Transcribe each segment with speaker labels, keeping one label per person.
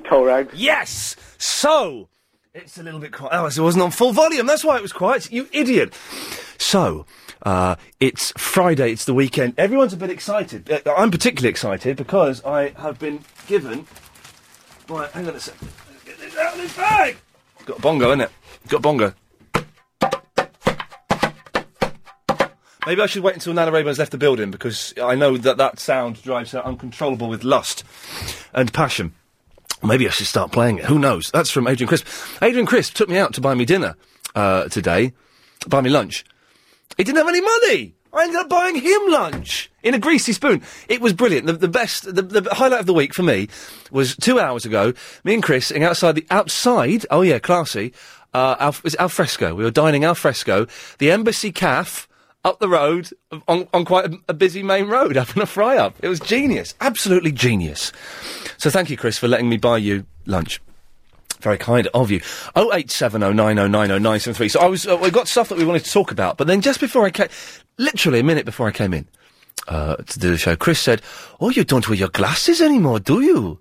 Speaker 1: Torag.
Speaker 2: Yes. So it's a little bit quiet. Oh, it wasn't on full volume. That's why it was quiet. You idiot. So uh, it's Friday. It's the weekend. Everyone's a bit excited. Uh, I'm particularly excited because I have been given. Right, hang on a second. Get this out of this bag. Got a bongo, innit? Got a bongo. Maybe I should wait until Nana Rayburn's left the building because I know that that sound drives her uncontrollable with lust and passion. Maybe I should start playing it. Who knows? That's from Adrian Crisp. Adrian Crisp took me out to buy me dinner uh, today, buy me lunch. He didn't have any money. I ended up buying him lunch in a greasy spoon. It was brilliant. The, the best, the, the highlight of the week for me was two hours ago. Me and Chris sitting outside the outside. Oh yeah, classy. Uh, al, was it al fresco. We were dining al fresco. The Embassy Caff up the road on, on quite a, a busy main road, up in a fry up. It was genius, absolutely genius. So thank you, Chris, for letting me buy you lunch. Very kind of you. Oh, 08709090973. So I was, uh, we got stuff that we wanted to talk about, but then just before I came, literally a minute before I came in uh, to do the show, Chris said, "Oh, you don't wear your glasses anymore, do you?"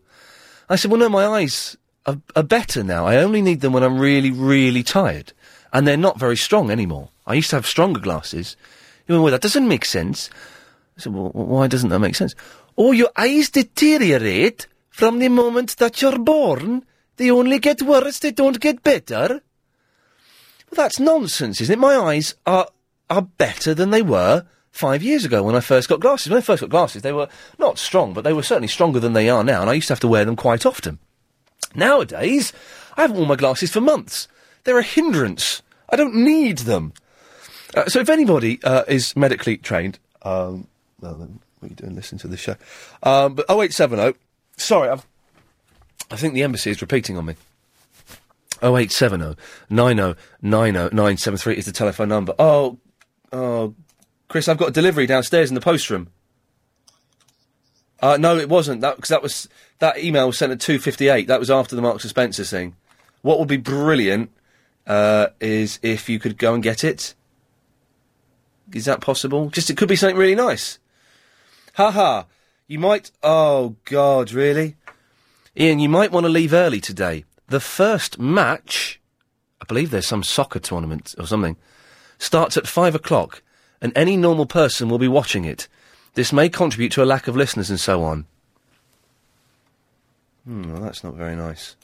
Speaker 2: I said, "Well, no, my eyes are, are better now. I only need them when I'm really, really tired, and they're not very strong anymore. I used to have stronger glasses. He went, "Well, that doesn't make sense." I said, well, wh- why doesn't that make sense? Oh, your eyes deteriorate from the moment that you're born. They only get worse, they don't get better. Well, that's nonsense, isn't it? My eyes are are better than they were five years ago when I first got glasses. When I first got glasses, they were not strong, but they were certainly stronger than they are now, and I used to have to wear them quite often. Nowadays, I haven't worn my glasses for months. They're a hindrance. I don't need them. Uh, so if anybody uh, is medically trained, um, well then, what are you doing? Listen to the show. Um, but 0870, sorry, I've, I think the embassy is repeating on me. 0870 oh, 9090973 is the telephone number. Oh, oh, Chris, I've got a delivery downstairs in the post room. Uh, no, it wasn't. That because that was that email was sent at two fifty eight. That was after the Marks and Spencer thing. What would be brilliant uh, is if you could go and get it. Is that possible? Just it could be something really nice. Ha ha! You might. Oh God, really? Ian, you might want to leave early today. The first match, I believe there's some soccer tournament or something, starts at five o'clock, and any normal person will be watching it. This may contribute to a lack of listeners and so on. Hmm, well, that's not very nice.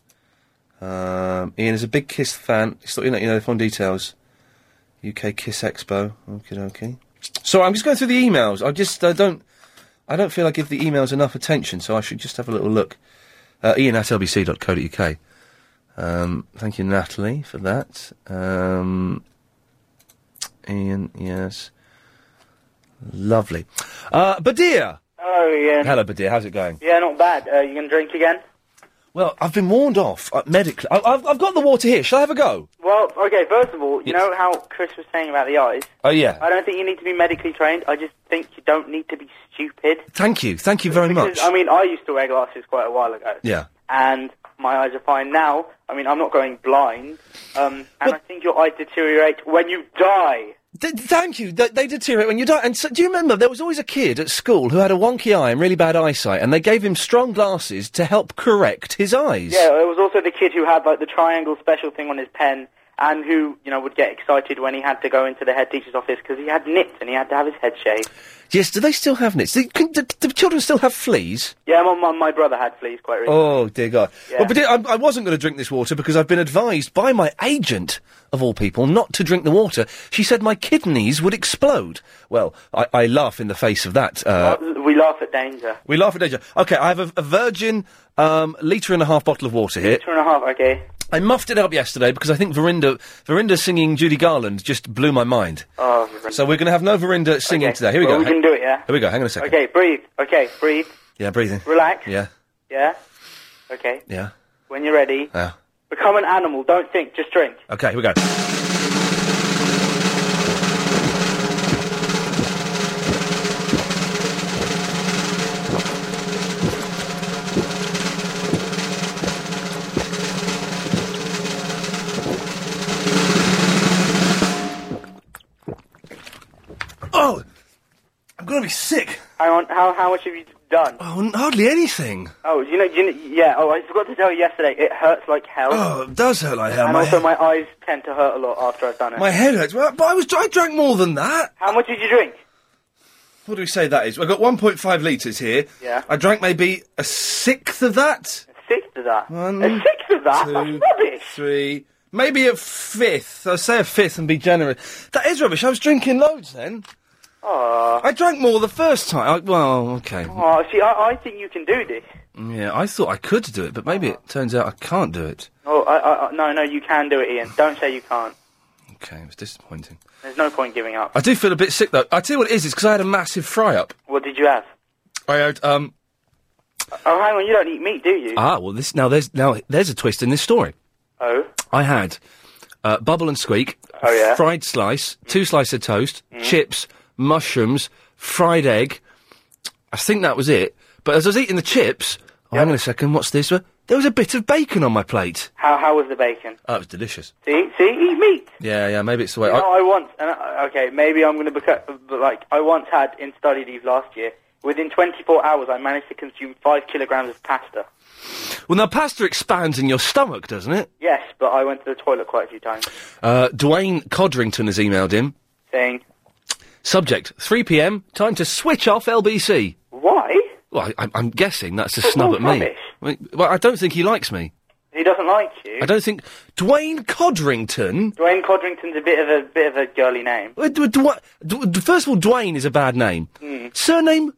Speaker 2: Um, Ian is a big Kiss fan. He's letting you know the fun details. UK Kiss Expo. Okay, okay. So I'm just going through the emails. I just I don't I don't feel I give the emails enough attention, so I should just have a little look. Uh, Ian at lbc.co.uk. Um, thank you, Natalie, for that. Um, Ian, yes, lovely. Uh, Badir.
Speaker 3: Oh, yeah.
Speaker 2: Hello, Badir. How's it going?
Speaker 3: Yeah, not bad. Uh, you going to drink again?
Speaker 2: Well, I've been warned off uh, medically. I, I've, I've got the water here. Shall I have a go?
Speaker 3: Well, okay, first of all, you know how Chris was saying about the eyes?
Speaker 2: Oh yeah.
Speaker 3: I don't think you need to be medically trained. I just think you don't need to be stupid.
Speaker 2: Thank you. Thank you very much.
Speaker 3: Because, I mean, I used to wear glasses quite a while ago.
Speaker 2: Yeah.
Speaker 3: And my eyes are fine now. I mean, I'm not going blind. Um, and I think your eyes deteriorate when you die.
Speaker 2: D- thank you. They, they deteriorate when you die. And so, do you remember there was always a kid at school who had a wonky eye and really bad eyesight, and they gave him strong glasses to help correct his eyes.
Speaker 3: Yeah, there was also the kid who had, like, the triangle special thing on his pen and who, you know, would get excited when he had to go into the head teacher's office because he had nipped and he had to have his head shaved.
Speaker 2: Yes. Do they still have nits? Do, can, do, do children still have fleas?
Speaker 3: Yeah, my, my, my brother had fleas quite recently.
Speaker 2: Oh dear God!
Speaker 3: Yeah.
Speaker 2: Well, but I, I wasn't going to drink this water because I've been advised by my agent, of all people, not to drink the water. She said my kidneys would explode. Well, I, I laugh in the face of that. Uh,
Speaker 3: We laugh at danger.
Speaker 2: we laugh at danger. Okay, I have a, a virgin um, liter and a half bottle of water here.
Speaker 3: Two and a half, okay.
Speaker 2: I muffed it up yesterday because I think Verinda, Verinda singing Judy Garland just blew my mind.
Speaker 3: Oh,
Speaker 2: So we're going to have no Verinda singing today. Here we
Speaker 3: well, we
Speaker 2: go.
Speaker 3: can do it, yeah?
Speaker 2: Here we go. Hang on a second.
Speaker 3: Okay, breathe. Okay, breathe.
Speaker 2: Yeah, breathing.
Speaker 3: Relax.
Speaker 2: Yeah,
Speaker 3: Yeah? Okay.
Speaker 2: yeah,
Speaker 3: When you're ready,
Speaker 2: yeah.
Speaker 3: become an animal. Don't think, just drink.
Speaker 2: Okay, here we go. Oh, I'm gonna be sick.
Speaker 3: Hang on, how, how much have you done?
Speaker 2: Oh, n- hardly anything.
Speaker 3: Oh, you know, you know, yeah, oh, I forgot to tell you yesterday, it hurts like hell.
Speaker 2: Oh, it does hurt like hell.
Speaker 3: and
Speaker 2: My,
Speaker 3: also my eyes tend to hurt a lot after I've done it.
Speaker 2: my head hurts. Well, but I was I drank more than that.
Speaker 3: How much did you drink?
Speaker 2: What do we say that is? I've got 1.5 litres here.
Speaker 3: Yeah.
Speaker 2: I drank maybe a sixth of that.
Speaker 3: Sixth of that.
Speaker 2: One,
Speaker 3: a sixth of that?
Speaker 2: two,
Speaker 3: That's rubbish.
Speaker 2: Three. Maybe a fifth. I'll say a fifth and be generous. That is rubbish. I was drinking loads then.
Speaker 3: Oh,
Speaker 2: I drank more the first time. I, well, okay.
Speaker 3: oh see, I, I think you can do this.
Speaker 2: Yeah, I thought I could do it, but maybe it turns out I can't do it.
Speaker 3: Oh, I, I, I- no, no, you can do it, Ian. Don't say you can't.
Speaker 2: Okay, it was disappointing.
Speaker 3: There's no point giving up.
Speaker 2: I do feel a bit sick though. I tell you what it is, it's because I had a massive fry up.
Speaker 3: What did you have?
Speaker 2: I had um
Speaker 3: Oh, hang on, you don't eat meat, do you?
Speaker 2: ah well this now there's now there's a twist in this story.
Speaker 3: oh,
Speaker 2: I had uh, bubble and squeak,
Speaker 3: Oh, yeah. Mm.
Speaker 2: fried slice, two slices of toast, chips, mushrooms, fried egg. I think that was it. But as I was eating the chips, oh, hang on a second, what's this? Uh, There was a bit of bacon on my plate.
Speaker 3: how how was the bacon?
Speaker 2: Oh, it was delicious.
Speaker 3: See, see, eat meat.
Speaker 2: Yeah, yeah, maybe it's the way.
Speaker 3: No, I once, and I, okay, maybe I'm going to beca- but like I once had in study leave last year. Within 24 hours, I managed to consume five kilograms of pasta.
Speaker 2: I, well, now pasta expands in your stomach, doesn't it?
Speaker 3: Yes, but I went to the toilet quite a few times,
Speaker 2: Uh, Dwayne Codrington has emailed him.
Speaker 3: saying,
Speaker 2: Subject: 3 p.m. Time to switch off LBC.
Speaker 3: "Why?
Speaker 2: Well, I, I'm- I'm guessing that's a snub at me.
Speaker 3: rubbish.
Speaker 2: Well, Well, I don't think he likes me.
Speaker 3: He doesn't like you."
Speaker 2: I don't think Dwayne Codrington.
Speaker 3: Dwayne Codrington's a bit of a bit of a girly name.
Speaker 2: Uh, Dw- Dw- Dw- First of all, Dwayne is a bad name.
Speaker 3: Hmm.
Speaker 2: Surname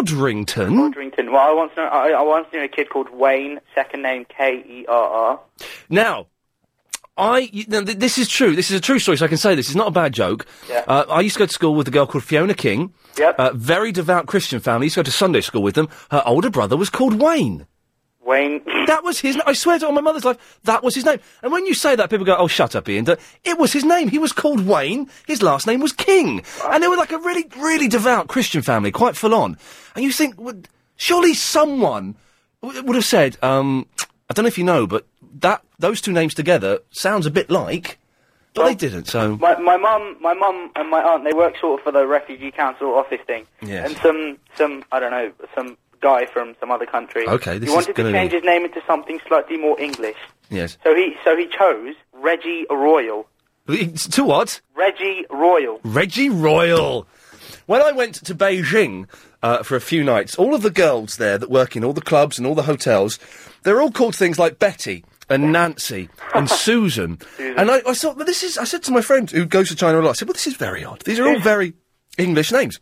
Speaker 2: Codrington.
Speaker 3: Codrington. Well, I once know I, I once knew a kid called Wayne, second name K E R R.
Speaker 2: Now, I you know, th- this is true. This is a true story, so I can say this. It's not a bad joke.
Speaker 3: Yeah.
Speaker 2: Uh, I used to go to school with a girl called Fiona King.
Speaker 3: Yep.
Speaker 2: Uh, very devout Christian family. Used to go to Sunday school with them. Her older brother was called Wayne.
Speaker 3: Wayne.
Speaker 2: That was his. I swear to on my mother's life, that was his name. And when you say that, people go, "Oh, shut up, Ian." That- It was his name. He was called Wayne. His last name was King, and they were like a really, really devout Christian family, quite full on. And you think, would, surely someone w- would have said, um, "I don't know if you know, but that those two names together sounds a bit like," but they didn't. So
Speaker 3: My my mum, my mum and my aunt, they work sort of for the refugee council office thing.
Speaker 2: Yes.
Speaker 3: And some some I don't know some guy from some other country.
Speaker 2: Okay, this
Speaker 3: he
Speaker 2: is
Speaker 3: wanted
Speaker 2: gonna
Speaker 3: to change
Speaker 2: be-
Speaker 3: his name into something slightly more English.
Speaker 2: yes,
Speaker 3: So he so he chose Reggie Royal.
Speaker 2: to what?
Speaker 3: Reggie Royal.
Speaker 2: Reggie Royal. When I went to Beijing uh, for a few nights, all of the girls there that work in all the clubs and all the hotels, they're all called things like Betty and Nancy and Susan. And I, I thought, well, this is. I said to my friend who goes to China a lot, I said, well, this is very odd. These are all very English names.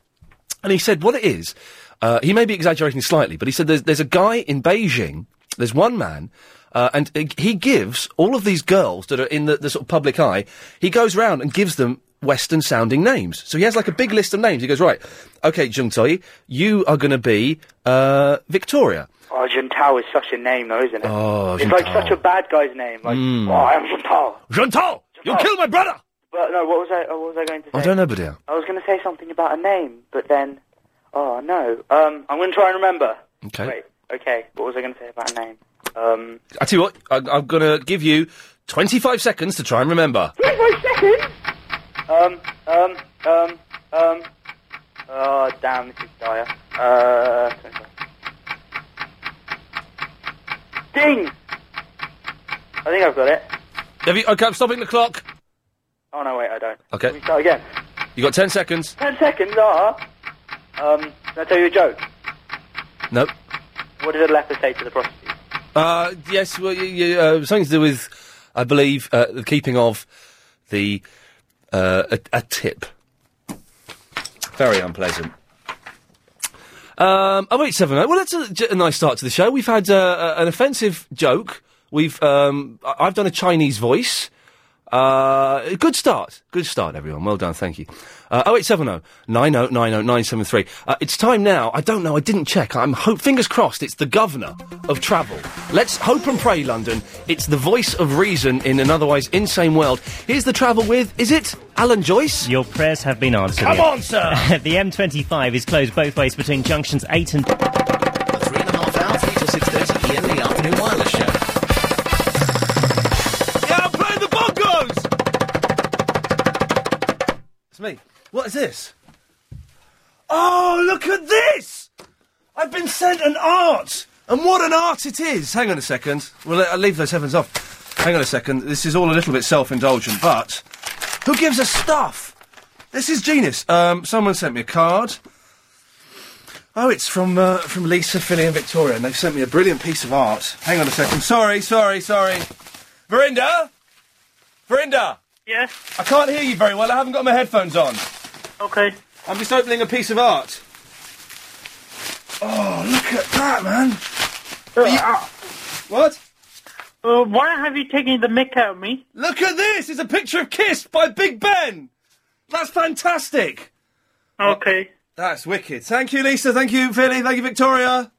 Speaker 2: And he said, what it is, uh, he may be exaggerating slightly, but he said there's, there's a guy in Beijing, there's one man, uh, and uh, he gives all of these girls that are in the, the sort of public eye, he goes round and gives them Western sounding names. So he has like a big list of names. He goes, right, okay, Jung Tsoi, you are going to be uh, Victoria.
Speaker 3: Oh, Juntao is such a name though, isn't it?
Speaker 2: Oh,
Speaker 3: it's like
Speaker 2: Juntao.
Speaker 3: such a bad guy's name. Like, oh, I'm Juntao.
Speaker 2: Juntao, you killed my brother!
Speaker 3: But no, what was I? oh, What was I going to say?
Speaker 2: I don't know, but yeah.
Speaker 3: I was going to say something about a name, but then, oh no. Um, I'm going to try and remember.
Speaker 2: Okay.
Speaker 3: Wait. Okay. What was I going to say about a name? Um,
Speaker 2: I tell you what, I, I'm going to give you 25 seconds to try and remember.
Speaker 3: um, um, um, um. Oh damn, this is dire. Uh, ding. I think I've got it.
Speaker 2: Have you, okay, I'm stopping the clock.
Speaker 3: Oh no, wait, I don't.
Speaker 2: Okay.
Speaker 3: We start again.
Speaker 2: You got 10 seconds.
Speaker 3: Ten seconds are. Um, can I tell you a joke?
Speaker 2: Nope.
Speaker 3: What did a leper say to the prostitute?
Speaker 2: Uh, yes, well, you, you, uh, something to do with, I believe, uh, the keeping of the uh, a, a tip. Very unpleasant. Um, oh wait, seven. oh, Well, that's a, j- a nice start to the show. We've had uh, a- an offensive joke. We've um, I- I've done a Chinese voice. Uh, good start. Good start, everyone. Well done. Thank you. Uh, 0870 90 90 973. Uh, it's time now. I don't know. I didn't check. I'm hope, fingers crossed it's the governor of travel. Let's hope and pray, London. It's the voice of reason in an otherwise insane world. Here's the travel with, is it Alan Joyce?
Speaker 1: Your prayers have been answered.
Speaker 2: Come
Speaker 1: Ian.
Speaker 2: on, sir!
Speaker 1: the M25 is closed both ways between junctions 8 and.
Speaker 4: Three and a half hours, 3 to 6.30 in the afternoon wireless show.
Speaker 2: Yeah, I'm playing the bongos! It's me. What is this? Oh, look at this! I've been sent an art! And what an art it is! Hang on a second. Well, I- I'll leave those heavens off. Hang on a second. This is all a little bit self indulgent, but who gives a stuff? This is genius. Um, someone sent me a card. Oh, it's from uh, from Lisa, Philly, and Victoria, and they've sent me a brilliant piece of art. Hang on a second. Sorry, sorry, sorry. Verinda? Verinda?
Speaker 5: Yes?
Speaker 2: I can't hear you very well. I haven't got my headphones on.
Speaker 5: Okay.
Speaker 2: I'm just opening a piece of art. Oh, look at that, man. What?
Speaker 5: Uh, why have you taken the mick out of me?
Speaker 2: Look at this! It's a picture of Kiss by Big Ben! That's fantastic!
Speaker 5: Okay.
Speaker 2: That's wicked. Thank you, Lisa. Thank you, Philly. Thank you, Victoria.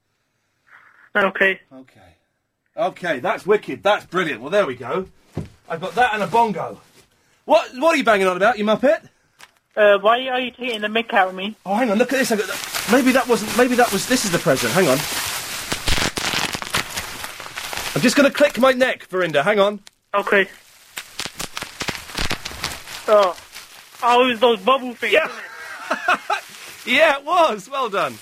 Speaker 5: Okay.
Speaker 2: Okay. Okay, that's wicked. That's brilliant. Well, there we go. I've got that and a bongo. What What are you banging on about, you muppet?
Speaker 5: Uh, why are you taking the mick out of me?
Speaker 2: Oh, hang on. Look at this. I've got that. Maybe that wasn't. Maybe that was. This is the present. Hang on. I'm just going to click my neck, Verinda. Hang on.
Speaker 5: Okay. Oh. Oh, it was those bubble things. Yeah.
Speaker 2: Yeah, it was. Well done.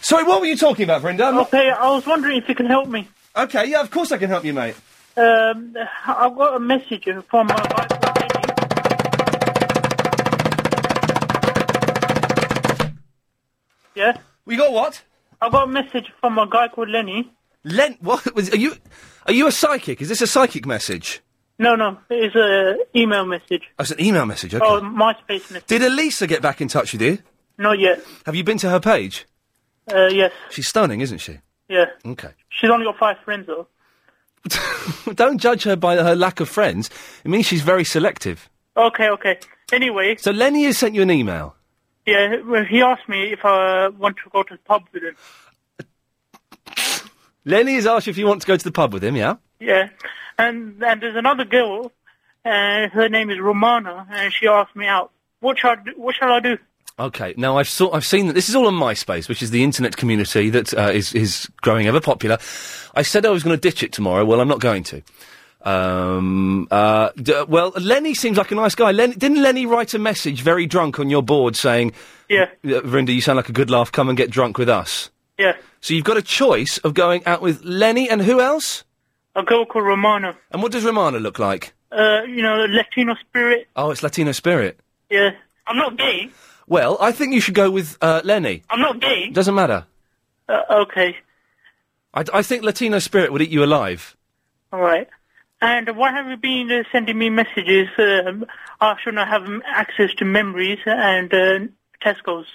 Speaker 2: Sorry, what were you talking about, Verinda? I'm not-
Speaker 5: Okay, I was wondering if you can help me.
Speaker 2: Okay, yeah, of course I can help you, mate.
Speaker 5: Um, I've got a message from my wife. Yeah?
Speaker 2: We got what?
Speaker 5: I got a message from a guy called Lenny.
Speaker 2: Len, what was? Are you? Are you a psychic? Is this a psychic message?
Speaker 5: No, no, it's a email message.
Speaker 2: Oh, it's an email message. Okay.
Speaker 5: Oh, MySpace message.
Speaker 2: Did Elisa get back in touch with you?
Speaker 5: Not yet.
Speaker 2: Have you been to her page?
Speaker 5: Uh, yes,
Speaker 2: She's stunning, isn't she?
Speaker 5: yeah.
Speaker 2: Okay.
Speaker 5: She's only got five friends though.
Speaker 2: Don't judge her by her lack of friends. It means she's very selective.
Speaker 5: Okay, okay. Anyway,
Speaker 2: So Lenny has sent you an email.
Speaker 5: yeah, well, he asked me if I want to go to the pub with him.
Speaker 2: Lenny has asked you if you want to go to the pub with him. Yeah.
Speaker 5: Yeah, and and there's another girl. Uh, her name is Romana, and she asked me out. What shall I do? What shall I do?
Speaker 2: Okay. Now I've saw, I've seen that this is all on MySpace, which is the internet community that uh, is is growing ever popular. I said I was going to ditch it tomorrow. Well, I'm not going to. Um, uh, d- well, Lenny seems like a nice guy. Len- didn't Lenny write a message very drunk on your board saying,
Speaker 5: "Yeah,
Speaker 2: Verinda, you sound like a good laugh. Come and get drunk with us."
Speaker 5: Yeah,
Speaker 2: So you've got a choice of going out with Lenny and who else?
Speaker 5: a girl called Romana.
Speaker 2: And what does Romana look like?
Speaker 5: Uh, you know, Latino spirit.
Speaker 2: Oh, it's Latino spirit.
Speaker 5: Yeah, I'm not gay.
Speaker 2: Well, I think you should go with uh, Lenny.
Speaker 5: I'm not gay.
Speaker 2: Doesn't matter.
Speaker 5: Uh, okay,
Speaker 2: I, I think Latino spirit would eat you alive.
Speaker 5: all right. And why have you been uh, sending me messages? Um, I should not have m- access to memories and uh, Tesco's.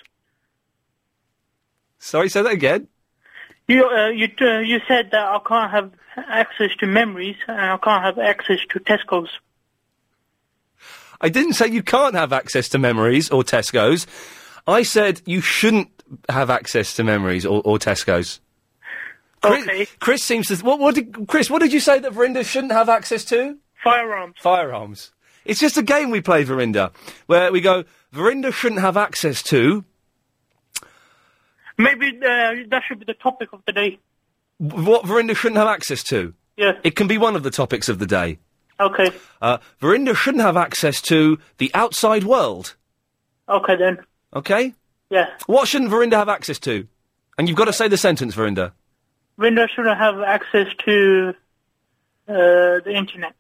Speaker 2: Sorry, say that again.
Speaker 5: You uh, you uh, you said that I can't have access to memories and I can't have access to Tesco's.
Speaker 2: I didn't say you can't have access to memories or Tesco's. I said you shouldn't have access to memories or, or Tesco's. Chris, Chris seems to. What, what did Chris? What did you say that Verinda shouldn't have access to?
Speaker 5: Firearms.
Speaker 2: Firearms. It's just a game we play, Verinda, where we go. Verinda shouldn't have access to.
Speaker 5: Maybe uh, that should be the topic of the day.
Speaker 2: w- What Verinda shouldn't have access to.
Speaker 5: Yeah.
Speaker 2: It can be one of the topics of the day.
Speaker 5: Okay.
Speaker 2: Uh, Verinda shouldn't have access to the outside world.
Speaker 5: Okay then.
Speaker 2: Okay.
Speaker 5: Yeah.
Speaker 2: What shouldn't Verinda have access to? And you've got to say the sentence, Verinda.
Speaker 5: Windows shouldn't have access to uh, the internet.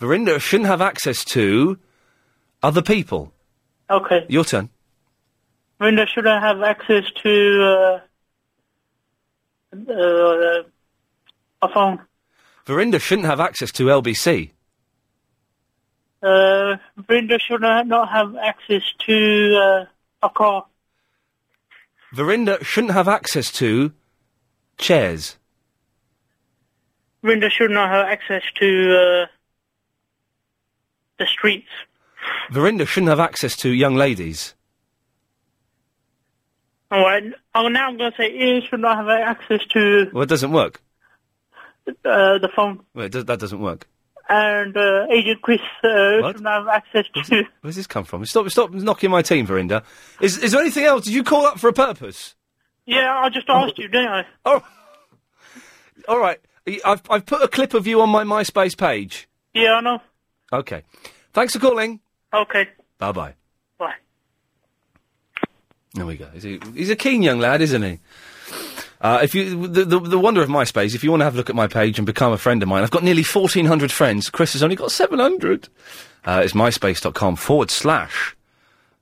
Speaker 2: Verinda shouldn't have access to other people.
Speaker 5: Okay.
Speaker 2: Your turn.
Speaker 5: Windows shouldn't have access to uh, uh, a phone.
Speaker 2: Verinda shouldn't have access to LBC.
Speaker 5: Uh, Windows should not have access to uh, a car.
Speaker 2: Verinda shouldn't have access to chairs.
Speaker 5: Windows should not have access to uh, the streets.
Speaker 2: Verinda shouldn't have access to young ladies.
Speaker 5: All right. Oh, now I'm going to say ears should not have access to
Speaker 2: Well, it doesn't work.
Speaker 5: uh, the phone.
Speaker 2: Well, it does, that doesn't work.
Speaker 5: And uh, Agent Chris uh,
Speaker 2: What?
Speaker 5: should not have access to.
Speaker 2: Where's this come from? Stop, stop knocking my team, Verinda. Is, is there anything else? Did you call up for a purpose?
Speaker 5: Yeah, I just asked you, didn't I?
Speaker 2: Oh. All right. I've, I've put a clip of you on my MySpace page.
Speaker 5: Yeah, I know.
Speaker 2: Okay. Thanks for calling.
Speaker 5: Okay.
Speaker 2: Bye bye.
Speaker 6: Bye.
Speaker 2: There we go. He's a, he's a keen young lad, isn't he? Uh, if you the, the the wonder of MySpace, if you want to have a look at my page and become a friend of mine, I've got nearly fourteen hundred friends. Chris has only got seven hundred. Uh, it's myspace.com forward slash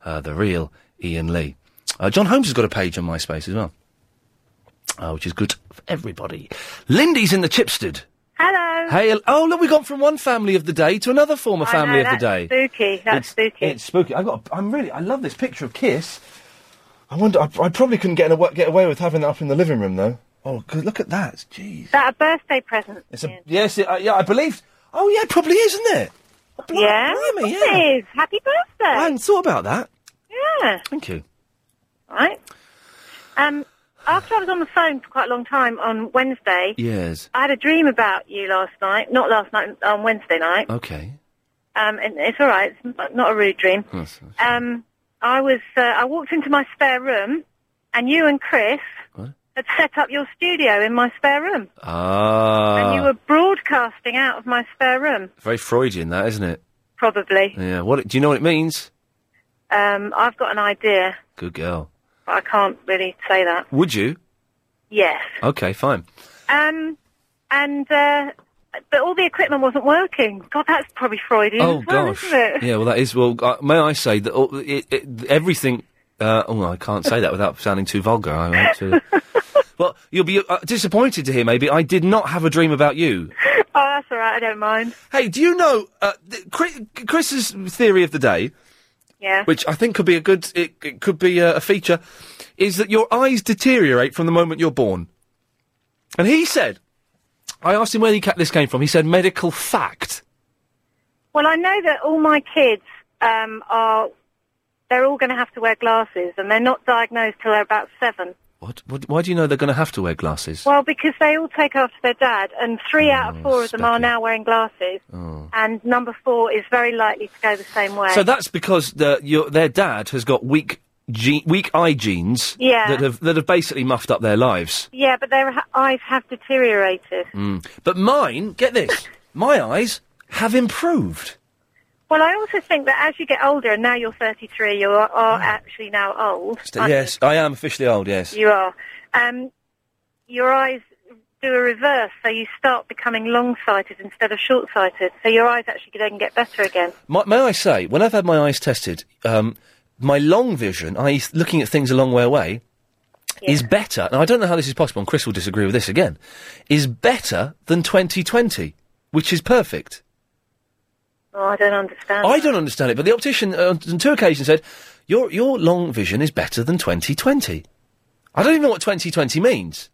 Speaker 2: uh, the real Ian Lee. Uh, John Holmes has got a page on MySpace as well, uh, which is good for everybody. Lindy's in the Chipstead.
Speaker 7: Hello.
Speaker 2: Hey, el- oh look, we've gone from one family of the day to another former
Speaker 7: I
Speaker 2: family
Speaker 7: know,
Speaker 2: of the day.
Speaker 7: that's Spooky. That's
Speaker 2: it's,
Speaker 7: spooky.
Speaker 2: It's spooky. I got. A, I'm really. I love this picture of Kiss. I wonder. I, I probably couldn't get, awa- get away with having that up in the living room though. Oh, good. Look at that. Jeez.
Speaker 7: Is that a birthday present?
Speaker 2: It's a yes. It, uh, yeah, I believe. Oh yeah, it probably is, isn't it? Blimey,
Speaker 7: yeah.
Speaker 2: blimey,
Speaker 7: of course
Speaker 2: yeah.
Speaker 7: it is. Happy
Speaker 2: I
Speaker 7: birthday.
Speaker 2: hadn't thought about that.
Speaker 7: yeah.
Speaker 2: Thank you.
Speaker 7: Right. Um, after I was on the phone for quite a long time on Wednesday,
Speaker 2: Yes.
Speaker 7: I had a dream about you last night. Not last night, on Wednesday night.
Speaker 2: Okay.
Speaker 7: Um, and it's all right. It's n- not a rude dream.
Speaker 2: Yes, yes.
Speaker 7: Um, I was. Uh, I walked into my spare room, and you and Chris
Speaker 2: What?
Speaker 7: had set up your studio in my spare room,
Speaker 2: Ah.
Speaker 7: and you were broadcasting out of my spare room,
Speaker 2: Very Freudian, that isn't it?
Speaker 7: probably.
Speaker 2: Yeah. What it- do you know? What it means?
Speaker 7: Um, I've got an idea,
Speaker 2: Good girl.
Speaker 7: but I can't really say that.
Speaker 2: Would you?
Speaker 7: Yes.
Speaker 2: Okay, fine.
Speaker 7: Um, and uh, but all the equipment wasn't working. God, that's probably Freudian
Speaker 2: Oh
Speaker 7: as well,
Speaker 2: gosh.
Speaker 7: isn't it?
Speaker 2: Yeah. Well, that is. Well, uh, may I say that all, it, it, everything. Uh, oh, I can't say that without sounding too vulgar. I want to. well, you'll be uh, disappointed to hear. Maybe I did not have a dream about you.
Speaker 7: Oh, that's all right. I don't mind.
Speaker 2: Hey, do you know uh, th- Chris, Chris's theory of the day,
Speaker 7: Yeah.
Speaker 2: which I think could be a good, it, it could be a, a feature, is that your eyes deteriorate from the moment you're born. And he said, I asked him where he ca- this came from. He said medical fact.
Speaker 7: Well, I know that all my kids um, are. They're all going to have to wear glasses, and they're not diagnosed till they're about seven.
Speaker 2: What? what why do you know they're going to have to wear glasses?
Speaker 7: Well, because they all take after their dad, and three out of four of them are now wearing glasses,
Speaker 2: Oh.
Speaker 7: and number four is very likely to go the same way.
Speaker 2: So that's because the, your, their dad has got weak ge- weak eye genes
Speaker 7: Yeah.
Speaker 2: that have that have basically muffed up their lives.
Speaker 7: yeah, but their ha- eyes have deteriorated.
Speaker 2: Mm. But mine, get this, my eyes have improved.
Speaker 7: Well, I also think that as you get older, and now you're 33, you are, are actually now old.
Speaker 2: So,
Speaker 7: aren't
Speaker 2: Mm. yes, I am officially old. Yes.
Speaker 7: You are. Um, your eyes do a reverse, so you start becoming long-sighted instead of short-sighted. So your eyes actually then get better again.
Speaker 2: My, may I say, when I've had my eyes tested, um, my long vision, i.e., looking at things a long way away, is better. Now, I don't know how this is possible, and Chris will disagree with this again. Is better than 2020, which is perfect.
Speaker 7: Oh, I don't understand.
Speaker 2: I don't understand it, but the optician uh, on two occasions said, "Your your long vision is better than 2020." I don't even know what 2020 means.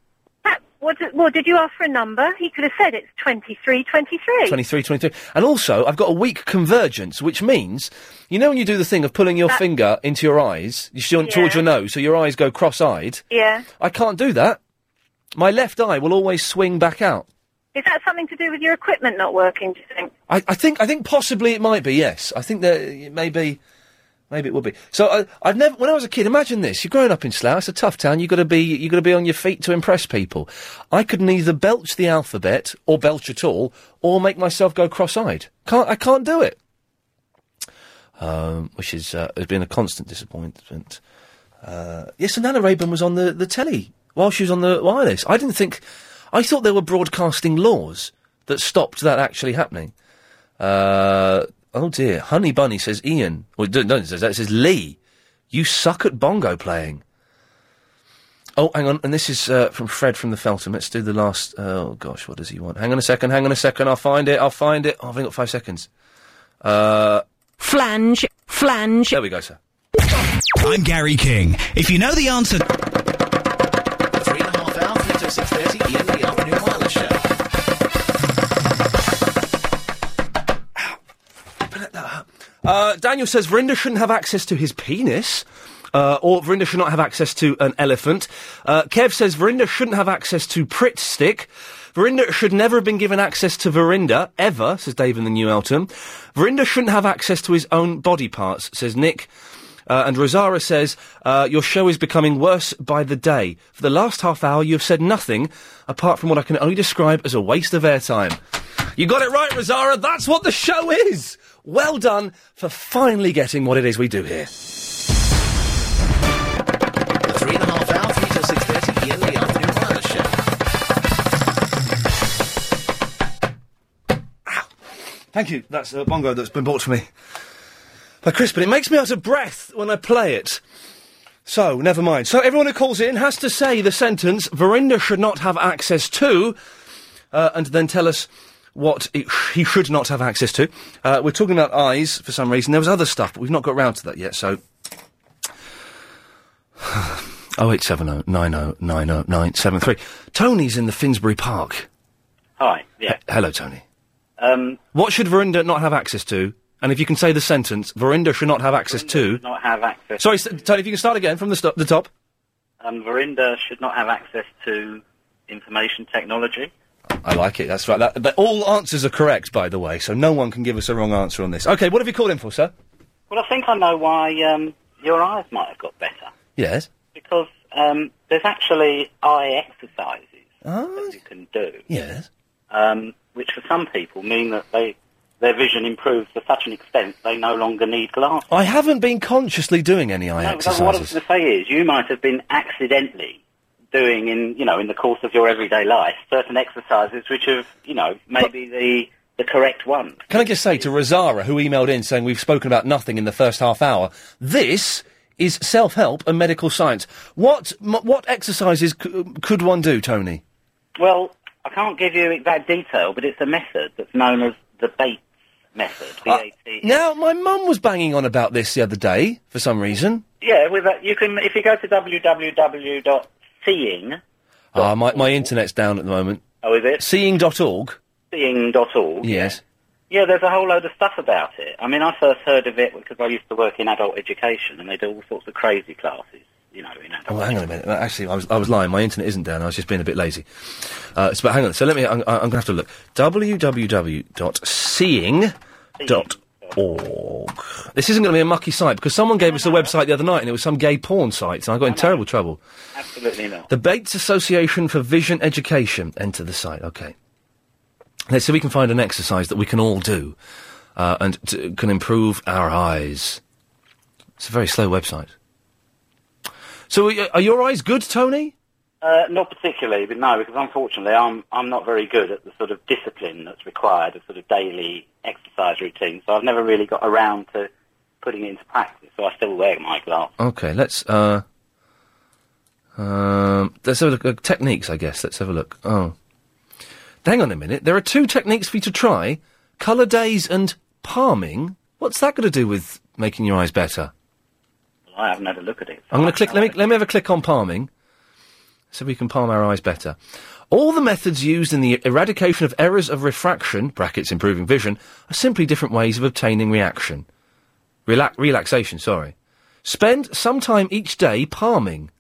Speaker 7: That, what, well, did you ask for a number? He could have said it's 23, 23.
Speaker 2: 23, 23. And also, I've got a weak convergence, which means, you know, when you do the thing of pulling your
Speaker 7: That-
Speaker 2: finger into your eyes, you see, towards
Speaker 7: Yeah.
Speaker 2: your nose, so your eyes go cross-eyed.
Speaker 7: Yeah.
Speaker 2: I can't do that. My left eye will always swing back out.
Speaker 7: Is that something to do with your equipment not working, do you think?
Speaker 2: I, I think I think possibly it might be yes. I think that maybe maybe it would be. So I, I've never when I was a kid. Imagine this: you're growing up in Slough. It's a tough town. You got to be you got to be on your feet to impress people. I could neither belch the alphabet or belch at all, or make myself go cross-eyed. Can't I can't do it. Um, which is uh, has been a constant disappointment. Uh, yes, and Anna Rayburn was on the, the telly while she was on the wireless. I didn't think, I thought there were broadcasting laws that stopped that actually happening. Uh, oh dear, Honey Bunny says Ian. Well, don't, don't says that. It says Lee, you suck at bongo playing. Oh, hang on, and this is uh, from Fred from the Feltham. Let's do the last. Oh gosh, what does he want? Hang on a second. Hang on a second. I'll find it. I'll find it. Oh, I've only got five seconds. Uh,
Speaker 8: Flange, flange.
Speaker 2: there we go, sir.
Speaker 9: I'm Gary King. If you know the answer,
Speaker 4: Three and a half hours until 6.30 Ian Lee Afternoon Wireless Show.
Speaker 2: Uh, Daniel says Verinder shouldn't have access to his penis. Uh, or Verinder should not have access to an elephant. Uh, Kev says Verinder shouldn't have access to Prit Stick. Verinder should never have been given access to Verinder, ever, says Dave in the New Elton. Verinder shouldn't have access to his own body parts, says Nick. Uh, and Rosara says, uh, Your show is becoming worse by the day. For the last half hour, you have said nothing apart from what I can only describe as a waste of airtime. You got it right, Rosara. That's what the show is. Well done for finally getting what it is we do here.
Speaker 4: Three and a half hour, three till six thirty. Ian Lee afternoon wireless show.
Speaker 2: Thank you. That's a bongo that's been bought for me by Chris, but it makes me out of breath when I play it. So, never mind. So, everyone who calls in has to say the sentence Verinder should not have access to, uh, and then tell us what it sh- he should not have access to. Uh, we're talking about eyes for some reason. There was other stuff, but we've not got round to that yet, so. 0870 90 90 973. Tony's in the Finsbury Park.
Speaker 10: Hi. Yeah.
Speaker 2: He- hello, Tony.
Speaker 10: Um,
Speaker 2: What should Verinder not have access to? And if you can say the sentence, Verinder should not have access to.
Speaker 10: should not have access.
Speaker 2: Sorry, s- Tony, if you can start again from the, sto- the top.
Speaker 10: Um, Verinda should not have access to information technology.
Speaker 2: I like it. That's right. That, that, all answers are correct, by the way, so no one can give us a wrong answer on this. Okay, what have you called in for, sir?
Speaker 10: Well, I think I know why um, your eyes might have got better
Speaker 2: Yes.
Speaker 10: because um, there's actually eye exercises
Speaker 2: Oh,
Speaker 10: you can do,
Speaker 2: yes.
Speaker 10: um, which for some people mean that they their vision improves to such an extent they no longer need glasses.
Speaker 2: I haven't been consciously doing any eye
Speaker 10: No, but What I was
Speaker 2: exercises.
Speaker 10: going to say is, you might have been accidentally doing in you know in the course of your everyday life certain exercises which have you know maybe the the correct one.
Speaker 2: Can I just say to Rosara, who emailed in saying we've spoken about nothing in the first half hour, this is self-help and medical science. What m- what exercises c- um, could one do, Tony?
Speaker 10: Well, I can't give you exact detail, but it's a method that's known as the Bates method. B-A-T.
Speaker 2: Now, my mum was banging on about this the other day for some reason.
Speaker 10: yeah, with that you can if you go to www.seeing
Speaker 2: Ah, my, my internet's down at the moment.
Speaker 10: Oh, is it?
Speaker 2: Seeing.org.
Speaker 10: seeing.org.
Speaker 2: Yes.
Speaker 10: Yeah, there's a whole load of stuff about it. I mean, I first heard of it because I used to work in adult education, and they do all sorts of crazy classes. You know, in adult.
Speaker 2: Oh, hang on a minute. Uh, Actually, I was, I was lying. My internet isn't down. I was just being a bit lazy. Uh, so, but hang on. So let me. I'm, I'm going to have to look. www.seeing.org. This isn't going to be a mucky site because someone gave us a website the other night and it was some gay porn site and I got in terrible trouble.
Speaker 10: Absolutely not.
Speaker 2: The Bates Association for Vision Education. Enter the site. Okay. Let's see if we can find an exercise that we can all do uh, and t- can improve our eyes. It's a very slow website. So, are, y- are your eyes good, Tony?
Speaker 10: Uh, not particularly, but no, because unfortunately, I'm I'm not very good at the sort of discipline that's required, a sort of daily exercise routine. So I've never really got around to putting it into practice. So I still wear my glasses.
Speaker 2: Okay, let's. Uh, um, let's have a look. Uh, techniques, I guess. Let's have a look. Oh. Hang on a minute. There are two techniques for you to try colour days and palming. What's that got to do with making your eyes better?
Speaker 10: Well, I haven't had a look at it.
Speaker 2: I'm going to click. Let me let me have a click on palming, so we can palm our eyes better. All the methods used in the eradication of errors of refraction (brackets improving vision) are simply different ways of obtaining reaction, Relax, relaxation. Sorry. Spend some time each day palming.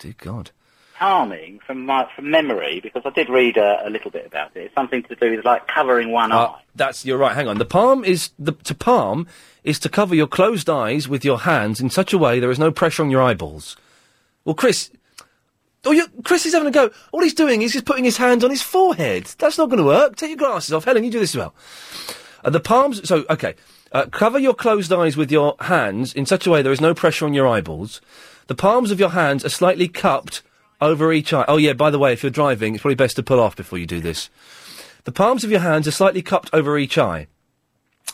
Speaker 2: Dear God.
Speaker 10: Calming from my from memory because I did read a, a little bit about it. It's something to do with like covering one
Speaker 2: Uh,
Speaker 10: eye.
Speaker 2: that's you're right. Hang on. The palm is the to palm is to cover your closed eyes with your hands in such a way there is no pressure on your eyeballs. Well, Chris, oh, you Chris is having a go. All he's doing is he's putting his hand on his forehead. That's not going to work. Take your glasses off, Helen. You do this as well. Uh, the palms. So okay, uh, cover your closed eyes with your hands in such a way there is no pressure on your eyeballs. The palms of your hands are slightly cupped over each eye. Oh yeah. By the way, if you're driving, it's probably best to pull off before you do this. The palms of your hands are slightly cupped over each eye,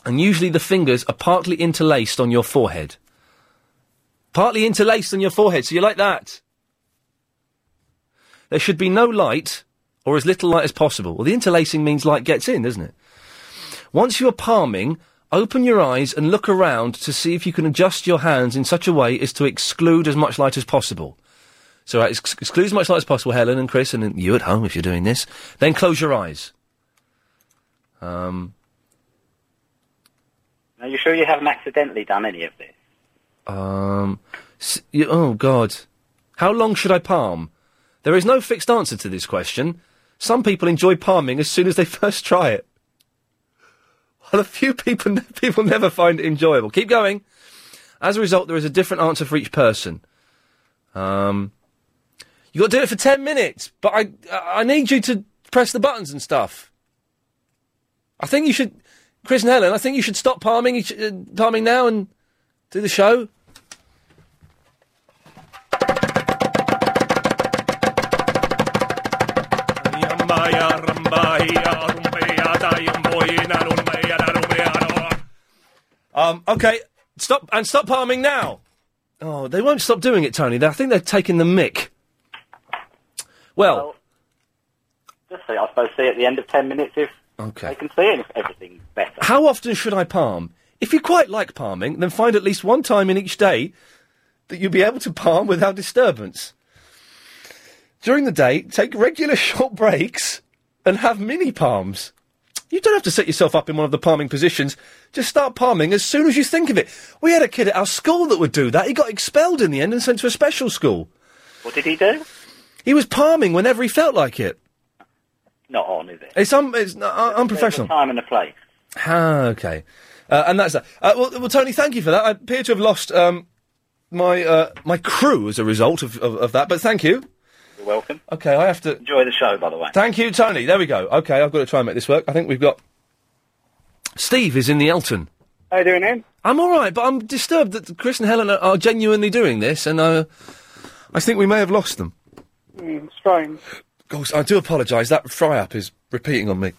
Speaker 2: and usually the fingers are partly interlaced on your forehead. Partly interlaced on your forehead, so you're like that. There should be no light, or as little light as possible. Well, the interlacing means light gets in, doesn't it? Once you're palming, open your eyes and look around to see if you can adjust your hands in such a way as to exclude as much light as possible. So uh, ex- exclude as much light as possible, Helen and Chris, and you at home if you're doing this. Then close your eyes. Um,
Speaker 10: Are you sure you haven't accidentally done any of this?
Speaker 2: um, s- y- oh God, how long should I palm? There is no fixed answer to this question. Some people enjoy palming as soon as they first try it. While a few people people never find it enjoyable. Keep going. As a result, there is a different answer for each person. Um, you got to do it for ten minutes, but I I I need you to press the buttons and stuff. I think you should Chris and Helen, I think you should stop palming each, uh, palming now and do the show. uh, Um, okay, stop and stop palming now. Oh, they won't stop doing it, Tony. They- I think they're taking the mick. Well,
Speaker 10: Just see, I suppose, see at the end of 10 minutes if
Speaker 2: okay.
Speaker 10: they can see if everything's better.
Speaker 2: How often should I palm? If you quite like palming, then find at least one time in each day that you'll be able to palm without disturbance. During the day, take regular short breaks and have mini palms. You don't have to set yourself up in one of the palming positions. Just start palming as soon as you think of it. We had a kid at our school that would do that. He got expelled in the end and sent to a special school.
Speaker 10: What did he do?
Speaker 2: He was palming whenever he felt like it.
Speaker 10: Not on, is it?
Speaker 2: It's, un- it's uh, unprofessional.
Speaker 10: Time and a place.
Speaker 2: Ah, okay. Uh, and that's that. Uh, well, well, Tony, thank you for that. I appear to have lost um, my uh, my crew as a result of, of, of that, but thank you.
Speaker 10: You're welcome.
Speaker 2: Okay, I have to.
Speaker 10: Enjoy the show, by the way.
Speaker 2: Thank you, Tony. There we go. Okay, I've got to try and make this work. I think we've got. Steve is in the Elton.
Speaker 11: How you doing, Ian?
Speaker 2: I'm all right, but I'm disturbed that Chris and Helen are, are genuinely doing this, and uh, I think we may have lost them.
Speaker 11: Mm, strange.
Speaker 2: Gosh, I do apologise. That fry up is repeating on me.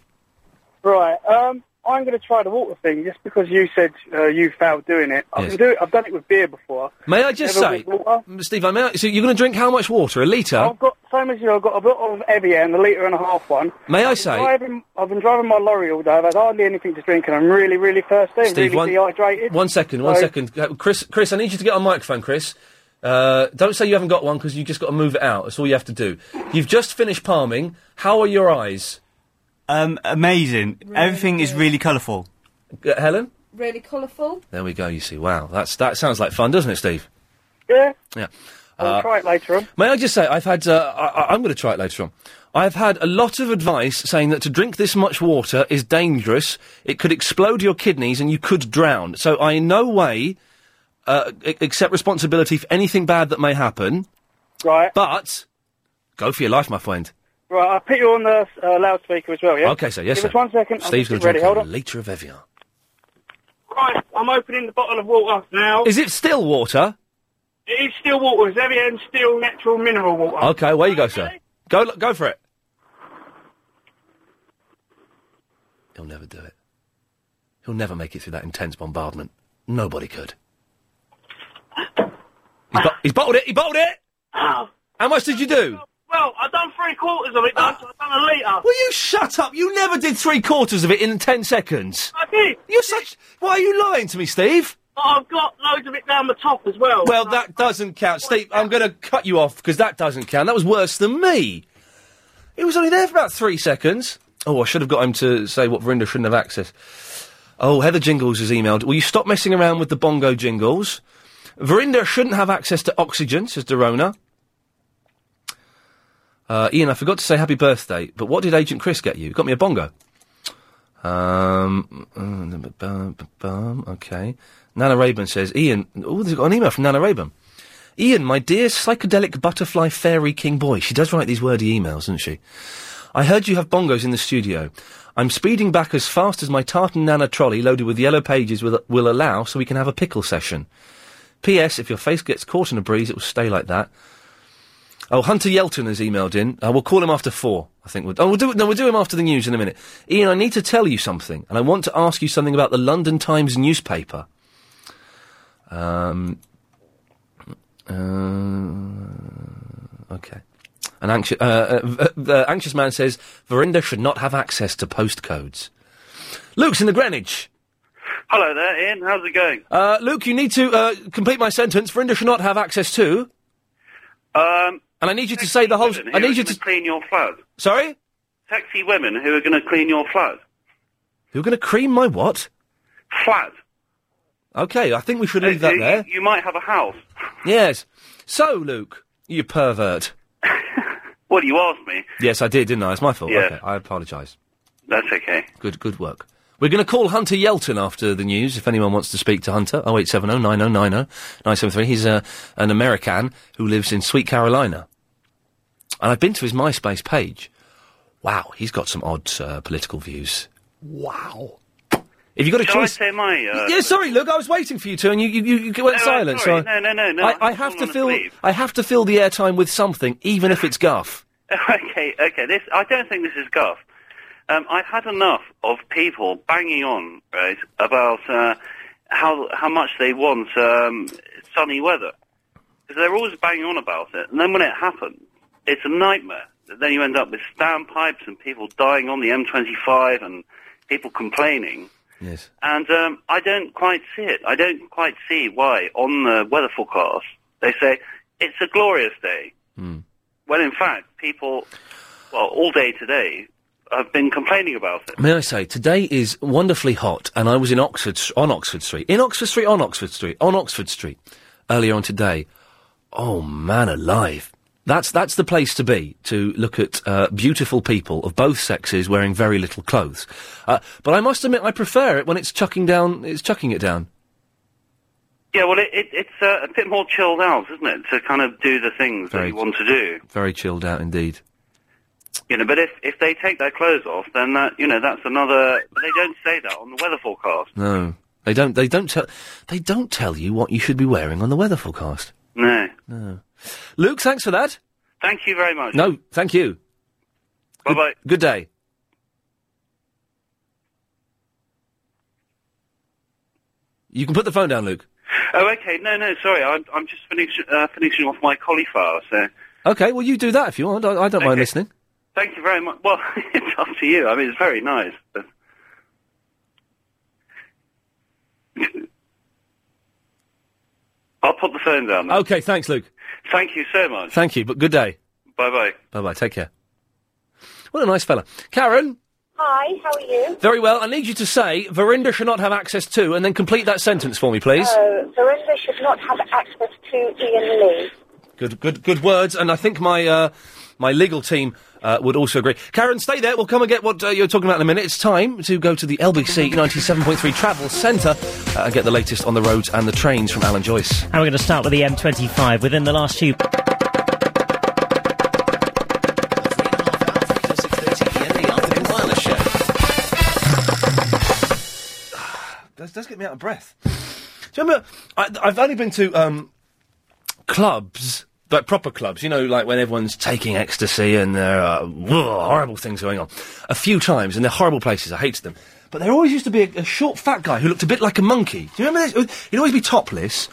Speaker 11: Right. Um, I'm going to try the water thing just because you said uh, you failed doing it. I
Speaker 2: Yes.
Speaker 11: can do it. I've done it with beer before.
Speaker 2: May I just
Speaker 11: Never
Speaker 2: say,
Speaker 11: with water.
Speaker 2: Mm, Steve, I may. So you're going to drink how much water? A litre?
Speaker 11: I've got same as you. I've got a bottle of Evian, and a litre and a half one.
Speaker 2: May I say?
Speaker 11: Driving, I've been driving my lorry all day. I've had hardly anything to drink, and I'm really, really thirsty. and
Speaker 2: Steve,
Speaker 11: really
Speaker 2: one-
Speaker 11: dehydrated.
Speaker 2: One second, one
Speaker 11: So-
Speaker 2: second. Uh, Chris, Chris, I need you to get on microphone, Chris. Uh, don't say you haven't got one because you just got to move it out. That's all you have to do. You've just finished palming. How are your eyes? Um, amazing. Everything is really colourful. Uh, Helen,
Speaker 12: Really colourful.
Speaker 2: there we go. You see, wow, that's that sounds like fun, doesn't it, Steve?
Speaker 11: Yeah.
Speaker 2: Yeah.
Speaker 11: I'll
Speaker 2: Uh,
Speaker 11: try it later on.
Speaker 2: May I just say, I've had. Uh, I, I- I'm going to try it later on. I've had a lot of advice saying that to drink this much water is dangerous. It could explode your kidneys and you could drown. So I, in no way, uh, a- accept responsibility for anything bad that may happen.
Speaker 11: Right.
Speaker 2: But go for your life, my friend.
Speaker 11: Right. I'll put you on the uh, loudspeaker as well. Yeah.
Speaker 2: Okay, so yes.
Speaker 11: Give
Speaker 2: sir.
Speaker 11: us one second. I'm
Speaker 2: Steve's
Speaker 11: just
Speaker 2: going to
Speaker 11: ready.
Speaker 2: drink
Speaker 11: Hold
Speaker 2: a
Speaker 11: on.
Speaker 2: litre of Evian.
Speaker 11: Right. I'm opening the bottle of water now.
Speaker 2: Is it still water?
Speaker 11: It is still water. It's Evian still natural mineral water.
Speaker 2: Okay, where you go, sir. Go, l- go for it. He'll never do it. He'll never make it through that intense bombardment. Nobody could. He's, bo- he's bottled it. He bottled it. How much did you do?
Speaker 11: Well, I've done three quarters of it. done- I've done a litre.
Speaker 2: Will you shut up? You never did three quarters of it in ten seconds.
Speaker 11: I did.
Speaker 2: You're such. Why are you lying to me, Steve?
Speaker 11: But I've got loads of it down the top as well.
Speaker 2: Well, that doesn't count, Steve. I'm going to cut you off because that doesn't count. That was worse than me. It was only there for about three seconds. Oh, I should have got him to say what Verinda shouldn't have access. Oh, Heather Jingles has emailed. Will you stop messing around with the bongo jingles? Verinda shouldn't have access to oxygen, says Dorona. Uh, Ian, I forgot to say happy birthday, but what did Agent Chris get you? Got me a bongo. Um, mm, bum, bum, bum, okay. Nana Rayburn says, Ian, oh, there's got an email from Nana Rayburn. Ian, my dear psychedelic butterfly fairy king boy. She does write these wordy emails, doesn't she? I heard you have bongos in the studio. I'm speeding back as fast as my tartan nana trolley loaded with yellow pages will, will allow so we can have a pickle session. P.S. If your face gets caught in a breeze, it will stay like that. Oh, Hunter Yelton has emailed in. Uh, we'll call him after four. I think we'll. Oh, we'll do it. No, we'll do him after the news in a minute. Ian, I need to tell you something, and I want to ask you something about the London Times newspaper. Um. uh, okay. An anxious, uh, uh, v- the anxious man says Verinda should not have access to postcodes. Luke's in the Greenwich.
Speaker 13: Hello there, Ian. How's it going?
Speaker 2: Uh, Luke, you need to uh, complete my sentence. Verinda should not have access to.
Speaker 13: Um,
Speaker 2: And I need you to say the whole.
Speaker 13: women
Speaker 2: I
Speaker 13: who
Speaker 2: need
Speaker 13: are
Speaker 2: you
Speaker 13: gonna
Speaker 2: to.
Speaker 13: clean your flat.
Speaker 2: Sorry,
Speaker 13: Sexy women who are going to clean your flat.
Speaker 2: you're going to cream my what?
Speaker 13: Flat.
Speaker 2: Okay, I think we should leave
Speaker 13: Uh,
Speaker 2: that
Speaker 13: you,
Speaker 2: there.
Speaker 13: You might have a house.
Speaker 2: Yes. So, Luke, you pervert.
Speaker 13: Well, you asked me.
Speaker 2: Yes, I did, didn't I? It's my fault.
Speaker 13: Yeah.
Speaker 2: Okay, I apologise.
Speaker 13: That's okay.
Speaker 2: Good, good work. We're going to call Hunter Yelton after the news. If anyone wants to speak to Hunter, oh eight seven oh nine oh nine oh nine seven three. He's a an American who lives in Sweet Carolina, and I've been to his MySpace page. Wow, he's got some odd uh, political views. Wow. If you've got a
Speaker 13: Shall I
Speaker 2: choice.
Speaker 13: say my, uh,
Speaker 2: yeah, sorry, look, I was waiting for you to, and you, you, you went
Speaker 13: No, I'm
Speaker 2: silent.
Speaker 13: sorry.
Speaker 2: So I,
Speaker 13: No, no, no, no,
Speaker 2: I, I
Speaker 13: it's
Speaker 2: have
Speaker 13: all
Speaker 2: to
Speaker 13: on the
Speaker 2: fill.
Speaker 13: sleeve.
Speaker 2: I have to fill the airtime with something, even if it's guff.
Speaker 13: okay, okay. This I don't think this is guff. Um, I've had enough of people banging on right about uh, how how much they want um, sunny weather because they're always banging on about it, and then when it happens, it's a nightmare. Then you end up with standpipes and people dying on the M25 and people complaining.
Speaker 2: Yes.
Speaker 13: And um, I don't quite see it. I don't quite see why on the weather forecast they say it's a glorious day. When in fact, people, well, all day today, have been complaining about it.
Speaker 2: May I say, today is wonderfully hot, and I was in Oxford on Oxford Street, in Oxford Street, on Oxford Street, on Oxford Street, earlier on today. Oh man, alive! That's that's the place to be to look at uh, beautiful people of both sexes wearing very little clothes. Uh, but I must admit, I prefer it when it's chucking down. It's chucking it down.
Speaker 13: Yeah, well, it, it, it's uh, a bit more chilled out, isn't it, to kind of do the things that
Speaker 2: Very
Speaker 13: you want to do.
Speaker 2: Very chilled out indeed.
Speaker 13: You know, but if, if they take their clothes off, then that, you know, that's another. But they don't say that on the weather forecast.
Speaker 2: No, they don't. They don't tell. They don't tell you what you should be wearing on the weather forecast.
Speaker 13: No.
Speaker 2: No. Luke, thanks for that.
Speaker 13: Thank you very much.
Speaker 2: No, thank you.
Speaker 13: Bye bye.
Speaker 2: Good day. You can put the phone down, Luke.
Speaker 13: Oh, okay. No, no, sorry. I'm, I'm just finish, uh, finishing off my cauliflower, so.
Speaker 2: Okay, well, you do that if you want. I, I don't mind listening.
Speaker 13: Thank you very much. Well, it's up to you. I mean, it's very nice. But... I'll put the phone down. Then.
Speaker 2: Okay, thanks, Luke.
Speaker 13: Thank you so much.
Speaker 2: Thank you, but good day.
Speaker 13: Bye bye.
Speaker 2: Bye bye. Take care. What a nice fella. Karen,
Speaker 12: Hi, how are you?
Speaker 2: very well. I need you to say Verinder should not have access to, and then complete that sentence for me, please.
Speaker 12: Oh, Verinda should not have access to Ian Lee.
Speaker 2: Good, good, good words, and I think my uh, my legal team uh, would also agree. Karen, stay there. We'll come and get what uh, you're talking about in a minute. It's time to go to the LBC 97.3 Travel Centre uh, and get the latest on the roads and the trains from Alan Joyce.
Speaker 1: And we're going to start with the M25 within the last few.
Speaker 2: Does, does get me out of breath. Do you remember? I, I've only been to um, clubs, like proper clubs. You know, like when everyone's taking ecstasy and there are whoa, horrible things going on. A few times, and they're horrible places. I hated them. But there always used to be a, a short, fat guy who looked a bit like a monkey. Do you remember this? He'd always be topless,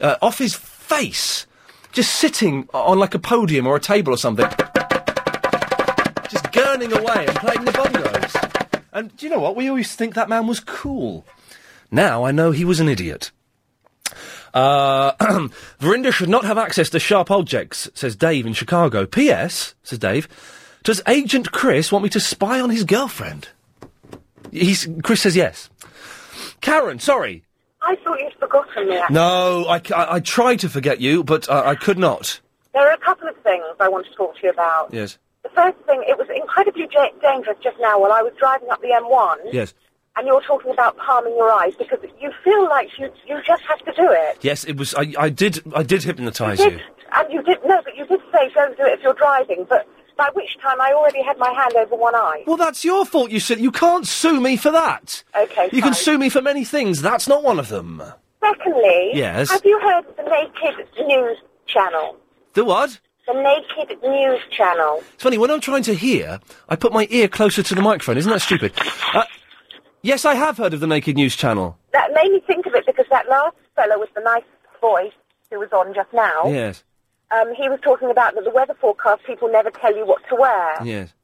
Speaker 2: uh, off his face, just sitting o- on like a podium or a table or something, just gurning away and playing the bongos. And do you know what? We always think that man was cool. Now I know he was an idiot. Uh, Verinda should not have access to sharp objects, says Dave in Chicago. P.S., says Dave, does Agent Chris want me to spy on his girlfriend? He's, Chris says yes. Karen, sorry.
Speaker 12: I thought you'd forgotten me. actually.
Speaker 2: No, I, c- I- I tried to forget you, but uh, I could not.
Speaker 12: There are a couple of things I want to talk to you about.
Speaker 2: Yes.
Speaker 12: The first thing, it was incredibly ja dangerous just now while I was driving up the M1,
Speaker 2: Yes.
Speaker 12: and you're talking about palming your eyes because you feel like you you just have to do it.
Speaker 2: Yes, it was. I, I did. I did hypnotise
Speaker 12: did,
Speaker 2: you.
Speaker 12: and you did no, but you did say don't do it if you're driving. But by which time I already had my hand over one eye.
Speaker 2: Well, that's your fault. You said you can't sue me for that.
Speaker 12: Okay,
Speaker 2: You can
Speaker 12: fine.
Speaker 2: sue me for many things. That's not one of them.
Speaker 12: Secondly,
Speaker 2: Yes.
Speaker 12: have you heard of the Naked News Channel?
Speaker 2: The what?
Speaker 12: The Naked News Channel.
Speaker 2: It's funny, when I'm trying to hear, I put my ear closer to the microphone. Isn't that stupid? Uh, yes, I have heard of the Naked News Channel.
Speaker 12: That made me think of it because that last fellow with the nice voice who was on just now,
Speaker 2: Yes,
Speaker 12: um, he was talking about that the weather forecast people never tell you what to wear.
Speaker 2: yes.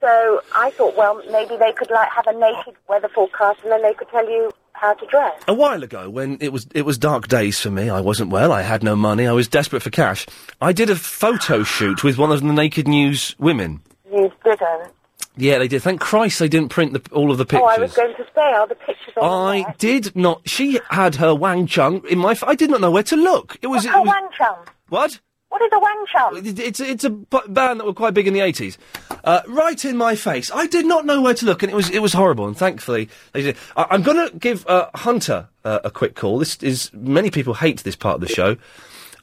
Speaker 12: So I thought, well, maybe they could like have a naked weather forecast and then they could tell you how to dress.
Speaker 2: A while ago, when it was it was dark days for me, I wasn't well. I had no money. I was desperate for cash. I did a photo shoot with one of the Naked News women.
Speaker 12: You didn't.
Speaker 2: Yeah, they did. Thank Christ they didn't print the, all of the pictures.
Speaker 12: Oh, I was going to say, are the pictures on
Speaker 2: I did not. She had her Wang Chung in my. F- I did not know where to look. It was.
Speaker 12: the
Speaker 2: It
Speaker 12: her
Speaker 2: was
Speaker 12: Wang Chum?
Speaker 2: what?
Speaker 12: What is a Wang Chum?
Speaker 2: It- It's it's a b- band that were quite big in the eighties. Uh, right in my face. I did not know where to look, and it was it was horrible. And thankfully, they did. I, I'm going to give uh, Hunter uh, a quick call. This is many people hate this part of the show.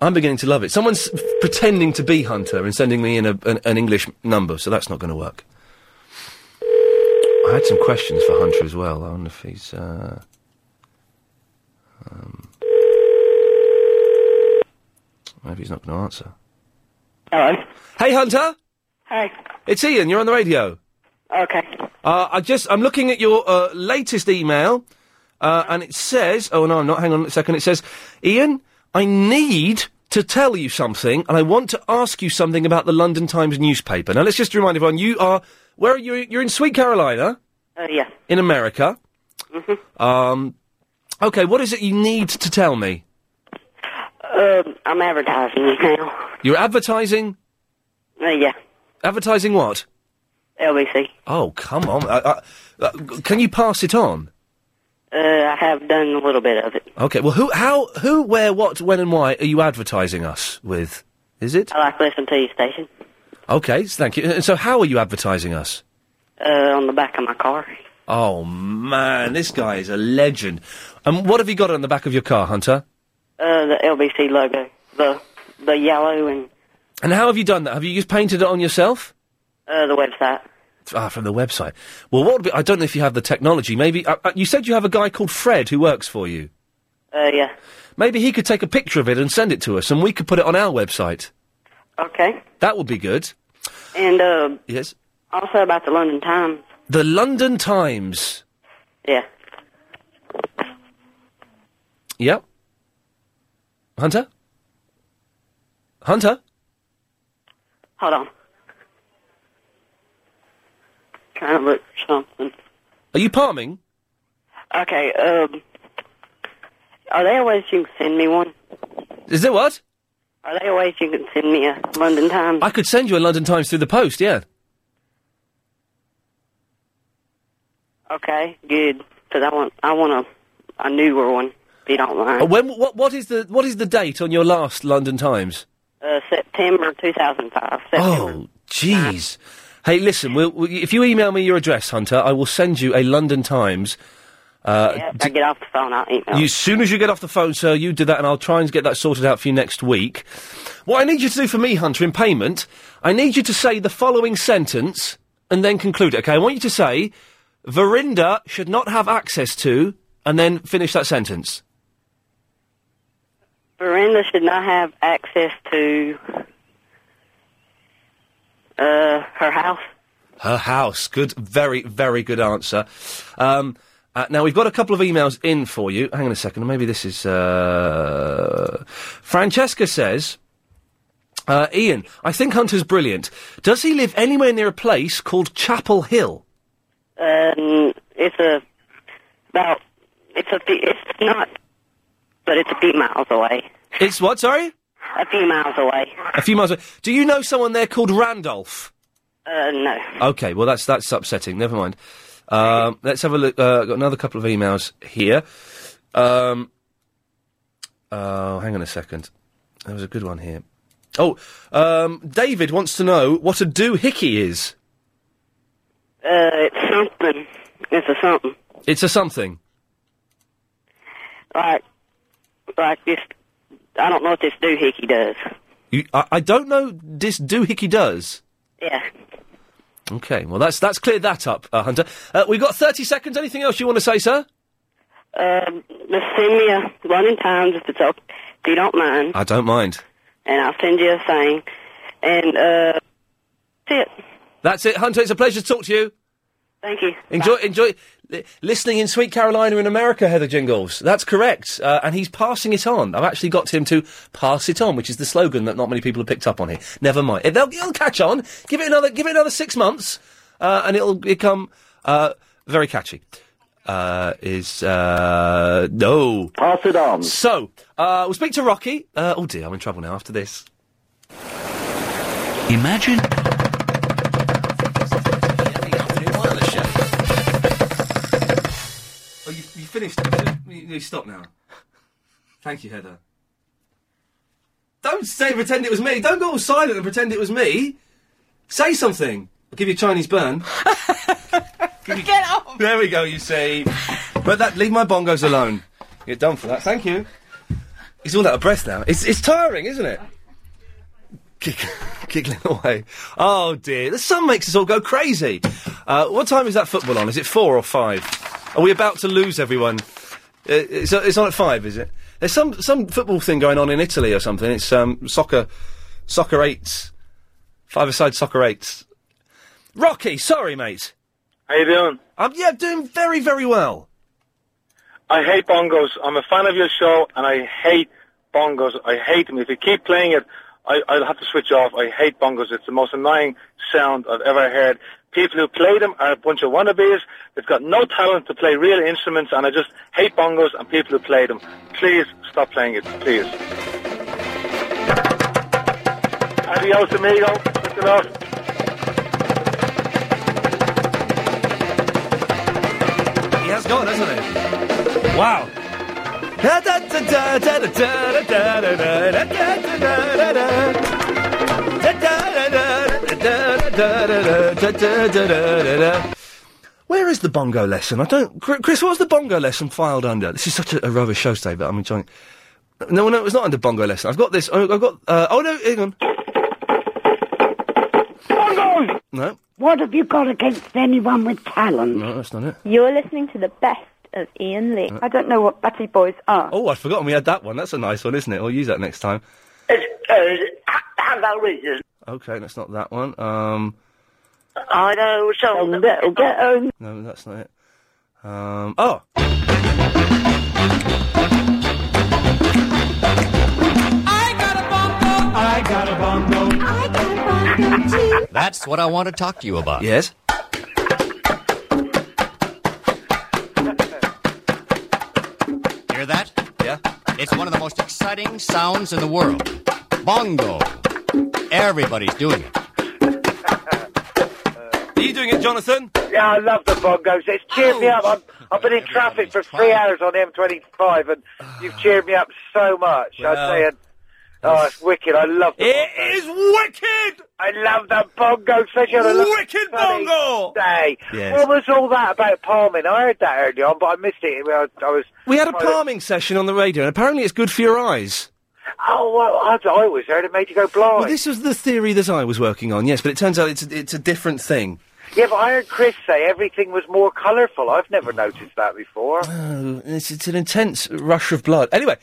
Speaker 2: I'm beginning to love it. Someone's f- pretending to be Hunter and sending me in a, an, an English number, so that's not going to work. I I had some questions for Hunter as well. I wonder if he's. Uh, um, maybe he's not going to answer.
Speaker 14: Hello.
Speaker 2: Hey, Hunter.
Speaker 14: Hey.
Speaker 2: It's Ian. You're on the radio.
Speaker 14: Okay.
Speaker 2: Uh, I just I'm looking at your uh, latest email, uh, and it says, "Oh no, I'm not. Hang on a second. It says, Ian, I need to tell you something, and I want to ask you something about the London Times newspaper. Now, let's just remind everyone, you are where are you? You're in Sweet Carolina,
Speaker 14: Uh, yeah.
Speaker 2: in America.
Speaker 14: Mm-hmm.
Speaker 2: Um, okay, what is it you need to tell me?
Speaker 14: Um, I'm advertising you now.
Speaker 2: You're advertising.
Speaker 14: Uh, yeah.
Speaker 2: Advertising what?
Speaker 14: LBC.
Speaker 2: Oh, come on. Uh, uh, uh, can you pass it on?
Speaker 14: Uh, I have done a little bit of it.
Speaker 2: Okay. Well, who, how, who, where, what, when, and why are you advertising us with? Is it?
Speaker 14: I like listening to your station.
Speaker 2: Okay. s- Thank you. Uh, So, how are you advertising us?
Speaker 14: Uh, on the back of my car.
Speaker 2: Oh man, this guy is a legend. And what have you got on the back of your car, Hunter?
Speaker 14: Uh, the LBC logo. The the yellow and
Speaker 2: And how have you done that? Have you just painted it on yourself?
Speaker 14: uh, the website.
Speaker 2: Ah, from the website. Well, what? Would be, I don't know if you have the technology. Maybe uh, uh, you said you have a guy called Fred who works for you.
Speaker 14: Uh, yeah.
Speaker 2: Maybe he could take a picture of it and send it to us, and we could put it on our website.
Speaker 14: Okay.
Speaker 2: That would be good.
Speaker 14: And uh,
Speaker 2: Yes.
Speaker 14: also about the London Times.
Speaker 2: The London Times.
Speaker 14: Yeah.
Speaker 2: Yep. Hunter? Hunter?
Speaker 14: Hold on. Trying to look for something.
Speaker 2: Are you palming?
Speaker 14: Okay. Um, are there ways you can send me one?
Speaker 2: Is there what?
Speaker 14: Are there ways you can send me a London Times?
Speaker 2: I could send you a London Times through the post, yeah.
Speaker 14: Okay, good. Because I want I want a a newer one. If you don't mind.
Speaker 2: Uh, When, what, what, is the, what is the date on your last London Times?
Speaker 14: Uh, September 2005.
Speaker 2: Oh, jeez. Hey, listen, we'll, we, if you email me your address, Hunter, I will send you a London Times. Uh,
Speaker 14: Yeah, if I get off the phone, I'll email.
Speaker 2: You, as soon as you get off the phone, sir, you do that, and I'll try and get that sorted out for you next week. What I need you to do for me, Hunter, in payment, I need you to say the following sentence and then conclude it. Okay, I want you to say, Verinda should not have access to, and then finish that sentence.
Speaker 14: Veranda should not have access to uh, her house.
Speaker 2: Her house. Good, very, very good answer. Um, uh, now we've got a couple of emails in for you. Hang on a second. Maybe this is uh, Francesca says. Uh, Ian, I think Hunter's brilliant. Does he live anywhere near a place called Chapel Hill?
Speaker 14: Um, it's a about it's a fe- it's not, but it's a few miles away.
Speaker 2: It's what? Sorry,
Speaker 14: a few miles away.
Speaker 2: A few miles away. Do you know someone there called Randolph?
Speaker 14: Uh, no.
Speaker 2: Okay, well that's that's upsetting. Never mind. Um, let's have a look. Uh, got another couple of emails here. Um, oh, hang on a second. There was a good one here. Oh, um, David wants to know what a doohickey is.
Speaker 14: Uh, it's something. It's a something.
Speaker 2: It's a something.
Speaker 14: Like, like this. I don't know what this doohickey does.
Speaker 2: You, I, I don't know this doohickey does.
Speaker 14: Yeah.
Speaker 2: Okay, well that's that's cleared that up, uh, Hunter. Uh, we've got thirty seconds. Anything else you want to say, sir?
Speaker 14: Um, just send me a London Times if it's okay, if you don't mind,
Speaker 2: I don't mind.
Speaker 14: and I'll send you a thing. And uh, that's it.
Speaker 2: That's it, Hunter. It's a pleasure to talk to you.
Speaker 14: Thank you.
Speaker 2: Enjoy, enjoy li- listening in Sweet Carolina in America, Heather Jingles. That's correct, uh, and he's passing it on. I've actually got him to pass it on, which is the slogan that not many people have picked up on here. Never mind, Eh, they'll, it'll catch on. Give it another, give it another six months, uh, and it'll become uh, very catchy. Uh, is uh, no
Speaker 15: pass it on.
Speaker 2: So uh, we'll speak to Rocky. Uh, oh dear, I'm in trouble now after this.
Speaker 9: Imagine.
Speaker 2: Oh, you, you finished. You, you stop now. Thank you, Heather. Don't say pretend it was me. Don't go all silent and pretend it was me. Say something. I'll give you a Chinese burn. Get off. There we go. You see. But that leave my bongos alone. You're done for that. Thank you. He's all out of breath now. It's it's tiring, isn't it? Giggling, giggling away. Oh dear. The sun makes us all go crazy. Uh, what time is that football on? Is it four or five? Are we about to lose everyone? Uh, It's, it's on at five, is it? There's some some football thing going on in Italy or something. It's um, soccer, soccer eights, five-a-side soccer eights. Rocky, sorry, mate.
Speaker 16: How you doing?
Speaker 2: I'm yeah, doing very very well.
Speaker 16: I hate bongos. I'm a fan of your show, and I hate bongos. I hate them. If you keep playing it, I, I'll have to switch off. I hate bongos. It's the most annoying sound I've ever heard. People who play them are a bunch of wannabes. They've got no talent to play real instruments, and I just hate bongos and people who play them. Please stop playing it. Please. Adios, amigo. Look it up.
Speaker 2: He has gone, hasn't he? Wow. Where is the bongo lesson? I don't. Chr- Chris, what was the bongo lesson filed under? This is such a, a rubbish show today, but I'm enjoying. it. No, no, it was not under bongo lesson. I've got this. oh, I've got. Uh, oh no, hang on.
Speaker 17: Bongo!
Speaker 2: No,
Speaker 17: What have you got against anyone with talent?
Speaker 2: no, that's not it. Uh,
Speaker 15: You're listening to the best of Ian Lee. I don't know what Batty Boys
Speaker 11: Ah.
Speaker 15: are.
Speaker 2: Oh, I'd forgotten we had that one. That's a nice one, isn't it? I'll use that next time.
Speaker 18: uh,
Speaker 11: Hello, Richard.
Speaker 2: Okay, that's not that one. Um,
Speaker 11: I know some little get home.
Speaker 2: no, that's not it. Um, oh,
Speaker 19: I got a bongo. I got a bongo too.
Speaker 20: That's what I want to talk to you about.
Speaker 2: Yes?
Speaker 20: Hear that?
Speaker 2: Yeah.
Speaker 20: It's one of the most exciting sounds in the world. Bongo. Everybody's doing it.
Speaker 2: Are you doing it, Jonathan? Oh.
Speaker 11: Yeah, I love the bongos. It's cheered me up. I'm, I've been in traffic for three hours on M25, and you've cheered me up so much.
Speaker 2: Well,
Speaker 11: I'm saying, oh, it's wicked. I love the It is
Speaker 2: wicked.
Speaker 11: I love the bongo session. I love
Speaker 2: wicked bongo.
Speaker 11: Day.
Speaker 2: Yes.
Speaker 11: What was all that about palming? I heard that earlier on, but I missed it. I, I was.
Speaker 2: we had a palming session on the radio, and apparently it's good for your eyes.
Speaker 11: Oh, well, I, I always heard it made you go blind.
Speaker 2: Well, this was the theory that I was working on, yes, but it turns out it's a, it's a different thing.
Speaker 11: Yeah, but I heard Chris say everything was more colourful. I've never noticed that before.
Speaker 2: Oh, it's, it's an intense rush of blood. Anyway,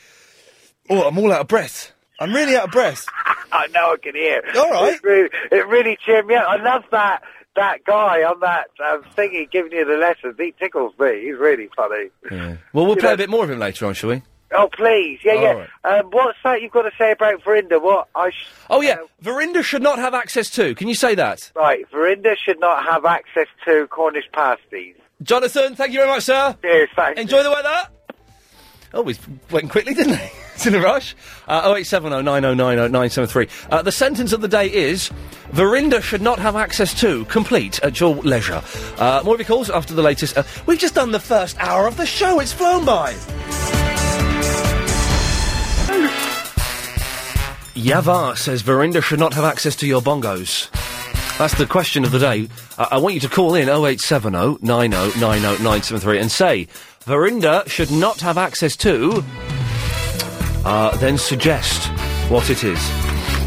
Speaker 2: oh, I'm all out of breath. I'm really out of breath.
Speaker 11: I know I can hear.
Speaker 2: All right.
Speaker 11: It really, it really cheered me up. I love that that guy on that um, thingy giving you the lessons. He tickles me. He's really funny.
Speaker 2: Yeah. Well, we'll play a bit more of him later on, shall we?
Speaker 11: Oh, please. Yeah,
Speaker 2: All
Speaker 11: yeah. Um, what's that you've got to say about Verinda? What I sh-
Speaker 2: Oh, yeah. Verinda should not have access to. Can you say that?
Speaker 11: Right, Verinda should not have access to Cornish pasties.
Speaker 2: Jonathan, thank you very much, sir.
Speaker 11: Cheers, thanks.
Speaker 2: Enjoy the weather. Oh, we went quickly, didn't we? it's in a rush. Uh, 08709090973. Uh, the sentence of the day is Verinda should not have access to. Complete at your leisure. Uh, more of your calls after the latest. Uh, we've just done the first hour of the show. It's flown by. Yavar says Verinda should not have access to your bongos. That's the question of the day. I, I want you to call in 0870 90 90 973 and say Verinda should not have access to. Uh, then suggest what it is.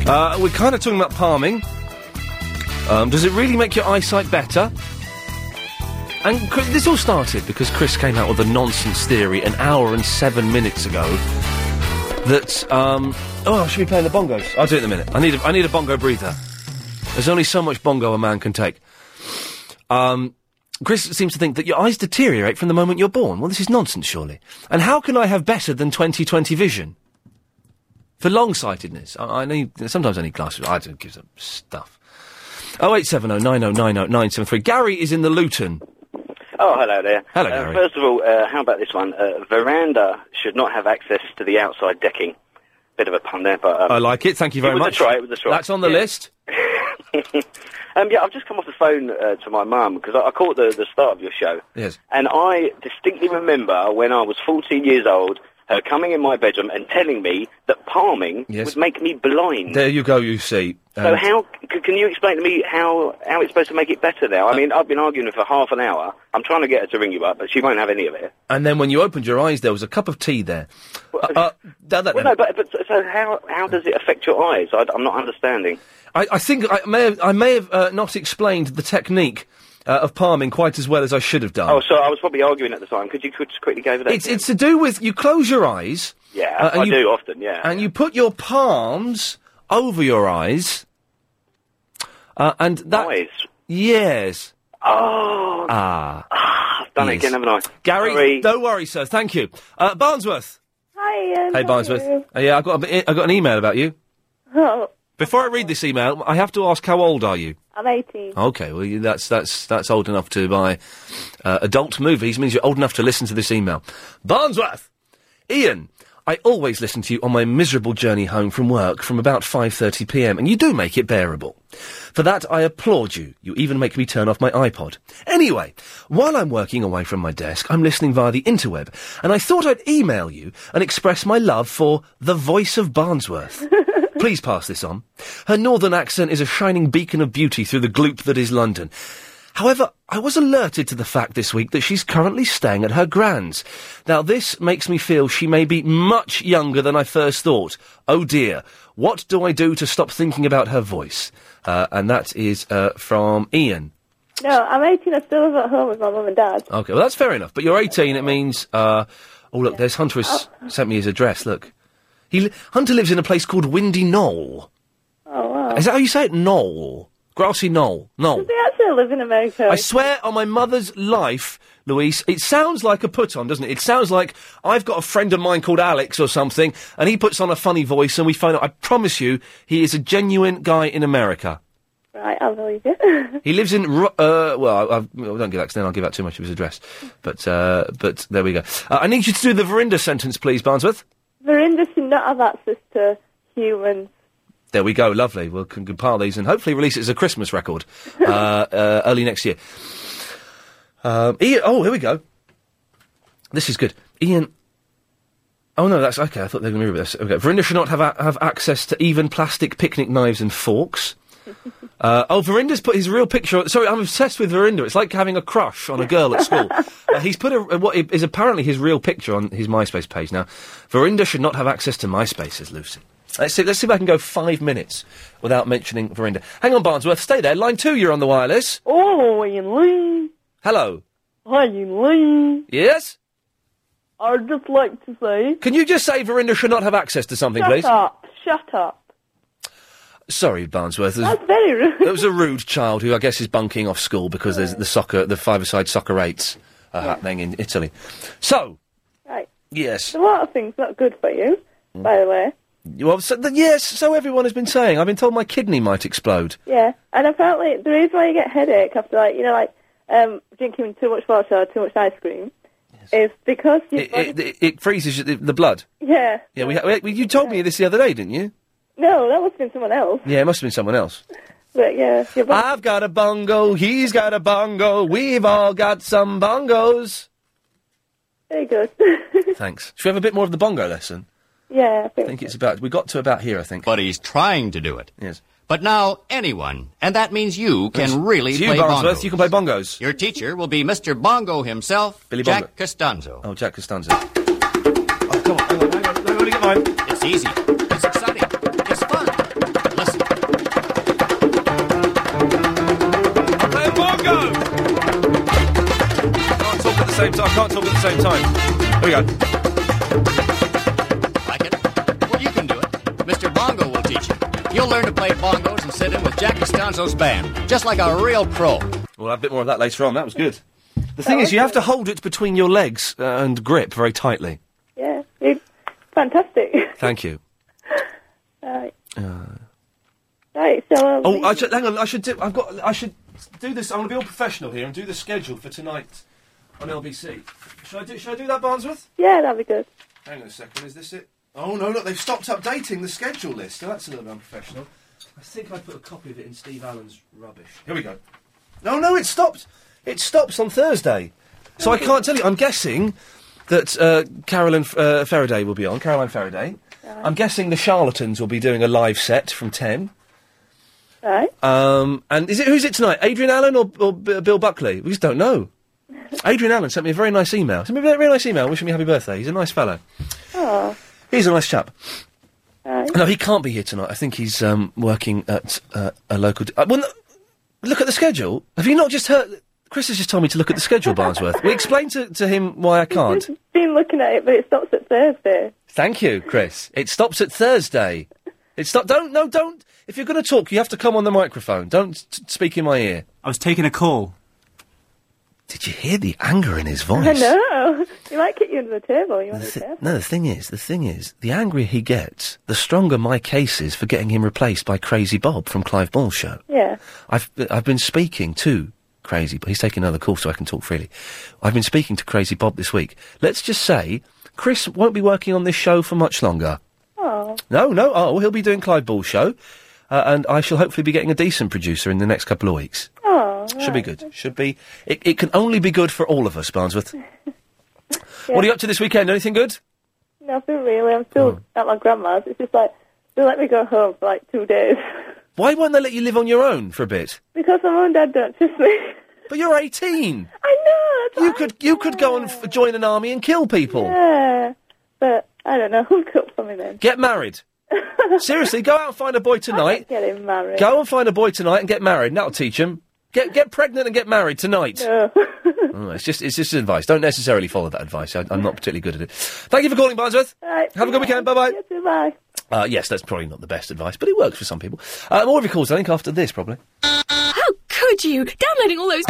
Speaker 2: Uh, we're kind of talking about palming. Um, does it really make your eyesight better? And Chris, this all started because Chris came out with a nonsense theory an hour and seven minutes ago that, um, oh, I should be playing the bongos. I'll do it in a minute. I need a, I need a bongo breather. There's only so much bongo a man can take. Um, Chris seems to think that your eyes deteriorate from the moment you're born. Well, this is nonsense, surely. And how can I have better than 20/20 vision? For long sightedness, I, I need sometimes I need glasses. I don't give them stuff. Oh eight seven oh nine oh nine oh nine seven three. Gary is in the Luton.
Speaker 21: Oh, hello there.
Speaker 2: Hello,
Speaker 21: Uh,
Speaker 2: Gary.
Speaker 21: first of all, uh, how about this one? Uh, veranda should not have access to the outside decking. Bit of a pun there, but um,
Speaker 2: I like it. Thank you very
Speaker 21: it was
Speaker 2: much.
Speaker 21: A try, it was a try.
Speaker 2: That's on the
Speaker 21: Yeah.
Speaker 2: list.
Speaker 21: um, yeah, I've just come off the phone uh, to my mum because I, I caught the, the start of your show,
Speaker 2: Yes.
Speaker 21: and I distinctly remember when I was 14 years old, her coming in my bedroom and telling me that palming
Speaker 2: Yes.
Speaker 21: would make me blind.
Speaker 2: There you go. You see. Uh,
Speaker 21: So
Speaker 2: And-
Speaker 21: how c- can you explain to me how how it's supposed to make it better now? I mean, I've been arguing for half an hour. I'm trying to get her to ring you up, but she won't have any of it.
Speaker 2: And then when you opened your eyes, there was a cup of tea there. Uh, uh, that- that-
Speaker 21: Well, no, but, but so- so how how does it affect your eyes? I, am not understanding.
Speaker 2: I, I think I may have, I may have uh, not explained the technique uh, of palming quite as well as I should have done.
Speaker 21: Oh, so I was probably arguing at the time. Could you could just quickly go over that?
Speaker 2: It's it's to do with you close your eyes.
Speaker 21: Yeah,
Speaker 2: uh, and
Speaker 21: I
Speaker 2: you-
Speaker 21: do often. Yeah.
Speaker 2: and you put your palms over your eyes, uh, and that yes.
Speaker 21: Oh.
Speaker 2: Ah.
Speaker 21: I've done it
Speaker 2: yes.
Speaker 21: again, haven't I?
Speaker 2: Gary,
Speaker 21: Sorry.
Speaker 2: don't worry, sir. Thank you, uh, Barnsworth.
Speaker 16: Hi, um,
Speaker 2: Hey, Barnsworth. Uh, yeah, I got a, I got an email about you.
Speaker 16: Oh,
Speaker 2: Before I read this email, I have to ask how old are you?
Speaker 16: I'm 18.
Speaker 2: Okay, well you- that's that's that's old enough to buy uh, adult movies. Means you're old enough to listen to this email. Barnsworth, Ian, I always listen to you on my miserable journey home from work from about five thirty p.m. and you do make it bearable. For that, I applaud you. You even make me turn off my iPod. Anyway, while I'm working away from my desk, I'm listening via the interweb, and I thought I'd email you and express my love for the voice of Barnsworth. Please pass this on. Her northern accent is a shining beacon of beauty through the gloop that is London. However, I was alerted to the fact this week that she's currently staying at her grand's. Now, this makes me feel she may be much younger than I first thought. Oh dear, what do I do to stop thinking about her voice? Uh, and that is uh, from Ian.
Speaker 16: No, I'm 18. I still live at home with my mum and dad.
Speaker 2: Okay, well, that's fair enough. But you're 18, it means. Uh, oh, look, there's Hunter has
Speaker 16: Oh.
Speaker 2: sent me his address. Look. He, li- Hunter lives in a place called Windy Knoll.
Speaker 16: Oh, wow.
Speaker 2: Is that how you say it? Knoll. Grassy Knoll. Knoll.
Speaker 16: They actually live in America.
Speaker 2: I swear on my mother's life, Luis, it sounds like a put on, doesn't it? It sounds like I've got a friend of mine called Alex or something, and he puts on a funny voice and we find out. I promise you, he is a genuine guy in America.
Speaker 16: Right, I'll believe it.
Speaker 2: He lives in. Ro- Uh, well, I, I, well, don't give that 'cause then I'll give out too much of his address. But uh, but there we go. Uh, I need you to do the Verinda sentence, please, Barnsworth.
Speaker 16: Verinda should not have access to humans.
Speaker 2: There we go. Lovely. We'll can compile these and hopefully release it as a Christmas record uh, uh, early next year. Um, Ian, oh, here we go. This is good, Ian. Oh no, that's okay. I thought they were going to read this. Okay, Verinda should not have a- have access to even plastic picnic knives and forks. Uh, oh, Verinda's put his real picture. Sorry, I'm obsessed with Verinda. It's like having a crush on a girl at school. uh, he's put a, what is apparently his real picture on his MySpace page now. Verinda should not have access to MySpace, says Lucy. Let's see. Let's see if I can go five minutes without mentioning Verinda. Hang on, Barnsworth, stay there. Line two, you're on the wireless.
Speaker 22: Oh, Ian Lee.
Speaker 2: Hello.
Speaker 22: Hi, Ian Lee.
Speaker 2: Yes.
Speaker 22: I'd just like to say,
Speaker 2: Can you just say Verinda should not have access to something,
Speaker 22: shut
Speaker 2: please?
Speaker 22: up, shut up.
Speaker 2: Sorry, Barnsworth. There's-
Speaker 22: That's very rude.
Speaker 2: That was a rude child who I guess is bunking off school because there's the soccer, the five-a-side soccer eights are happening in Italy. So,
Speaker 16: Right.
Speaker 2: yes. Mm.
Speaker 16: A lot of things not good for you, by the way.
Speaker 2: Well, so, th- yes, so everyone has been saying. I've been told my kidney might explode.
Speaker 16: Yeah, and apparently the reason why you get headache after like you know like um, drinking too much water or too much ice cream is because you
Speaker 2: It, it, it, it freezes the, the blood.
Speaker 16: yeah
Speaker 2: Yeah, we, ha- we, you told me this the other day, didn't you?
Speaker 16: no that must have been someone else
Speaker 2: Yeah, it must have been someone else.
Speaker 16: but yeah your body,
Speaker 2: I've got a bongo, he's got a bongo, we've all got some bongos. Ah.
Speaker 16: very good
Speaker 2: Thanks. Should we have a bit more of the bongo lesson?
Speaker 16: yeah I
Speaker 2: I
Speaker 16: think
Speaker 2: think it's about, we got to about here, I think.
Speaker 4: But he's trying to do it.
Speaker 2: Yes.
Speaker 4: But now anyone, and that means you, can
Speaker 2: It's-
Speaker 4: really
Speaker 2: it's you,
Speaker 4: play
Speaker 2: Barnsworth,
Speaker 4: bongos.
Speaker 2: you can play bongos.
Speaker 4: Your teacher will be Mr. Bongo himself,
Speaker 2: Billy
Speaker 4: Jack
Speaker 2: Bongo.
Speaker 4: Costanzo.
Speaker 2: Oh, Jack Costanzo. Oh, come on, hang on, hang on, hang on, let me get mine.
Speaker 4: It's easy. It's exciting. It's fun. Listen.
Speaker 2: Play bongo! Can't talk at the same time, can't talk at the same time. Here we go.
Speaker 4: Well, you can do it. Mr. Bongo will teach you. You'll learn to play bongos and sit in with Jack Costanzo's band, just like a real pro.
Speaker 2: We'll have a bit more of that later on. That was good. The thing is, you have to hold it between your legs uh, and grip very tightly.
Speaker 16: yeah you fantastic
Speaker 2: Thank you.
Speaker 16: right
Speaker 2: Uh,
Speaker 16: right so um,
Speaker 2: oh, I should, hang on. I should do. I've got. I should do this. I'm going to be all professional here and do the schedule for tonight on LBC. Should I do? Should I do that, Barnsworth?
Speaker 16: yeah that'd be good
Speaker 2: Hang on a second. Is this it? Oh no, look, they've stopped updating the schedule list. Now, that's a little unprofessional. I think I put a copy of it in Steve Allen's rubbish. Here we go. No, no, it stopped. It stops on Thursday, so I can't tell you. I'm guessing that uh, Carolyn uh, Faraday will be on. Caroline Faraday. I'm guessing the Charlatans will be doing a live set from ten.
Speaker 16: right
Speaker 2: Um, and is it who's it tonight? Adrian Allen or, or B- Bill Buckley? We just don't know. Adrian Allen sent me a very nice email. Sent me a very, very nice email wishing me happy birthday. He's a nice fellow.
Speaker 16: oh
Speaker 2: He's a nice chap.
Speaker 16: right
Speaker 2: No, he can't be here tonight. I think he's um, working at uh, a local. D- uh, well, no- look at the schedule. Have you not just heard? Chris has just told me to look at the schedule, Barnsworth. We explained to, to him why I can't.
Speaker 22: Been looking at it, but it stops at Thursday.
Speaker 2: Thank you, Chris. It stops at Thursday. It stop. Don't no. Don't. If you're going to talk, you have to come on the microphone. Don't t- speak in my ear. I was taking a call. Did you hear the anger in his voice?
Speaker 22: I know. He might kick you under the table. You want to be careful.
Speaker 2: No, the thing is, the thing is, the angrier he gets, the stronger my case is for getting him replaced by Crazy Bob from Clive Ball's show.
Speaker 22: Yeah.
Speaker 2: I've I've been speaking to Crazy. Bob. He's taking another call, so I can talk freely. I've been speaking to Crazy Bob this week. Let's just say Chris won't be working on this show for much longer.
Speaker 22: Oh.
Speaker 2: No, no. Oh, he'll be doing Clive Ball's show, uh, and I shall hopefully be getting a decent producer in the next couple of weeks.
Speaker 22: Oh.
Speaker 2: Should be good. Should be. It, it can only be good for all of us, Barnsworth. What are you up to this weekend? Anything good?
Speaker 22: Nothing really. I'm still
Speaker 2: Oh.
Speaker 22: at my grandma's. It's just like they let me go home for like two days
Speaker 2: Why won't they let you live on your own for a bit?
Speaker 22: because my mum and dad don't trust me.
Speaker 2: But you're 18.
Speaker 22: I
Speaker 2: know. You could you could go and f- join an army and kill people.
Speaker 22: Yeah, but I don't know. Hook up for me then.
Speaker 2: Get married. Seriously, go out and find a boy tonight.
Speaker 22: Getting married.
Speaker 2: Go and find a boy tonight and get married. and That'll teach him. Get get pregnant and get married tonight.
Speaker 17: Uh,
Speaker 22: No.
Speaker 2: Oh, it's just it's just advice. Don't necessarily follow that advice. I, I'm not particularly good at it. Thank you for calling, Barnsworth.
Speaker 22: Right,
Speaker 2: Have a good weekend. Bye bye.
Speaker 22: Bye.
Speaker 2: Uh, yes, that's probably not the best advice, but it works for some people. Uh, more of your calls, I think, after this probably.
Speaker 8: How could you? Downloading all those.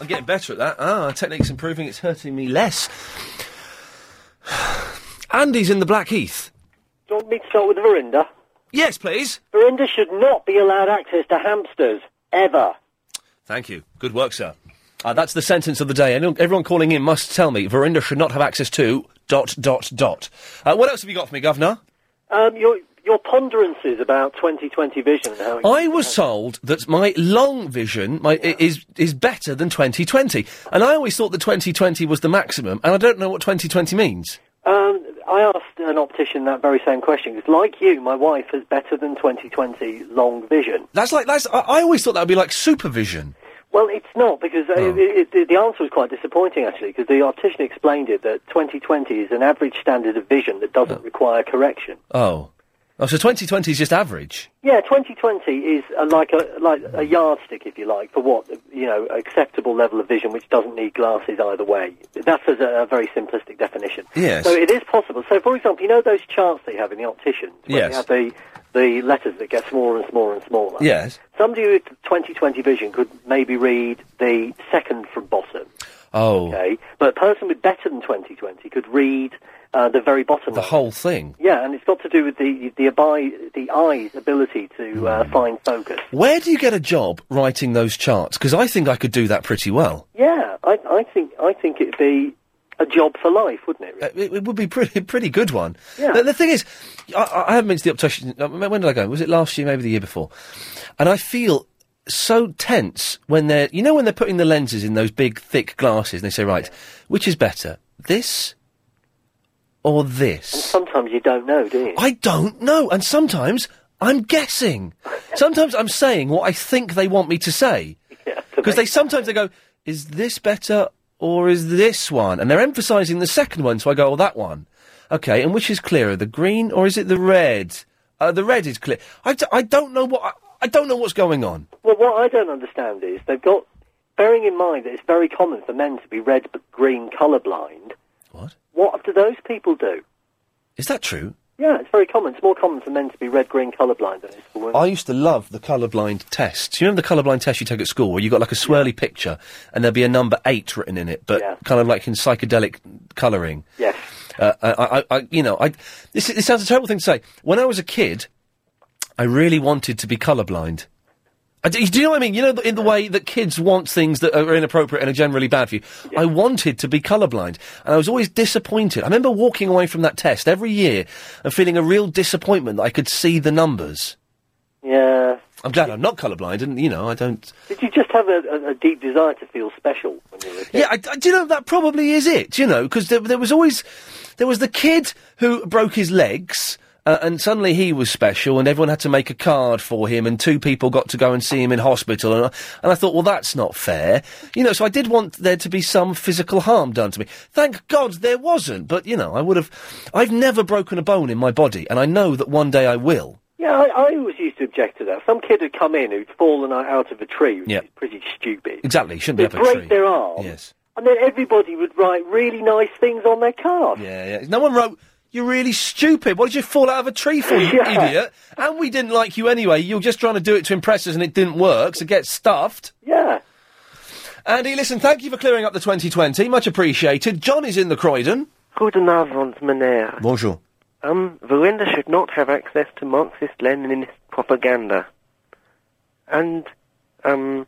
Speaker 2: I'm getting better at that. Ah, our technique's improving. It's hurting me less. Andy's in the Blackheath.
Speaker 23: Do you want me to start with Verinda?
Speaker 2: Yes, please.
Speaker 23: Verinda should not be allowed access to hamsters, ever.
Speaker 2: Thank you. Good work, sir. Uh, that's the sentence of the day. Anyone, everyone calling in must tell me Verinda should not have access to dot dot dot. Uh, what else have you got for me, Governor?
Speaker 23: Um, your, your ponderances about 2020 vision. and How it-
Speaker 2: I was told that my long vision my, i is is better than 2020, and I always thought that 2020 was the maximum, and I don't know what 2020 means.
Speaker 23: um, I asked an optician that very same question, 'cause like you, my wife has better than 2020 long vision.
Speaker 2: That's like that's. I, I always thought that would be like supervision.
Speaker 23: Well, it's not because uh,
Speaker 2: Hmm.
Speaker 23: it, it, the answer was quite disappointing actually, because the optician explained it that 2020 is an average standard of vision that doesn't
Speaker 2: Hmm.
Speaker 23: require correction.
Speaker 2: Oh, oh, so 2020 is just average.
Speaker 23: Yeah, 2020 is uh like a like a yardstick, if you like, for what you know acceptable level of vision, which doesn't need glasses either way. That's as a, a very simplistic definition.
Speaker 2: Yes.
Speaker 23: So it is possible. So, for example, you know those charts they have in the opticians where
Speaker 2: Yes.
Speaker 23: they have the the letters that get smaller and smaller and smaller.
Speaker 2: Yes.
Speaker 23: Somebody with 2020 vision could maybe read the second from bottom.
Speaker 2: Oh,
Speaker 23: Okay. But a person with better than 2020 could read uh, the very bottom.
Speaker 2: the
Speaker 23: line.
Speaker 2: whole thing.
Speaker 23: Yeah, and it's got to do with the the, abi- the eye's ability to uh, find focus.
Speaker 2: Where do you get a job writing those charts? Because I think I could do that pretty well.
Speaker 23: Yeah, I, I think I think it'd be a job for life, wouldn't it?
Speaker 2: Uh, It, it would be pretty pretty good one.
Speaker 23: Yeah.
Speaker 2: The, the thing is, I- I, I haven't been to the optician. uh, When did I go? Was it last year? Maybe the year before. And I feel so tense when they're you know when they're putting the lenses in those big thick glasses and they say right, which is better, this or this? And
Speaker 23: sometimes you don't know, do you?
Speaker 2: I don't know, and sometimes I'm guessing. sometimes I'm saying what I think they want me to say. Because they sometimes they go, is this better or is this one? And they're emphasising the second one, so I go, oh, that one. Okay, and which is clearer, the green or is it the red? Uh, the red is clear. I, d- I don't know what I, I don't know what's going on.
Speaker 23: Well, what I don't understand is they've got, bearing in mind that it's very common for men to be red but green colourblind.
Speaker 2: What?
Speaker 23: What do those people do?
Speaker 2: Is that true?
Speaker 23: Yeah, it's very common. It's more common for men to be red green colourblind than it is for women.
Speaker 2: I used to love the colourblind tests. You remember the colourblind test you take at school where you got like a swirly picture and there'd be a number eight written in it, but kind of like in psychedelic colouring.
Speaker 23: Yes.
Speaker 2: Uh, I, I, I, you know, I. This, this sounds a terrible thing to say. When I was a kid, I really wanted to be colourblind. I d do you know what I mean? You know, th- in the way that kids want things that are inappropriate and are generally bad for you. I wanted to be colourblind, and I was always disappointed. I remember walking away from that test every year and feeling a real disappointment that I could see the numbers.
Speaker 23: Yeah.
Speaker 2: I'm glad I'm not colourblind, and you know, I don't.
Speaker 23: Did you just have a, a, a deep desire to feel special when you were a kid?
Speaker 2: Yeah, I, I- do you know that probably is it? You know, because there, there was always there was the kid who broke his legs. Uh, and suddenly he was special, and everyone had to make a card for him, and two people got to go and see him in hospital. And I, and I thought, well, that's not fair. You know, so I did want there to be some physical harm done to me. Thank God there wasn't, but, you know, I would have. I've never broken a bone in my body, and I know that one day I will.
Speaker 23: Yeah, I, I always used to object to that. Some kid had come in who'd fallen out- out of a tree, which
Speaker 2: Yeah.
Speaker 23: is pretty stupid.
Speaker 2: Exactly, shouldn't be
Speaker 23: They'd
Speaker 2: up a tree.
Speaker 23: break their arm,
Speaker 2: Yes.
Speaker 23: and then everybody would write really nice things on their card.
Speaker 2: Yeah, yeah. No one wrote, You're really stupid. Why did you fall out of a tree for, you
Speaker 23: Yeah.
Speaker 2: idiot? And we didn't like you anyway. You were just trying to do it to impress us and it didn't work, so get stuffed.
Speaker 23: Yeah.
Speaker 2: Andy, listen, thank you for clearing up the 2020. Much appreciated. John is in the Croydon.
Speaker 1: Guten Abend, Meneer.
Speaker 2: Bonjour.
Speaker 1: Um, Verinda should not have access to Marxist-Leninist propaganda. And, um,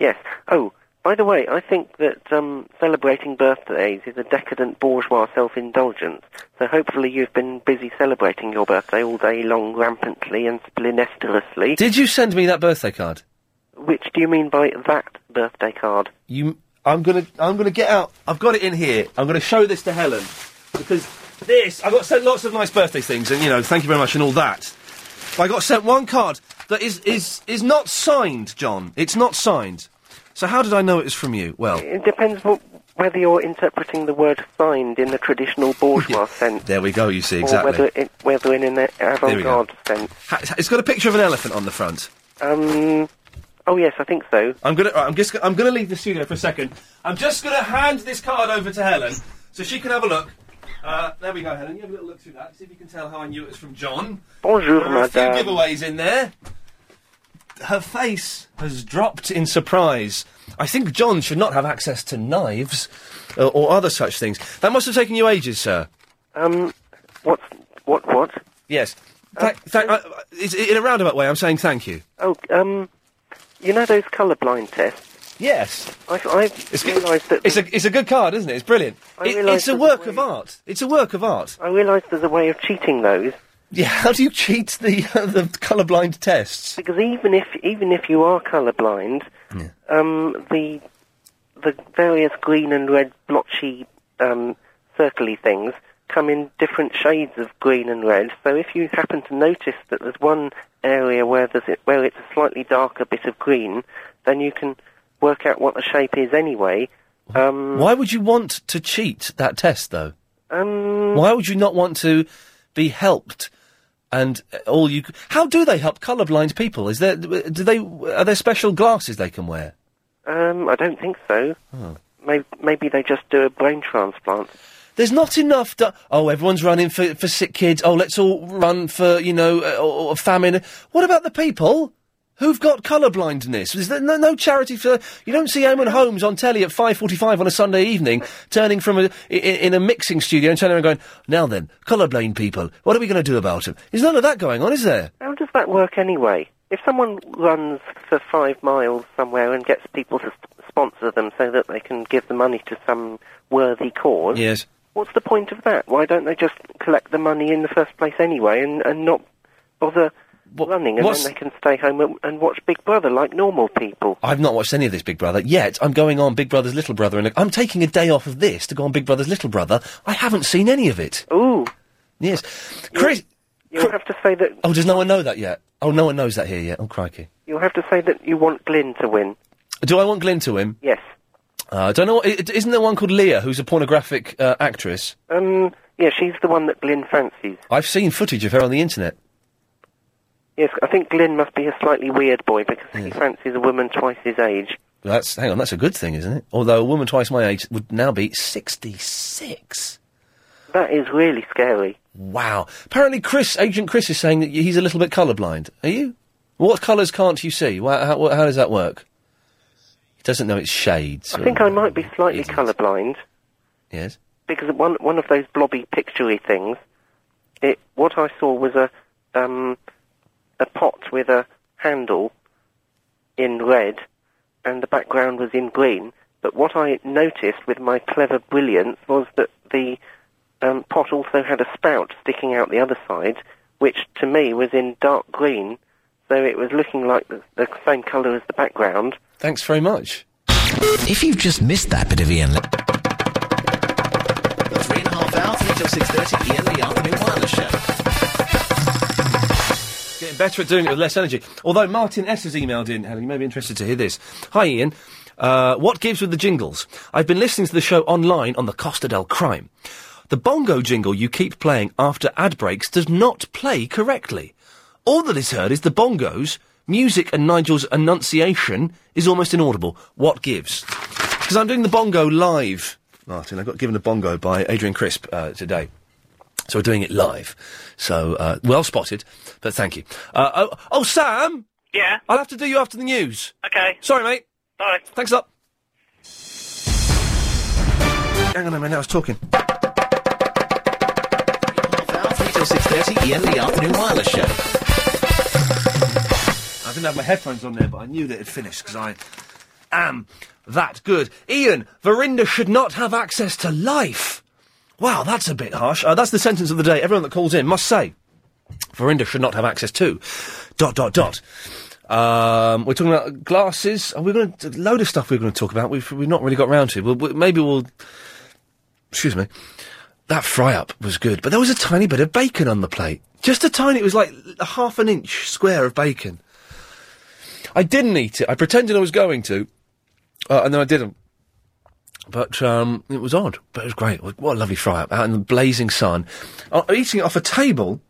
Speaker 1: yes. Oh, by the way, I think that um, celebrating birthdays is a decadent bourgeois self-indulgence. So hopefully you've been busy celebrating your birthday all day long, rampantly and splenesterously.
Speaker 2: Did you send me that birthday card?
Speaker 1: Which do you mean by that birthday card?
Speaker 2: You, I'm gonna, I'm gonna get out. I've got it in here. I'm gonna show this to Helen because this. I got sent lots of nice birthday things, and you know, thank you very much, and all that. But I got sent one card that is is is not signed, John. It's not signed. So how did I know it was from you? Well,
Speaker 1: It depends wh- whether you're interpreting the word signed in the traditional bourgeois sense.
Speaker 2: there we go. You see
Speaker 1: Or whether,
Speaker 2: exactly.
Speaker 1: it, whether in an
Speaker 2: There we go.
Speaker 1: avant-garde sense.
Speaker 2: Ha- It's got a picture of an elephant on the front.
Speaker 1: Um. Oh yes, I think so.
Speaker 2: I'm gonna. right, I'm just. I'm gonna leave the studio for a second. I'm just gonna hand this card over to Helen so she can have a look. Uh, there we go, Helen. You have a little look through that. See if you can tell how I knew it was from John.
Speaker 1: Bonjour,
Speaker 2: there are a few
Speaker 1: madame.
Speaker 2: giveaways in there. Her face has dropped in surprise. I think John should not have access to knives uh, or other such things. That must have taken you ages, sir.
Speaker 1: Um, what? What? What? Um,
Speaker 2: Yes. Tha- tha- uh, uh, it's- in a roundabout way, I'm saying thank you.
Speaker 1: Oh, um, you know those colourblind tests?
Speaker 2: Yes.
Speaker 1: I've, I've realised that.
Speaker 2: It's a, it's a good card, isn't it? It's brilliant.
Speaker 1: I
Speaker 2: It-
Speaker 1: realised
Speaker 2: it's a
Speaker 1: there's a
Speaker 2: work
Speaker 1: way-
Speaker 2: of art. It's a work of art.
Speaker 1: I realised there's a way of cheating those.
Speaker 2: Yeah, how do you cheat the uh, the colourblind tests?
Speaker 1: Because even if even if you are colourblind, um, the the various green and red blotchy um, circly things come in different shades of green and red. So if you happen to notice that there's one area where there's it, where it's a slightly darker bit of green, then you can work out what the shape is anyway. Um,
Speaker 2: Why would you want to cheat that test, though?
Speaker 1: Um,
Speaker 2: Why would you not want to be helped? And uh, all you, c- how do they help colourblind people? Is there do they are there special glasses they can wear?
Speaker 1: um, I don't think so.
Speaker 2: Oh.
Speaker 1: Maybe, maybe they just do a brain transplant.
Speaker 2: There's not enough. Do- oh, everyone's running for for sick kids. Oh, let's all run for you know uh, or, or famine. What about the people? Who've got colourblindness? Is there no, no charity for? You don't see Eamon Holmes on telly at five forty-five on a Sunday evening, turning from a i- i- in a mixing studio and turning around going, "Now then, colourblind people, what are we going to do about them?" There's none of that going on, is there?
Speaker 1: How does that work anyway? If someone runs for five miles somewhere and gets people to s- sponsor them so that they can give the money to some worthy cause,
Speaker 2: Yes.
Speaker 1: what's the point of that? Why don't they just collect the money in the first place anyway and, and not bother running and
Speaker 2: what's-
Speaker 1: then they can stay home and, and watch Big Brother like normal people?
Speaker 2: I've not watched any of this Big Brother yet. I'm going on Big Brother's Little Brother, and I'm taking a day off of this to go on Big Brother's Little Brother. I haven't seen any of it.
Speaker 1: Ooh.
Speaker 2: Yes. Chris.
Speaker 1: You'll have to say that
Speaker 2: Oh, does no one know that yet? Oh, no one knows that here yet. Oh, crikey.
Speaker 1: you'll have to say that you want Glyn to win.
Speaker 2: Do I want Glyn to him?
Speaker 1: Yes.
Speaker 2: Uh, I don't know. i- i- Isn't there one called Leah who's a pornographic uh, actress?
Speaker 1: Um, yeah, she's the one that Glyn fancies.
Speaker 2: I've seen footage of her on the internet.
Speaker 1: Yes, I think Glyn must be a slightly weird boy because he fancies a woman twice his age.
Speaker 2: That's hang on. That's a good thing, isn't it? Although a woman twice my age would now be sixty-six.
Speaker 1: That is really scary.
Speaker 2: Wow. Apparently, Chris, Agent Chris, is saying that y- he's a little bit colourblind. Are you? What colours can't you see? Wha how, wha- how does that work? He doesn't know it's shades.
Speaker 1: I think I might be slightly colourblind
Speaker 2: Yes.
Speaker 1: because one one of those blobby picturey things. It what I saw was a um, a pot with a handle in red, and the background was in green. But what I noticed with my clever brilliance was that the um, pot also had a spout sticking out the other side, which to me was in dark green, so it was looking like the, the same colour as the background.
Speaker 2: Thanks very much.
Speaker 24: If you've just missed that bit of Ian Lee.
Speaker 6: Three and a half hour, three till six thirty. Ian Lee, afternoon wireless show.
Speaker 2: better at doing it with less energy. Although Martin S has emailed in, Helen, you may be interested to hear this. Hi, Ian. Uh, what gives with the jingles? I've been listening to the show online on the Costa del Crime. The bongo jingle you keep playing after ad breaks does not play correctly. All that is heard is the bongos, music, and Nigel's enunciation is almost inaudible. What gives? Because I'm doing the bongo live, Martin. I got given a bongo by Adrian Crisp uh, today. So we're doing it live. So uh, well spotted, but thank you. Uh, oh, oh, Sam.
Speaker 13: Yeah.
Speaker 2: I'll have to do you after the news.
Speaker 13: Okay.
Speaker 2: Sorry, mate.
Speaker 13: Bye.
Speaker 2: Thanks a lot. Hang on a minute. I was talking.
Speaker 9: Three till six thirty. Ian, the afternoon wireless show.
Speaker 2: I didn't have my headphones on there, but I knew that it'd finished because I am that good. Ian, Verinda should not have access to life. Wow, that's a bit harsh. Uh, that's the sentence of the day. Everyone that calls in must say, Verinda should not have access to. Dot dot dot. Um, we're talking about glasses. Are we going to a load of stuff we're going to talk about? We've we've not really got round to. We'll, we, maybe we'll. Excuse me. That fry up was good, but there was a tiny bit of bacon on the plate. Just a tiny. It was like a half an inch square of bacon. I didn't eat it. I pretended I was going to, uh, and then I didn't. But um, it was odd, but it was great. What a lovely fry up out in the blazing sun, uh, eating it off a table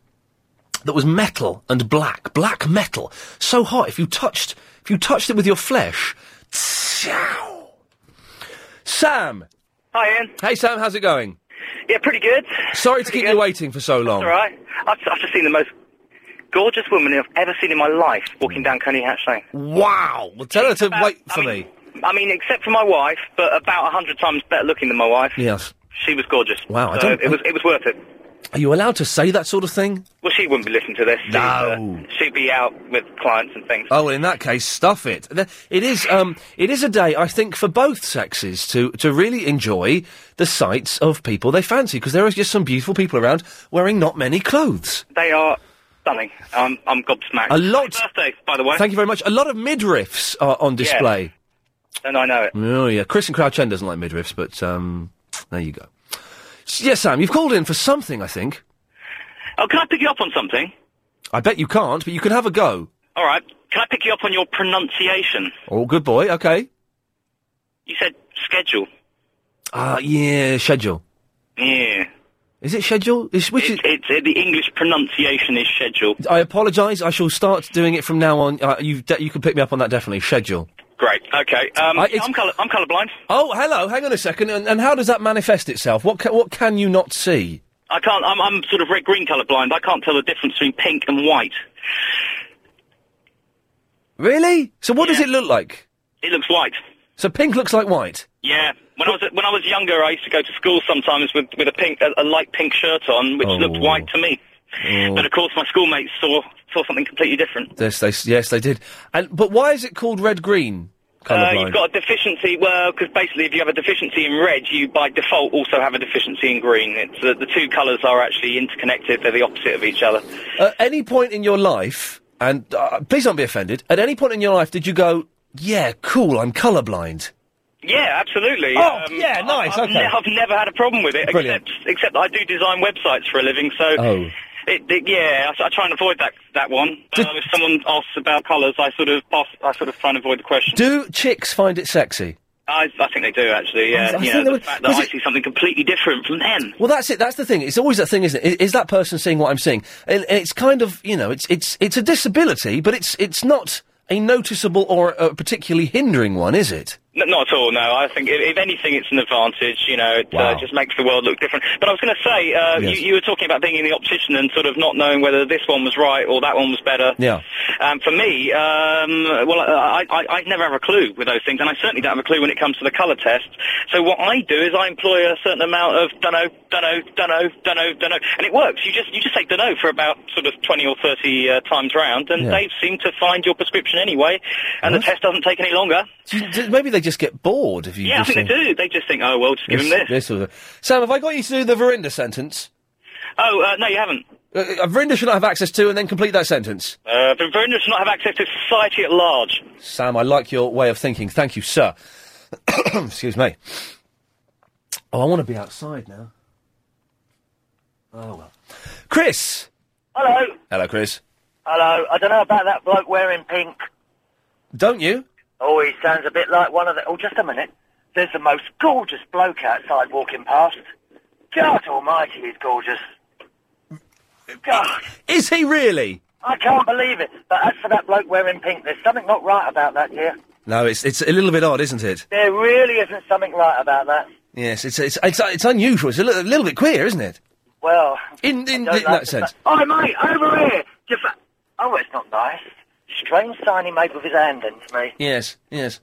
Speaker 2: that was metal and black, black metal, so hot. If you touched, if you touched it with your flesh, tsow. Sam.
Speaker 6: Hi, Ian.
Speaker 2: Hey, Sam. How's it going?
Speaker 6: Yeah, pretty good.
Speaker 2: Sorry to keep you waiting for so long.
Speaker 6: All right. I've, I've just seen the most gorgeous woman I've ever seen in my life walking down Coney Hatch Lane.
Speaker 2: Wow. Well, tell her to wait for me.
Speaker 6: I mean, except for my wife, but about a hundred times better looking than my wife.
Speaker 2: Yes.
Speaker 6: She was gorgeous.
Speaker 2: Wow, I
Speaker 6: So
Speaker 2: don't-
Speaker 6: it was it was worth it.
Speaker 2: Are you allowed to say that sort of thing?
Speaker 6: Well, she wouldn't be listening to this. She'd, uh,
Speaker 2: No.
Speaker 6: she'd be out with clients and things.
Speaker 2: Oh, well, in that case, stuff it. Th- It is, um, it is a day, I think, for both sexes to, to really enjoy the sights of people they fancy, because there are just some beautiful people around wearing not many clothes.
Speaker 6: They are stunning. I'm I'm gobsmacked.
Speaker 2: A lot-
Speaker 6: Happy birthday, by the way.
Speaker 2: Thank you very much. A lot of midriffs are uh, on
Speaker 6: Yeah.
Speaker 2: display.
Speaker 6: And I know it.
Speaker 2: Oh, yeah. Chris and Crouchen doesn't like midriffs, but um, there you go. S- Yes, Sam, you've called in for something, I think.
Speaker 6: Oh, can I pick you up on something?
Speaker 2: I bet you can't, but you can have a go.
Speaker 6: All right. Can I pick you up on your pronunciation?
Speaker 2: Oh, good boy. Okay.
Speaker 6: You said schedule.
Speaker 2: Ah, yeah, schedule.
Speaker 6: Yeah.
Speaker 2: Is it schedule? Is, which is,
Speaker 6: It's uh, the English pronunciation is schedule.
Speaker 2: I apologise. I shall start doing it from now on. Uh, you de- you can pick me up on that definitely. Schedule.
Speaker 6: Great. Okay. Um,
Speaker 2: I- it's-
Speaker 6: I'm color I'm colourblind.
Speaker 2: Oh, hello. Hang on a second. And, and how does that manifest itself? What ca- what can you not see?
Speaker 6: I can't. I'm, I'm sort of red green colour blind. I can't tell the difference between pink and white.
Speaker 2: Really? So what does it look like?
Speaker 6: It looks white.
Speaker 2: So pink looks like white.
Speaker 6: Yeah. When I was when I was younger, I used to go to school sometimes with with a pink a, a light pink shirt on, which
Speaker 2: Oh.
Speaker 6: looked white to me. But of course, my schoolmates saw saw something completely different.
Speaker 2: Yes, they s- yes they did. And but why is it called red green?
Speaker 6: Uh,
Speaker 2: Colourblind.
Speaker 6: you've got a deficiency, well, because basically if you have a deficiency in red, you by default also have a deficiency in green. It's, uh, the two colours are actually interconnected, they're the opposite of each other.
Speaker 2: At any point in your life, and uh, please don't be offended. At any point in your life, did you go? Yeah, cool. I'm colourblind.
Speaker 6: Yeah, absolutely. Um,
Speaker 2: Oh, yeah, nice,
Speaker 6: I, have
Speaker 2: okay.
Speaker 6: I've never had a problem with it,
Speaker 2: Brilliant.
Speaker 6: except except I do design websites for a living, so
Speaker 2: Oh.
Speaker 6: it, it- yeah, I, I try and avoid that that one. Uh, if someone asks about colours, I sort of pass, I sort of try and avoid the question.
Speaker 2: Do chicks find it sexy?
Speaker 6: I, I think they do actually. Yeah,
Speaker 2: I
Speaker 6: you
Speaker 2: think
Speaker 6: know,
Speaker 2: they
Speaker 6: the
Speaker 2: would-
Speaker 6: fact that
Speaker 2: was
Speaker 6: I
Speaker 2: it-
Speaker 6: see something completely different from them.
Speaker 2: Well, that's it. That's the thing. It's always that thing, isn't it? Is, is that person seeing what I'm seeing? And, and it's kind of you know, it's it's it's a disability, but it's it's not a noticeable or a particularly hindering one, is it?
Speaker 6: No, not at all. No, I think if, if anything, it's an advantage. You know, it uh, just makes the world look different. But I was going to say, uh,
Speaker 2: Yes.
Speaker 6: you, you were talking about being in the opposition and sort of not knowing whether this one was right or that one was better.
Speaker 2: Yeah.
Speaker 6: Um, for me, um, well, I, I, I never have a clue with those things, and I certainly don't have a clue when it comes to the colour test. So what I do is I employ a certain amount of dunno, dunno, dunno, dunno, dunno, and it works. You just you just say dunno for about sort of twenty or thirty uh, times round, and
Speaker 2: Yeah.
Speaker 6: they seem to find your prescription anyway, and the test doesn't take any longer.
Speaker 2: Do you- do- Maybe they just get bored if you.
Speaker 6: Yeah, I
Speaker 2: just
Speaker 6: think they
Speaker 2: think,
Speaker 6: do. They just think, oh, well, just give him this.
Speaker 2: or that. Sam, have I got you to do the Verinda sentence?
Speaker 6: Oh, uh, no, you haven't.
Speaker 2: Uh, uh, Verinda should not have access to, and then complete that sentence.
Speaker 6: Uh, but Vernon should not have access to society at large.
Speaker 2: Sam, I like your way of thinking. Thank you, sir. Excuse me. Oh, I want to be outside now. Oh well, Chris.
Speaker 18: Hello.
Speaker 2: Hello, Chris.
Speaker 7: Hello, I don't know about that bloke wearing pink.
Speaker 2: Don't you?
Speaker 7: Oh, he sounds a bit like one of the. Oh, just a minute. There's the most gorgeous bloke outside walking past. God almighty, he's gorgeous. God,
Speaker 2: Is he really?
Speaker 7: I can't believe it. But as for that bloke wearing pink, there's something not right about that, dear.
Speaker 2: No, it's it's a little bit odd, isn't it?
Speaker 7: There really isn't something right about that.
Speaker 2: Yes, it's it's it's, it's unusual. It's a little, little bit queer, isn't it?
Speaker 7: Well,
Speaker 2: in in,
Speaker 7: I don't
Speaker 2: in
Speaker 7: like
Speaker 2: that
Speaker 7: the
Speaker 2: sense.
Speaker 7: fa- Oi, mate, over here. You fa- oh, it's not nice. Strange sign he made with his hand then to me.
Speaker 2: Yes, yes.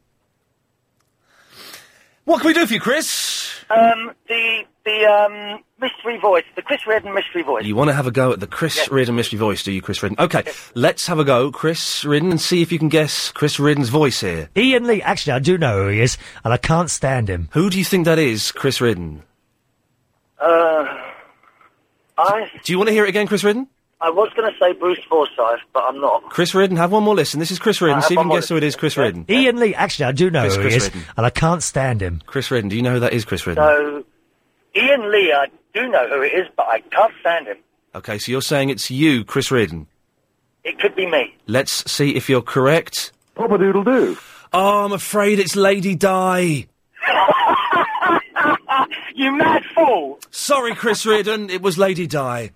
Speaker 2: What can we do for you, Chris?
Speaker 7: Um, the the um mystery voice, the Chris Redden mystery voice.
Speaker 2: You want to have a go at the Chris Ridden mystery voice, do you, Chris Ridden? Okay, let's have a go, Chris Ridden, and see if you can guess Chris Ridden's voice here.
Speaker 18: Ian Lee. Actually, I do know who he is, and I can't stand him.
Speaker 2: Who do you think that is, Chris Ridden?
Speaker 7: Uh, I
Speaker 2: Do you want to hear it again, Chris Ridden?
Speaker 7: I was going to say Bruce Forsyth, but I'm not.
Speaker 2: Chris Ridden, have one more listen. This is Chris Ridden.
Speaker 7: have
Speaker 2: see if you
Speaker 7: one
Speaker 2: can
Speaker 7: more
Speaker 2: guess who it is, Chris Ridden.
Speaker 18: Ian Lee. Actually, I do know
Speaker 2: Chris-
Speaker 18: who
Speaker 2: Chris
Speaker 18: he is,
Speaker 2: Ridden.
Speaker 18: and I can't stand him.
Speaker 2: Chris Ridden, do you know who that is, Chris Ridden?
Speaker 7: So, Ian Lee, I do know who it is, but I can't stand him.
Speaker 2: Okay, so you're saying it's you, Chris Ridden.
Speaker 7: It could be me.
Speaker 2: Let's see if you're correct.
Speaker 7: Papa doodle do.
Speaker 2: Oh, I'm afraid it's Lady Di.
Speaker 7: you mad fool!
Speaker 2: Sorry, Chris Ridden, it was Lady Di.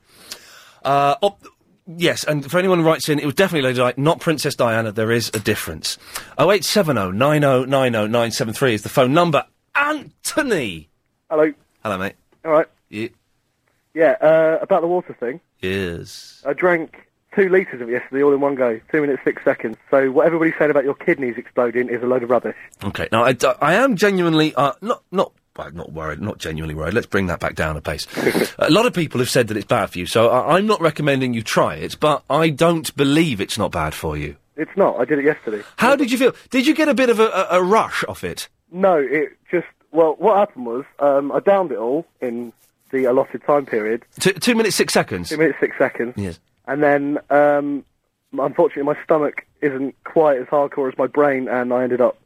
Speaker 2: Uh, op- yes, and for anyone who writes in, it was definitely Lady Di, not Princess Diana. There is a difference. Oh, 0870 9090 973 is the phone number. Anthony!
Speaker 25: Hello.
Speaker 2: Hello, mate.
Speaker 25: All right.
Speaker 2: Ye-
Speaker 25: Yeah. Uh, about the water thing,
Speaker 2: Yes.
Speaker 25: I drank two litres of it yesterday all in one go, two minutes six seconds. So what everybody's saying about your kidneys exploding is a load of rubbish.
Speaker 2: Okay, now I, d- I am genuinely uh, not not well, not worried, not genuinely worried. Let's bring that back down a pace. a lot of people have said that it's bad for you, so I, I'm not recommending you try it, but I don't believe it's not bad for you.
Speaker 25: It's not. I did it yesterday.
Speaker 2: How did you feel? Did you get a bit of a, a, a rush off it?
Speaker 25: No, it just well, what happened was um, I downed it all in the allotted time period,
Speaker 2: Two, two minutes six seconds.
Speaker 25: two minutes six seconds,
Speaker 2: Yes.
Speaker 25: and then um, unfortunately my stomach isn't quite as hardcore as my brain, and I ended up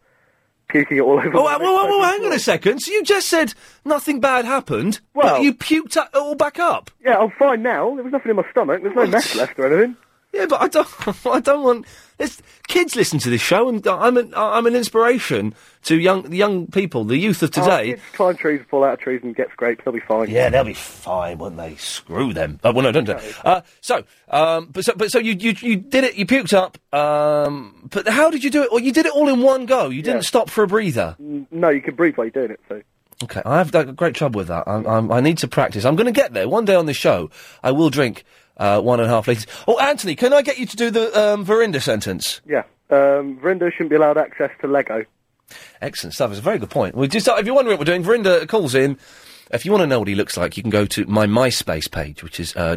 Speaker 25: puking it all over.
Speaker 2: Oh,
Speaker 25: my
Speaker 2: whoa, whoa, whoa, hang on a second. So you just said nothing bad happened, but
Speaker 25: Well-
Speaker 2: you puked it all back up.
Speaker 25: Yeah, I'm fine now. There was nothing in my stomach. There's no mess left or anything.
Speaker 2: Yeah, but I don't. I don't want. It's, kids listen to this show, and I'm an I'm an inspiration to young young people, the youth of today.
Speaker 25: Oh, kids climb trees, fall out of trees, and get scraped. They'll be fine.
Speaker 2: Yeah, they'll be fine, won't they? Screw them. Oh, well, no, don't do that. Uh, so, um, but so, but so you, you you did it. You puked up. Um, but how did you do it? Well, you did it all in one go. You didn't stop for a breather.
Speaker 25: N- No, you can breathe while you're doing it. So
Speaker 2: Okay, I've got great trouble with that. I'm, I'm, I need to practice. I'm going to get there one day on the show. I will drink uh, one and a half liters. Oh, Anthony, can I get you to do the um, Verinda sentence?
Speaker 25: yeah, um, Verinder shouldn't be allowed access to Lego.
Speaker 2: Excellent stuff. It's a very good point. We just, if you're wondering what we're doing, Verinda calls in. If you want to know what he looks like, you can go to my MySpace page, which is uh,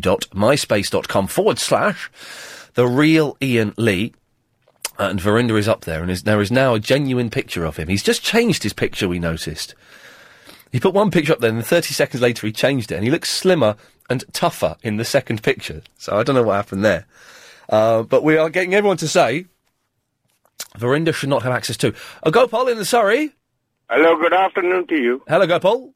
Speaker 2: www.myspace.com forward slash the real Ian Lee. And Verinda is up there, and is, there is now a genuine picture of him. He's just changed his picture, we noticed. He put one picture up there, and then 30 seconds later, he changed it, and he looks slimmer and tougher in the second picture. So I don't know what happened there. Uh, but we are getting everyone to say Verinda should not have access to. Uh, Gopal in the Surrey.
Speaker 26: Hello, good afternoon to you.
Speaker 2: Hello, Gopal.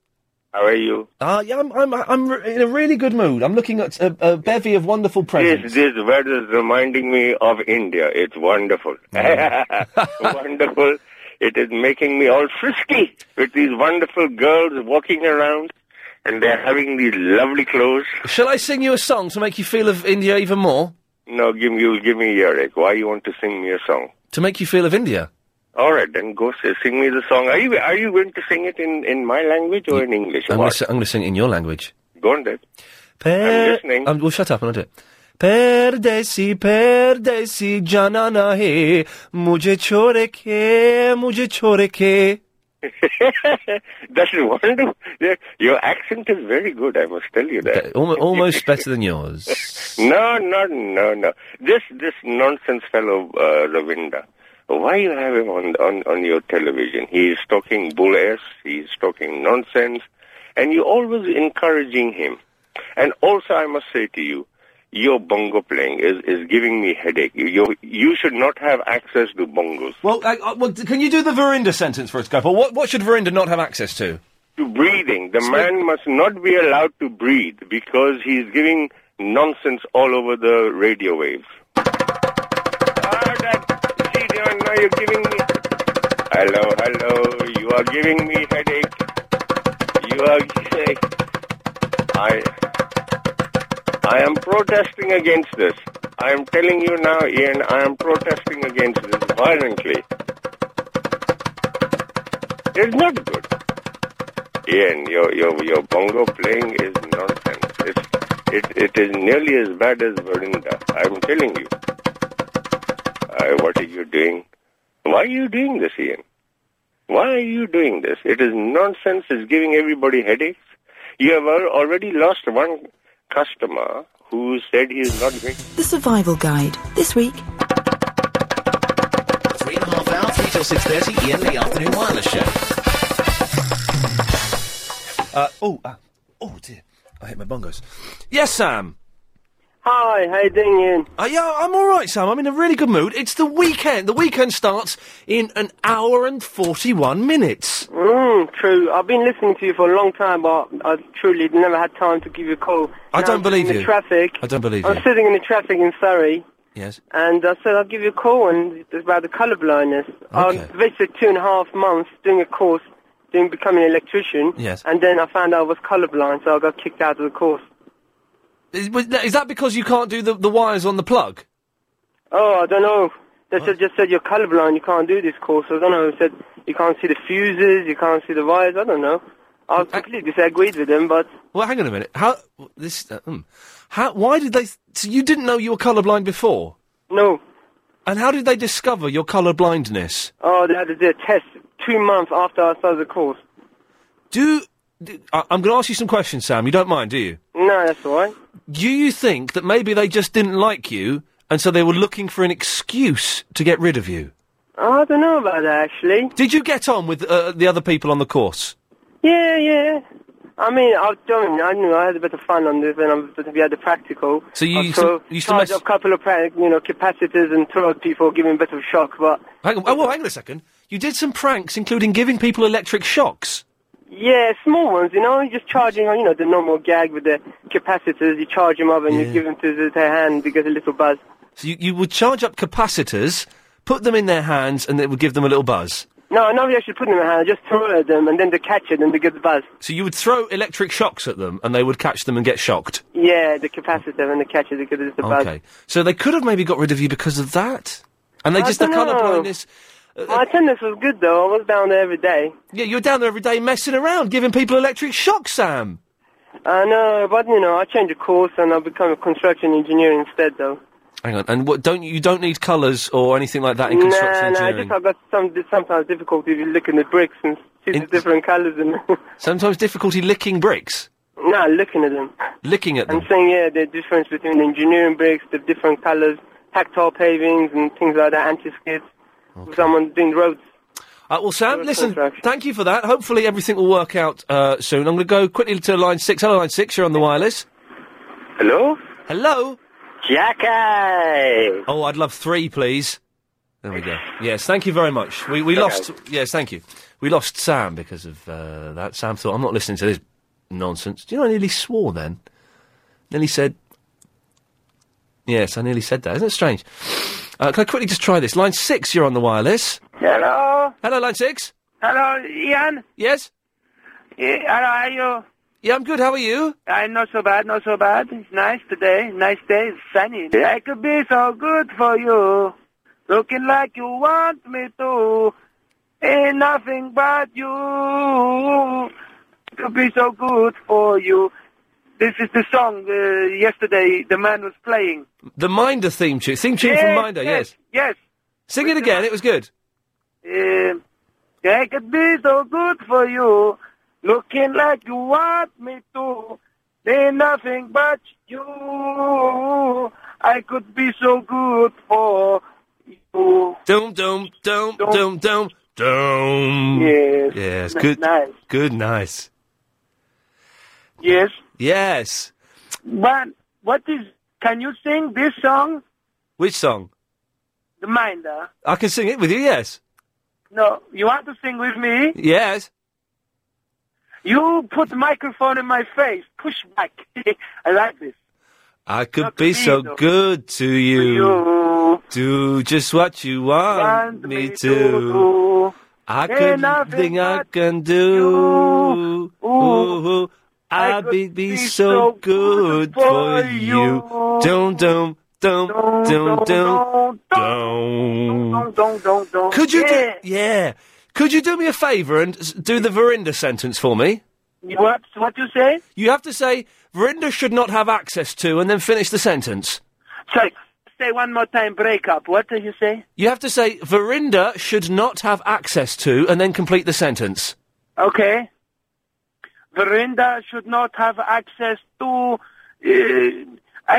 Speaker 26: How are you?
Speaker 2: Uh, yeah, I'm, I'm, I'm re- in a really good mood. I'm looking at a, a bevy of wonderful presents.
Speaker 26: Yes, this weather is reminding me of India. It's wonderful.
Speaker 2: Mm.
Speaker 26: wonderful. It is making me all frisky with these wonderful girls walking around and they're having these lovely clothes.
Speaker 2: Shall I sing you a song to make you feel of India even more?
Speaker 26: No, give me, you give me earache. Why you want to sing me a song?
Speaker 2: To make you feel of India?
Speaker 26: All right, then go s- sing me the song. Are you are you going to sing it in, in my language or in English?
Speaker 2: I'm
Speaker 26: Or
Speaker 2: going to sing it in your language.
Speaker 26: what? Go on then.
Speaker 2: I'm listening. well, shut up and I'll do it. Perdesi, perdesi, janana hai, mujhe chore ke, mujhe chore ke.
Speaker 26: That is wonderful. Yeah, Your accent is very good, I must tell you that.
Speaker 2: Almo- almost better than yours.
Speaker 26: No, no, no, no. This this nonsense fellow uh, Ravinda. Why you have him on, on on your television? He is talking bull ass. He is talking nonsense, and you always encouraging him. And also, I must say to you, your bongo playing is, is giving me headache. You, you you should not have access to bongos.
Speaker 2: Well, I, I, well, can you do the Verinda sentence for us, Gopal? What, what should Verinda not have access to?
Speaker 26: to breathing. The man must not be allowed to breathe because he's giving nonsense all over the radio waves. Ah, Now you're giving me. Hello, hello. You are giving me headache. You are. I. I am protesting against this. I am telling you now, Ian. I am protesting against this violently. It's not good. Ian, your your your bongo playing is nonsense. It's, it it is nearly as bad as Verinda. I'm telling you. Uh, what are you doing? Why are you doing this, Ian? Why are you doing this? It is nonsense. It's giving everybody headaches. You have al- already lost one customer who said he is not going.
Speaker 27: The Survival Guide. This week.
Speaker 9: Three and a half hour, three till six thirty. Ian Lee afternoon wireless show.
Speaker 2: Uh, oh, uh, oh dear. I hit my bongos. Yes, Sam.
Speaker 28: Hi, how you doing, Ian?
Speaker 2: Uh, yeah, I'm all right, Sam. I'm in a really good mood. It's the weekend. The weekend starts in an hour and 41 minutes.
Speaker 28: Mm, true. I've been listening to you for a long time, but I truly never had time to give you a call.
Speaker 2: I
Speaker 28: Now
Speaker 2: don't
Speaker 28: I'm
Speaker 2: believe
Speaker 28: in
Speaker 2: you.
Speaker 28: The traffic.
Speaker 2: I don't believe
Speaker 28: I'm
Speaker 2: you.
Speaker 28: sitting in the traffic in Surrey,
Speaker 2: Yes.
Speaker 28: and I said I'll give you a call, and it's about the colour blindness. I wasted two and a half months doing a course, doing becoming an electrician.
Speaker 2: Yes.
Speaker 28: And then I found out I was colourblind, so I got kicked out of the course.
Speaker 2: Is, was that- is that because you can't do the, the wires on the plug?
Speaker 28: Oh, I don't know. They said, just said you're colourblind, you can't do this course. I don't know. They said you can't see the fuses, you can't see the wires. I don't know.
Speaker 2: Mm,
Speaker 28: I completely disagreed with them, but
Speaker 2: Well, hang on a minute. How this? Uh, hmm. How? Why did they? So you didn't know you were colourblind before?
Speaker 28: No.
Speaker 2: And how did they discover your colour blindness?
Speaker 28: oh, they had to do a test two months after I started the course.
Speaker 2: Do, do I, I'm going to ask you some questions, Sam. You don't mind, do you?
Speaker 28: No, that's all right.
Speaker 2: Do you think that maybe they just didn't like you, and so they were looking for an excuse to get rid of you?
Speaker 28: Oh, I don't know about that actually.
Speaker 2: Did you get on with uh, the other people on the course?
Speaker 28: Yeah, yeah. I mean, I don't. I knew I had a bit of fun on this, and I'm supposed to be at the practical.
Speaker 2: So you
Speaker 28: I
Speaker 2: used to-
Speaker 28: throw-
Speaker 2: you used to
Speaker 28: charge
Speaker 2: mess-
Speaker 28: up a couple of pra- you know capacitors and throw at people, giving a bit of shock. But
Speaker 2: Hang on, oh, well, hang on a second. You did some pranks, including giving people electric shocks.
Speaker 28: Yeah, small ones, you know, you're just charging on, you know, the normal gag with the capacitors, you charge them up and
Speaker 2: Yeah.
Speaker 28: you give them to the, their hand, they get a little buzz.
Speaker 2: So you, you would charge up capacitors, put them in their hands, and it would give them a little buzz.
Speaker 28: No, no, you actually put them in the hand, just throw it at them and then they catch it and they get the buzz.
Speaker 2: So you would throw electric shocks at them, and they would catch them and get shocked.
Speaker 28: Yeah, the capacitor and the catcher, they get a little buzz.
Speaker 2: Okay. So they could have maybe got rid of you because of that. And they
Speaker 28: I
Speaker 2: just the
Speaker 28: don't know.
Speaker 2: colour blindness.
Speaker 28: My attendance was good though, I was down there every day.
Speaker 2: Yeah, you're down there every day messing around, giving people electric shocks, Sam.
Speaker 28: I know, but you know, I changed the course and I become a construction engineer instead though.
Speaker 2: Hang on. And what don't you don't need colours or anything like that in
Speaker 28: nah,
Speaker 2: construction
Speaker 28: nah, I
Speaker 2: engineering?
Speaker 28: just I've got some, sometimes difficulty if you look at the bricks and see the different colours and...
Speaker 2: Sometimes difficulty licking bricks,
Speaker 28: nah, looking at them.
Speaker 2: licking at them.
Speaker 28: I'm saying, yeah, the difference between engineering bricks, the different colours, tactile pavings and things like that, anti-skids, someone doing roads.
Speaker 2: Uh, well, Sam, listen, thank you for that. Hopefully everything will work out uh, soon. I'm going to go quickly to line six. Hello, line six. You're on the wireless.
Speaker 11: Hello?
Speaker 2: Hello?
Speaker 11: Jackie!
Speaker 2: Oh, I'd love three, please. There we go. Yes, thank you very much. We we
Speaker 11: Okay.
Speaker 2: lost. Yes, thank you. We lost Sam because of uh, that. Sam thought I'm not listening to this nonsense. Do you know I nearly swore then? Nearly said. Yes, I nearly said that. Isn't it strange? Uh, can I quickly just try this? Line six, you're on the wireless.
Speaker 11: Hello?
Speaker 2: Hello, line six.
Speaker 11: Hello, Ian?
Speaker 2: Yes?
Speaker 11: Yeah, hello, how are you?
Speaker 2: Yeah, I'm good. How are you?
Speaker 11: I'm not so bad, not so bad. It's nice today. Nice day. It's sunny. I could be so good for you. Looking like you want me to. Ain't nothing but you. Could be so good for you. This is the song uh, yesterday the man was playing.
Speaker 2: The Minder theme tune. Theme tune from
Speaker 11: Yes,
Speaker 2: Minder.
Speaker 11: yes,
Speaker 2: Yes.
Speaker 11: Yes.
Speaker 2: Sing it again. It was good.
Speaker 11: Um, I could be so good for you, looking like you want me to. Ain't nothing but you. I could be so good for you.
Speaker 2: Doom, doom, doom, doom, doom, doom.
Speaker 11: Yes.
Speaker 2: Yes.
Speaker 11: N-
Speaker 2: Good.
Speaker 11: nice.
Speaker 2: Good. Nice.
Speaker 11: Yes.
Speaker 2: Yes.
Speaker 11: But what is? Can you sing this song,
Speaker 2: Which song?
Speaker 11: The Minder?
Speaker 2: I can sing it with you. Yes.
Speaker 11: No, you want to sing with me?
Speaker 2: Yes.
Speaker 11: You put the microphone in my face. Push back. I like this.
Speaker 2: I could be so
Speaker 11: though.
Speaker 2: good to you. Do just what you want me to. I
Speaker 11: Ain't
Speaker 2: could
Speaker 11: nothing
Speaker 2: nothing I can do. Ooh, I be be so good for you. Dum dum dum dum dum dum.
Speaker 11: Don't, don't, don't.
Speaker 2: Could you
Speaker 11: Yeah.
Speaker 2: do? Yeah. Could you do me a favour and s- do the Verinda sentence for me?
Speaker 11: What? What you say?
Speaker 2: You have to say Verinda should not have access to, and then finish the sentence.
Speaker 11: Sorry. Say one more time. Break up. What did you say?
Speaker 2: You have to say Verinda should not have access to, and then complete the sentence.
Speaker 11: Okay. Verinda should not have access to uh,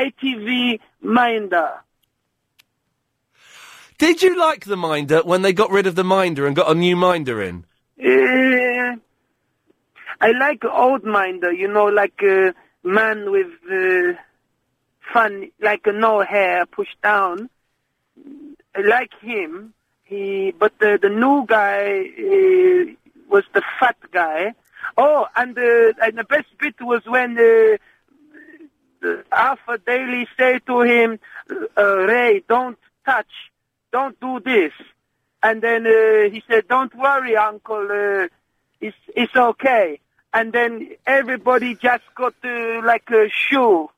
Speaker 11: ITV Minder.
Speaker 2: Did you like the minder when they got rid of the minder and got a new minder in?
Speaker 11: Uh, I like old Minder, you know, like a man with uh, fun, like no hair pushed down. I like him. He, but the, the new guy uh, was the fat guy. Oh, and, uh, and the best bit was when uh, uh, Alpha Daily say to him, uh, Ray, don't touch, don't do this. And then uh, he said, don't worry, uncle, uh, it's, it's okay. And then everybody just got uh, like a shoe,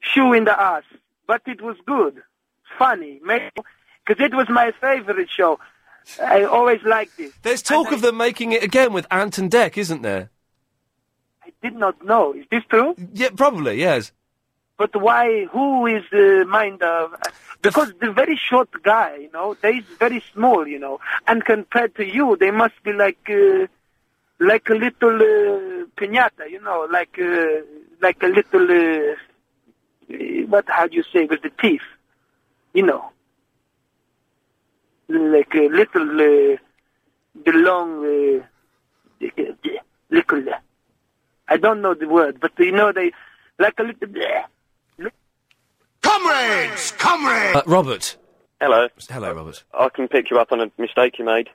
Speaker 11: shoe in the ass. But it was good, funny, because it was my favorite show. I always liked it.
Speaker 2: There's talk of them making it again with Anton Deck, isn't there?
Speaker 11: I did not know. Is this true?
Speaker 2: Yeah, probably, yes.
Speaker 11: But why? Who is uh, mind of? Because the very short guy, you know, they is very small, you know, and compared to you, they must be like uh, like a little uh, pinata, you know, like uh, like a little uh, eh, what? How do you say with the teeth? You know, like a little uh, the long uh, little. uh, I don't know the word, but you know they like a little. uh,
Speaker 29: Comrades! Comrades!
Speaker 2: Uh, Robert.
Speaker 25: Hello.
Speaker 2: Hello, Robert.
Speaker 25: I can pick you up on a mistake you made.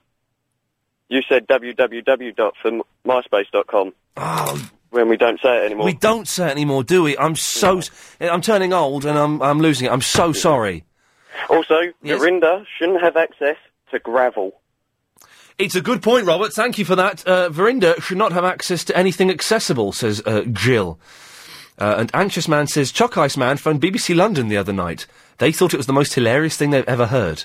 Speaker 25: You said www.myspace.com.
Speaker 2: Oh.
Speaker 25: When we don't say it anymore.
Speaker 2: We don't say it anymore, do we? I'm so. s- I'm turning old and I'm, I'm losing it. I'm so sorry.
Speaker 25: Also, Verinda shouldn't have access to gravel.
Speaker 2: It's a good point, Robert. Thank you for that. Uh, Verinda should not have access to anything accessible, says uh, Jill. Uh, and Anxious Man says, Chalk Ice Man phoned BBC London the other night. They thought it was the most hilarious thing they've ever heard.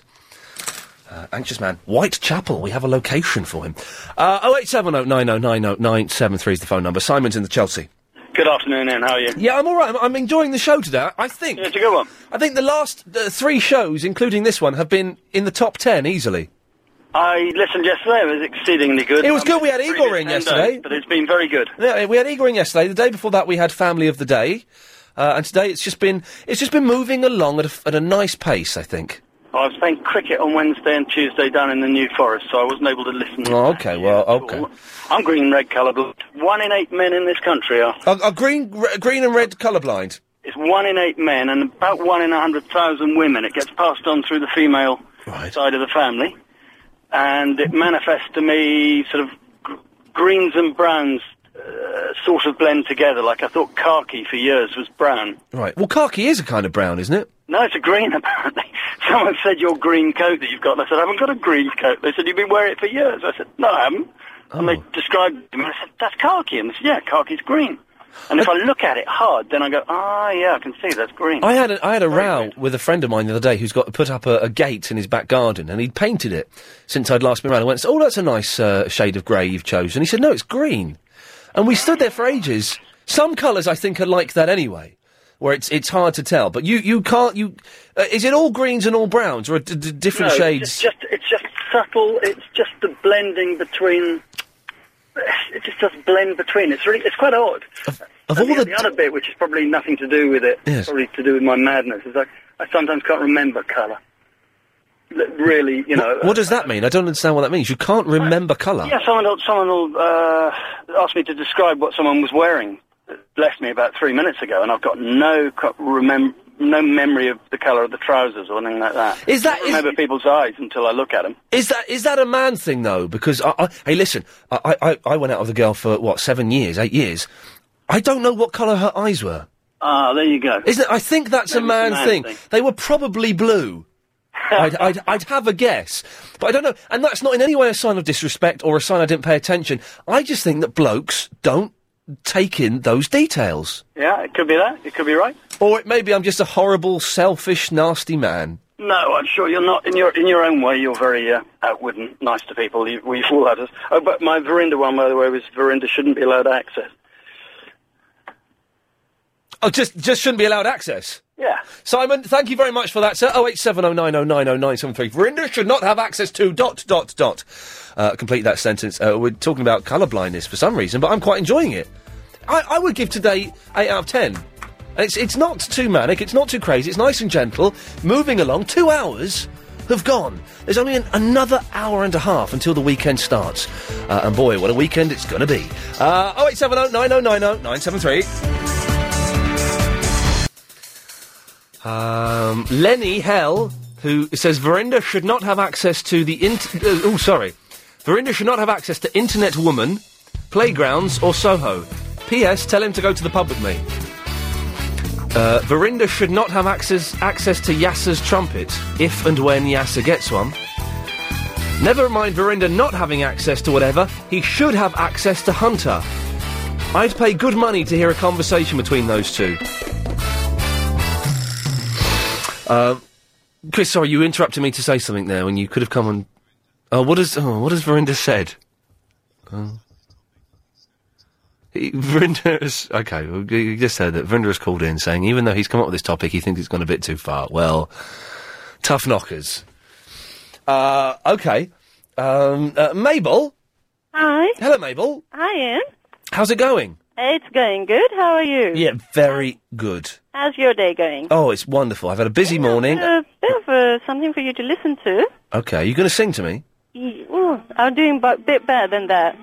Speaker 2: Uh, anxious Man, Whitechapel, we have a location for him. Uh, 08709090973 is the phone number. Simon's in the Chelsea.
Speaker 30: Good afternoon, Ian. How are you?
Speaker 2: Yeah, I'm all right. I'm, I'm enjoying the show today. I think.
Speaker 30: Yeah, it's a good one.
Speaker 2: I think the last uh, three shows, including this one, have been in the top ten easily.
Speaker 30: I listened yesterday. It was exceedingly good.
Speaker 2: It was
Speaker 30: I
Speaker 2: good. We
Speaker 30: missed
Speaker 2: had
Speaker 30: the
Speaker 2: Igor
Speaker 30: previous
Speaker 2: in
Speaker 30: 10
Speaker 2: yesterday.
Speaker 30: days, but it's been very good.
Speaker 2: Yeah, we had Igor in yesterday. The day before that, we had Family of the Day, uh, and today it's just been it's just been moving along at a, at a nice pace. I think.
Speaker 30: I was playing cricket on Wednesday and Tuesday down in the New Forest, so I wasn't able to listen.
Speaker 2: Oh, okay. Well, okay.
Speaker 30: I'm green and red colour, but one in eight men in this country are.
Speaker 2: Are, are green, re- green and red colourblind?
Speaker 30: It's one in eight men and about one in a hundred thousand women. It gets passed on through the female side of the family, and it manifests to me sort of gr- greens and browns uh, sort of blend together. Like I thought khaki for years was brown.
Speaker 2: Right. Well, khaki is a kind of brown, isn't it?
Speaker 30: No, it's a green, apparently. Someone said your green coat that you've got, and I said, I haven't got a green coat. They said, you've been wearing it for years. I said, no, I haven't. And they described it, and I said, that's khaki. And they said, yeah, khaki's green. And if I look at it hard, then I go, ah, yeah, I can see that's green.
Speaker 2: I had a, I had a row with a friend of mine the other day who's got put up a, a gate in his back garden, and he'd painted it since I'd last been around. I went, "Oh, that's a nice uh, shade of grey you've chosen." He said, "No, it's green," and we stood there for ages. Some colours I think are like that anyway, where it's it's hard to tell. But you you can't you uh, is it all greens and all browns or d- d- different
Speaker 30: No,
Speaker 2: shades?
Speaker 30: It's just, it's just subtle. It's just the blending between. It just does blend between. It's really, it's quite odd.
Speaker 2: Of
Speaker 30: all the, other bit, which is probably nothing to do with it,
Speaker 2: Yes.
Speaker 30: probably to do with my madness, is I, I sometimes can't remember colour. L- Really, you know.
Speaker 2: what does that mean? I don't understand what that means. You can't remember colour.
Speaker 30: uh, Yeah, someone will, someone will uh, ask me to describe what someone was wearing. Left me about three minutes ago, and I've got no co- remem- no memory of the colour of the trousers or anything like that.
Speaker 2: Is that
Speaker 30: I remember people's eyes until I look at them?
Speaker 2: Is that is that a man thing though? Because I, I hey, listen, I, I I went out with a girl for what seven years, eight years. I don't know what colour her eyes were.
Speaker 30: Ah, there you go.
Speaker 2: Isn't it? I think that's a
Speaker 30: Maybe it's a
Speaker 2: man,
Speaker 30: man
Speaker 2: thing.
Speaker 30: thing.
Speaker 2: They were probably blue. I'd, I'd, I'd have a guess, but I don't know. And that's not in any way a sign of disrespect or a sign I didn't pay attention. I just think that blokes don't take in those details.
Speaker 30: Yeah, it could be that. It could be right.
Speaker 2: Or it maybe I'm just a horrible, selfish, nasty man.
Speaker 30: No, I'm sure you're not. In your in your own way, you're very uh, outward and nice to people. You, we've all had us. Oh, but my Verinda one, by the way, was Verinda shouldn't be allowed access.
Speaker 2: Oh, just just shouldn't be allowed access.
Speaker 30: Yeah.
Speaker 2: Simon, thank you very much for that, sir. Oh eight seven oh nine oh nine oh nine seven three. Verinda should not have access to dot dot dot. Uh, complete that sentence. Uh, we're talking about colour blindness for some reason, but I'm quite enjoying it. I, I would give today eight out of ten. And It's it's not too manic. It's not too crazy. It's nice and gentle. Moving along. Two hours have gone. There's only an, another hour and a half until the weekend starts. Uh, and boy, what a weekend it's going to be. Uh, 0870 9090 973. Um, Lenny Hell, who says Verinda should not have access to the int. Uh, oh, sorry. Verinda should not have access to Internet Woman, Playgrounds, or Soho. P.S. Tell him to go to the pub with me. Uh, Verinda should not have access access to Yasser's trumpet if and when Yasser gets one. Never mind Verinda not having access to whatever, he should have access to Hunter. I'd pay good money to hear a conversation between those two. Uh, Chris, sorry, you interrupted me to say something there when you could have come and. Oh, what is oh, what has Verinda said? Oh. He- Verinda has okay. well, You you just said that Verinda has called in saying even though he's come up with this topic, he thinks it's gone a bit too far. Well, tough knockers. Uh, okay, um, uh, Mabel.
Speaker 7: Hi.
Speaker 2: Hello, Mabel.
Speaker 7: Hi, Ian.
Speaker 2: How's it going?
Speaker 7: It's going good. How are you?
Speaker 2: Yeah, very good.
Speaker 7: How's your day going?
Speaker 2: Oh, it's wonderful. I've had a busy morning.
Speaker 7: A bit of uh, something for you to listen to.
Speaker 2: Okay, are you going to sing to me?
Speaker 7: Ye- ooh, I'm doing a bit better than that.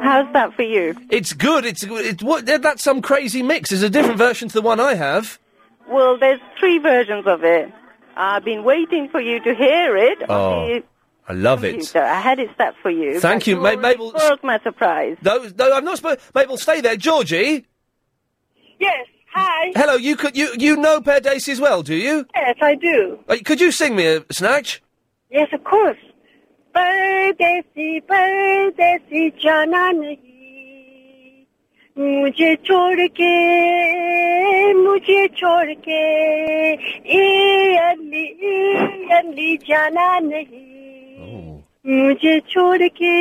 Speaker 7: How's that for you?
Speaker 2: It's good. It's it's what that- that's some crazy mix. It's a different version to the one I have.
Speaker 7: Well, there's three versions of it. I've been waiting for you to hear it. on
Speaker 2: Oh,
Speaker 7: the
Speaker 2: I love it.
Speaker 7: computer. I had it set for you.
Speaker 2: Thank
Speaker 7: but
Speaker 2: you, Ma-
Speaker 7: already
Speaker 2: Mabel-
Speaker 7: Spoiled my surprise.
Speaker 2: No, no, I'm not supposed. Mabel, stay there, Georgie.
Speaker 7: Yes. Hi.
Speaker 2: Hello, you could you you know Pear Daisy as well, do you?
Speaker 22: Yes, I do.
Speaker 2: Uh, Could you sing me a snatch?
Speaker 22: Yes, of course. परदेसी परदेसी जाना नहीं मुझे छोड़ के मुझे छोड़ के ये अली ये अली जाना नहीं मुझे छोड़ के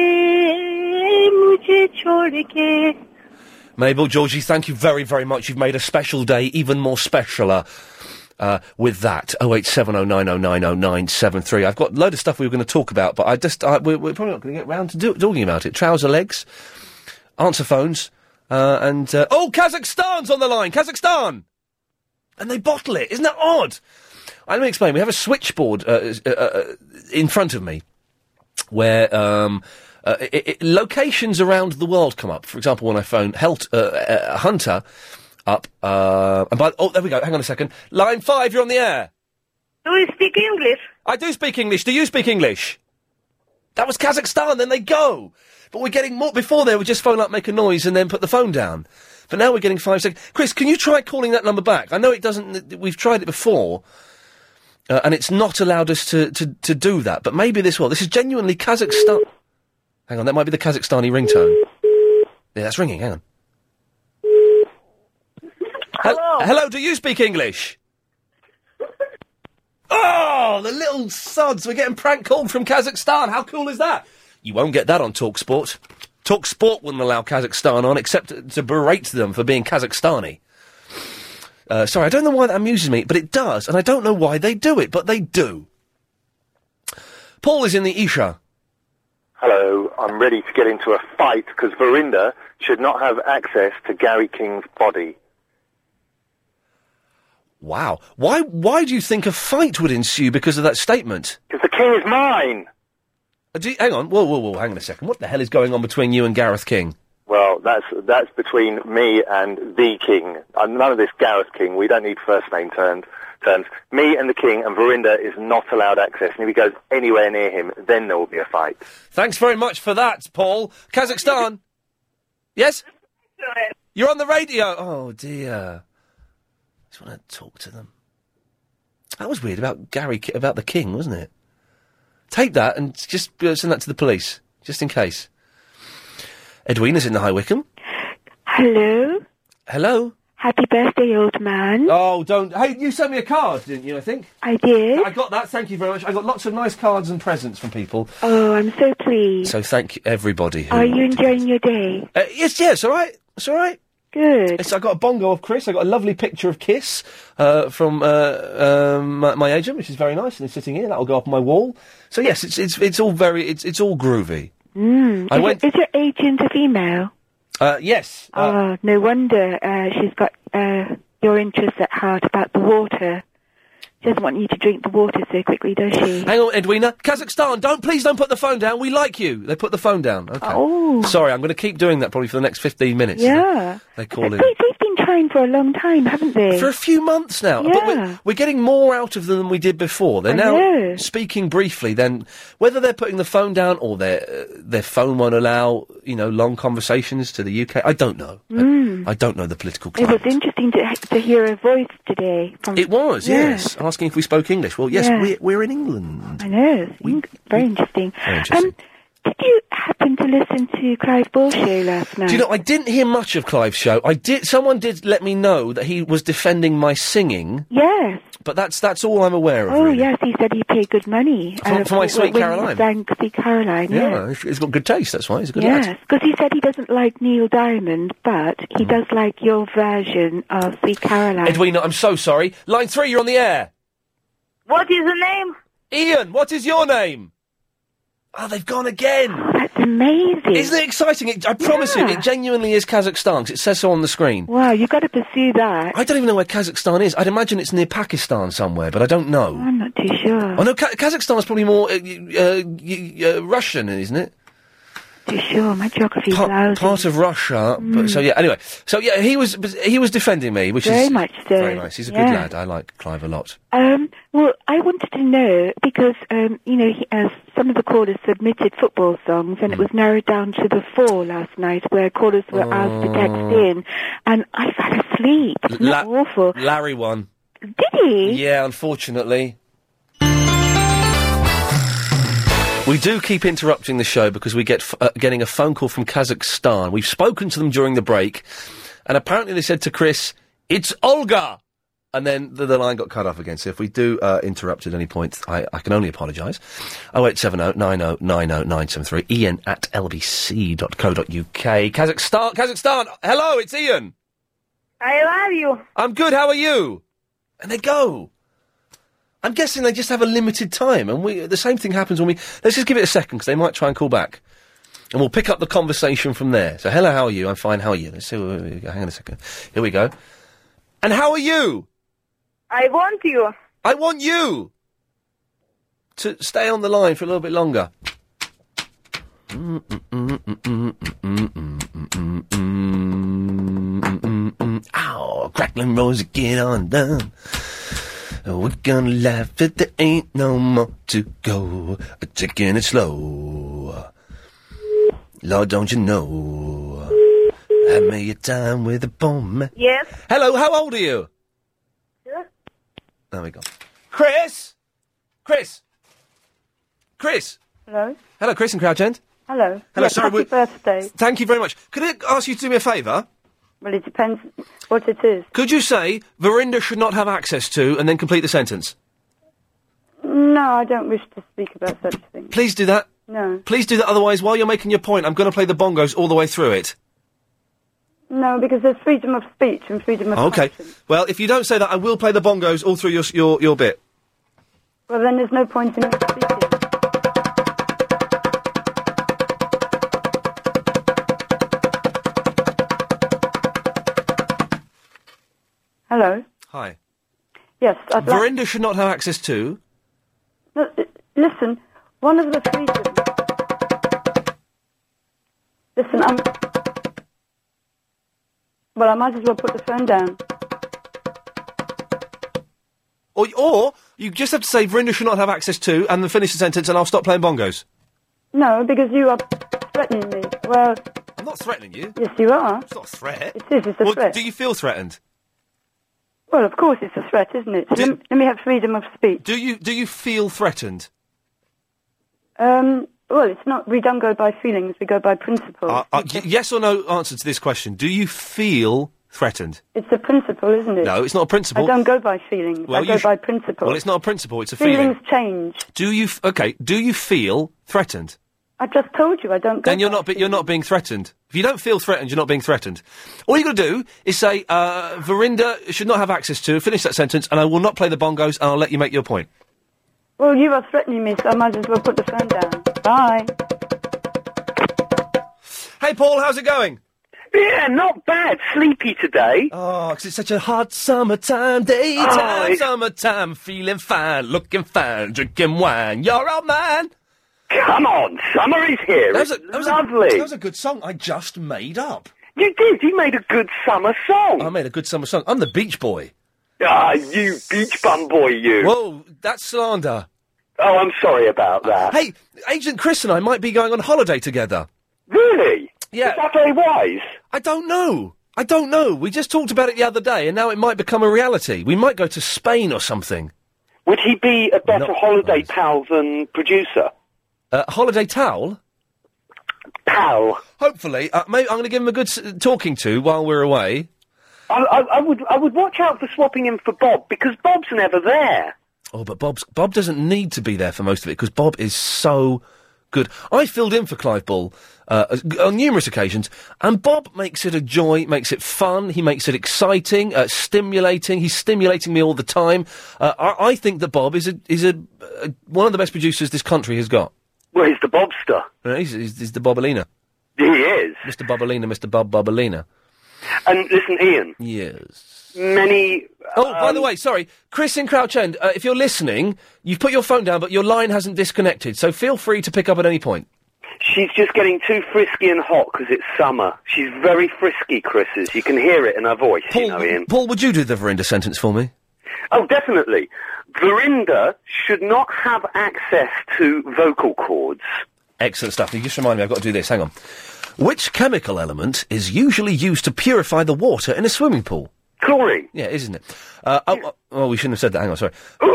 Speaker 22: मुझे छोड़ के
Speaker 2: Mabel, Georgie, thank you very very much. You've made a special day even more specialer. Uh, with that, oh eight seven oh nine oh nine oh nine seven three. I've got a load of stuff we were going to talk about, but I just I, we're, we're probably not going to get round to do, talking about it. Trouser legs, answer phones, uh, and uh, oh, Kazakhstan's on the line. Kazakhstan. and they bottle it. Isn't that odd? Uh, Let me explain. We have a switchboard uh, is- uh, uh, in front of me where um, uh, i i locations around the world come up. For example, when I phone Helt, uh, uh, Hunter up, uh, and by, oh, there we go. Hang on a second. Line five, you're on the air.
Speaker 22: Do you speak English?
Speaker 2: I do speak English. Do you speak English? That was Kazakhstan. Then they go. But we're getting more. Before they would just phone up, make a noise, and then put the phone down. But now we're getting five seconds. Chris, can you try calling that number back? I know it doesn't. We've tried it before, uh, and it's not allowed us to, to, to do that. But maybe this will. This is genuinely Kazakhstan. Hang on, that might be the Kazakhstani ringtone. Yeah, that's ringing. Hang on. Hello. Hello. Do you speak English? Oh, the little sods. We're getting prank called from Kazakhstan. How cool is that? You won't get that on TalkSport. TalkSport wouldn't allow Kazakhstan on except to- to berate them for being Kazakhstani. Uh, sorry, I don't know why that amuses me, but it does, and I don't know why they do it, but they do. Paul is in the Isha.
Speaker 31: Hello, I'm ready to get into a fight because Verinda should not have access to Gary King's body.
Speaker 2: Wow. Why? Why do you think a fight would ensue because of that statement? Uh,
Speaker 31: Because the king is mine.
Speaker 2: Do you, hang on. Whoa, whoa, whoa. Hang on a second. What the hell is going on between you and Gareth King?
Speaker 31: Well, that's that's between me and the king. Uh, none of this Gareth King. We don't need first name terms. Terms. Me and the king and Verinda is not allowed access. And if he goes anywhere near him, then there will be a fight.
Speaker 2: Thanks very much for that, Paul. Kazakhstan. yes. You're on the radio. Oh dear. I just want to talk to them. That was weird about Gary Ki- about the king, wasn't it? Take that and just uh, send that to the police, just in case. Edwina's in the High Wycombe.
Speaker 4: Hello.
Speaker 2: Hello.
Speaker 4: Happy birthday, old man.
Speaker 2: Oh, don't. Hey, you sent me a card, didn't you? I think.
Speaker 4: I did.
Speaker 2: I got that. Thank you very much. I got lots of nice cards and presents from people.
Speaker 4: Oh, I'm so pleased.
Speaker 2: So thank everybody. Who...
Speaker 4: Are you enjoying your day?
Speaker 2: Uh, yes, yes, all right. It's all right.
Speaker 4: Good.
Speaker 2: It's, I got a bongo of Chris. I got a lovely picture of Kiss uh, from uh, um, my, my agent, which is very nice, and he's sitting here. That'll go up on my wall. So yes, it's it's it's all very it's it's all groovy.
Speaker 4: Mm.
Speaker 2: I
Speaker 4: is,
Speaker 2: went-
Speaker 4: it- is your agent a female?
Speaker 2: Uh, yes.
Speaker 4: oh, no wonder uh, she's got uh, your interest at heart about the water. She doesn't want you to drink the water so quickly, does she?
Speaker 2: Hang on, Edwina. Kazakhstan, don't please don't put the phone down. We like you. They put the phone down. Okay.
Speaker 4: Oh.
Speaker 2: Sorry, I'm going to keep doing that probably for the next 15 minutes.
Speaker 4: yeah.
Speaker 2: They call in.
Speaker 4: They, they've been trying for a long time, haven't they?
Speaker 2: For a few months now.
Speaker 4: Yeah.
Speaker 2: But we're, we're getting more out of them than we did before. They're
Speaker 4: I
Speaker 2: now
Speaker 4: know.
Speaker 2: speaking briefly. Then, whether they're putting the phone down or their uh, their phone won't allow, you know, long conversations to the UK. I don't know.
Speaker 4: Mm.
Speaker 2: I don't know the political
Speaker 4: It
Speaker 2: climate.
Speaker 4: was interesting to to hear a voice today. From,
Speaker 2: It was,
Speaker 4: Um, Yeah.
Speaker 2: yes. Asking if we spoke English. Well, yes,
Speaker 4: Yeah.
Speaker 2: we're, we're in England.
Speaker 4: I know. Very interesting.
Speaker 2: Very interesting.
Speaker 4: Um, did you happen to listen to Clive Bull show last night?
Speaker 2: Do you know? I didn't hear much of Clive's show. I did. Someone did let me know that he was defending my singing,
Speaker 4: Yes.
Speaker 2: but that's that's all I'm aware of.
Speaker 4: Oh,
Speaker 2: really.
Speaker 4: yes. He said he paid good money
Speaker 2: For- for my
Speaker 4: when-
Speaker 2: Sweet
Speaker 4: when he
Speaker 2: Caroline.
Speaker 4: sang Sweet Caroline.
Speaker 2: yeah.
Speaker 4: Yes.
Speaker 2: he's- he's got good taste. That's why he's a good lad.
Speaker 4: Yes, because he said he doesn't like Neil Diamond, but
Speaker 2: Mm-hmm.
Speaker 4: he does like your version of Sweet Caroline.
Speaker 2: Edwina, I'm so sorry. Line three, you're on the air.
Speaker 4: What is the name?
Speaker 2: Ian, what is your name? Oh, they've gone again.
Speaker 4: that's amazing.
Speaker 2: Isn't it exciting? It, I promise you,
Speaker 4: Yeah.
Speaker 2: it genuinely is Kazakhstan 'cause it says so on the screen.
Speaker 4: Wow, you've got to pursue that.
Speaker 2: I don't even know where Kazakhstan is. I'd imagine it's near Pakistan somewhere, but I don't know.
Speaker 4: I'm not too sure.
Speaker 2: Oh no, Ka- Kazakhstan is probably more uh, uh, y- uh, Russian, isn't it?
Speaker 4: Too sure. My geography's
Speaker 2: Part, part of Russia. But, so yeah. Anyway, so yeah, he was he was defending me, which
Speaker 4: Very
Speaker 2: is
Speaker 4: much so,
Speaker 2: very nice. He's a good
Speaker 4: yeah.
Speaker 2: lad. I like Clive a lot.
Speaker 4: Um, well, I wanted to know because um, you know he, as some of the callers submitted football songs,
Speaker 2: Mm.
Speaker 4: and it was narrowed down to the four last night, where callers were asked to text
Speaker 2: Oh.
Speaker 4: in, and I fell asleep. Isn't
Speaker 2: La-
Speaker 4: that awful?
Speaker 2: Larry won.
Speaker 4: Did he?
Speaker 2: Yeah, unfortunately. We do keep interrupting the show because we get f- uh, getting a phone call from Kazakhstan. We've spoken to them during the break, and apparently they said to Chris, "It's Olga," and then the, the line got cut off again. So if we do uh, interrupt at any point, I, I can only apologise. Oh eight seven oh nine oh nine oh nine seven three. Ian at lbc.co.uk. Kazakhstan, Kazakhstan. Hello, it's Ian.
Speaker 4: I love you.
Speaker 2: I'm good. How are you? And they go. I'm guessing they just have a limited time, and we the same thing happens when we let's just give it a second because they might try and call back, and we'll pick up the conversation from there. So, hello, how are you? I'm fine. How are you? Let's see. where we go. Hang on a second. Here we go. And how are you?
Speaker 4: I want you.
Speaker 2: I want you to stay on the line for a little bit longer. Ow, crackling rose, get on down. We're gonna laugh, but there ain't no more to go. Taking it slow. Lord, don't you know? I made your time with a bomb.
Speaker 4: Yes.
Speaker 2: Hello, how old are you? There we go. Chris! Chris! Chris!
Speaker 4: Hello.
Speaker 2: Hello, Chris and Crouch End.
Speaker 4: Hello.
Speaker 2: Hello, Yes, sorry, happy we-
Speaker 4: birthday.
Speaker 2: Thank you very much. Could I ask you to do me a favour?
Speaker 4: Well, it depends what it is.
Speaker 2: Could you say Verinda should not have access to and then complete the sentence?
Speaker 4: No, I don't wish to speak about such things.
Speaker 2: Please do that.
Speaker 4: No.
Speaker 2: Please do that, otherwise, while you're making your point, I'm going to play the bongos all the way through it.
Speaker 4: No, because there's freedom of speech and freedom of
Speaker 2: okay. Well, if you don't say that, I will play the bongos all through your, s- your, your bit.
Speaker 4: Well, then there's no point in speaking. Hello.
Speaker 2: Hi.
Speaker 15: Yes, I'd like-
Speaker 2: Verinda should not have access to.
Speaker 15: No, l- listen, one of the reasons. Listen, I'm. Well, I might as well put the phone down.
Speaker 2: Or, or you just have to say Verinda should not have access to, and then finish the sentence, and I'll stop playing bongos.
Speaker 15: No, because you are threatening me. Well,
Speaker 2: I'm not threatening you.
Speaker 15: yes, you are.
Speaker 2: It's not a threat.
Speaker 15: It is, it's a
Speaker 2: well,
Speaker 15: threat.
Speaker 2: Do you feel threatened?
Speaker 15: Well, of course, it's a threat, isn't it? Lem- let me have freedom of speech.
Speaker 2: Do you do you feel threatened?
Speaker 15: Um, well, it's not. We don't go by feelings. We go by principle.
Speaker 2: Uh, uh, y- yes or no answer to this question. Do you feel threatened?
Speaker 15: it's a principle, isn't it?
Speaker 2: No, it's not a principle.
Speaker 15: I don't go by feelings.
Speaker 2: Well,
Speaker 15: I
Speaker 2: you
Speaker 15: go
Speaker 2: sh-
Speaker 15: by principle.
Speaker 2: Well, it's not a principle. It's a feeling.
Speaker 15: feelings change.
Speaker 2: Do you f- okay? Do you feel threatened?
Speaker 15: I just told you I don't go.
Speaker 2: Then you're not be- you're not being threatened. If you don't feel threatened, you're not being threatened. All you got to do is say, uh, "Verinda should not have access to." Finish that sentence, and I will not play the bongos, and I'll let you make your point.
Speaker 15: Well, you are threatening me, so I might as well put the phone down. Bye.
Speaker 2: Hey, Paul, how's it going?
Speaker 8: Yeah, not bad. Sleepy today. Oh,
Speaker 2: Oh, because it's such a hot summertime daytime, summertime, feeling fine, looking fine, drinking wine. You're all mine.
Speaker 8: Come on, summer is here. It's lovely.
Speaker 2: that was a good song I just made up.
Speaker 8: You did. You made a good summer song.
Speaker 2: I made a good summer song. I'm the Beach Boy.
Speaker 8: Ah, you beach bum boy, you.
Speaker 2: Whoa, that's slander.
Speaker 8: Oh, I'm sorry about that.
Speaker 2: Hey, Agent Chris and I might be going on holiday together.
Speaker 8: Really?
Speaker 2: Yeah.
Speaker 8: Is that very wise?
Speaker 2: I don't know. I don't know. We just talked about it the other day, and now it might become a reality. We might go to Spain or something.
Speaker 8: Would he be a better holiday pal than producer?
Speaker 2: Uh, holiday towel?
Speaker 8: Pal.
Speaker 2: Hopefully. Uh, maybe I'm going to give him a good s- talking to while we're away.
Speaker 8: I, I, I would I would watch out for swapping him for Bob because Bob's never there.
Speaker 2: Oh, but Bob's Bob doesn't need to be there for most of it because Bob is so good. I filled in for Clive Ball uh, as- on numerous occasions, and Bob makes it a joy, makes it fun. He makes it exciting, uh, stimulating. He's stimulating me all the time. Uh, I, I think that Bob is a is a, uh one of the best producers this country has got.
Speaker 8: Well, he's the Bobster.
Speaker 2: Uh, He's, he's, he's the Bobolina.
Speaker 8: He is.
Speaker 2: Mr. Bobolina, Mr. Bob Bobolina.
Speaker 8: And listen, Ian.
Speaker 2: Yes.
Speaker 8: Many. um,
Speaker 2: Oh, by the way, sorry, Chris in Crouch End. Uh, if you're listening, you've put your phone down, but your line hasn't disconnected, so feel free to pick up at any point.
Speaker 8: She's just getting too frisky and hot because it's summer. She's very frisky, Chris. is. You can hear it in her voice, you know, Ian.
Speaker 2: Paul, would you do the Verinda sentence for me?
Speaker 8: Oh, definitely. Verinda should not have access to vocal cords.
Speaker 2: Excellent stuff. You just remind me, I've got to do this. Hang on. Which chemical element is usually used to purify the water in a swimming pool?
Speaker 8: Chlorine.
Speaker 2: Yeah, isn't it? Uh, oh, oh, oh, we shouldn't have said that. Hang on, sorry. Uh,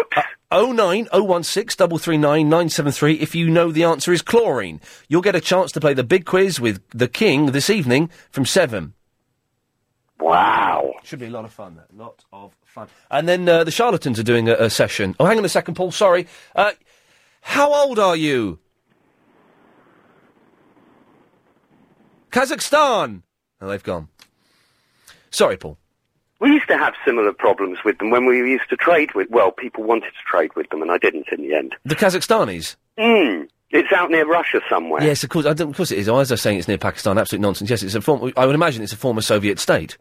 Speaker 2: 09016339973 if you know the answer is chlorine. You'll get a chance to play the big quiz with the king this evening from 7.
Speaker 8: Wow.
Speaker 2: Should be a lot of fun, that. Lot of fun. And then uh, the charlatans are doing a, a session. Oh, hang on a second, Paul. Sorry. Uh, how old are you? Kazakhstan. Oh, they've gone. Sorry, Paul.
Speaker 8: We used to have similar problems with them when we used to trade with. Well, people wanted to trade with them, and I didn't in the end.
Speaker 2: The Kazakhstanis.
Speaker 8: Mm. It's out near Russia somewhere.
Speaker 2: Yes, of course. I don't, of course it is. Why is I saying it's near Pakistan? Absolute nonsense. Yes, it's a form. I would imagine it's a former Soviet state.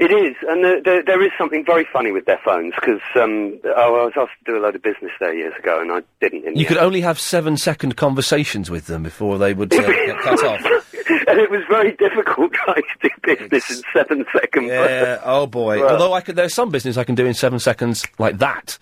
Speaker 8: It is, and there, there, there is something very funny with their phones because um, I was asked to do a load of business there years ago, and I didn't. In the
Speaker 2: You could
Speaker 8: end.
Speaker 2: only have seven-second conversations with them before they would uh, get cut off.
Speaker 8: and it was very difficult trying to do business in seven seconds.
Speaker 2: Yeah. Oh boy.
Speaker 8: Well.
Speaker 2: Although I could, there's some business I can do in seven seconds like that.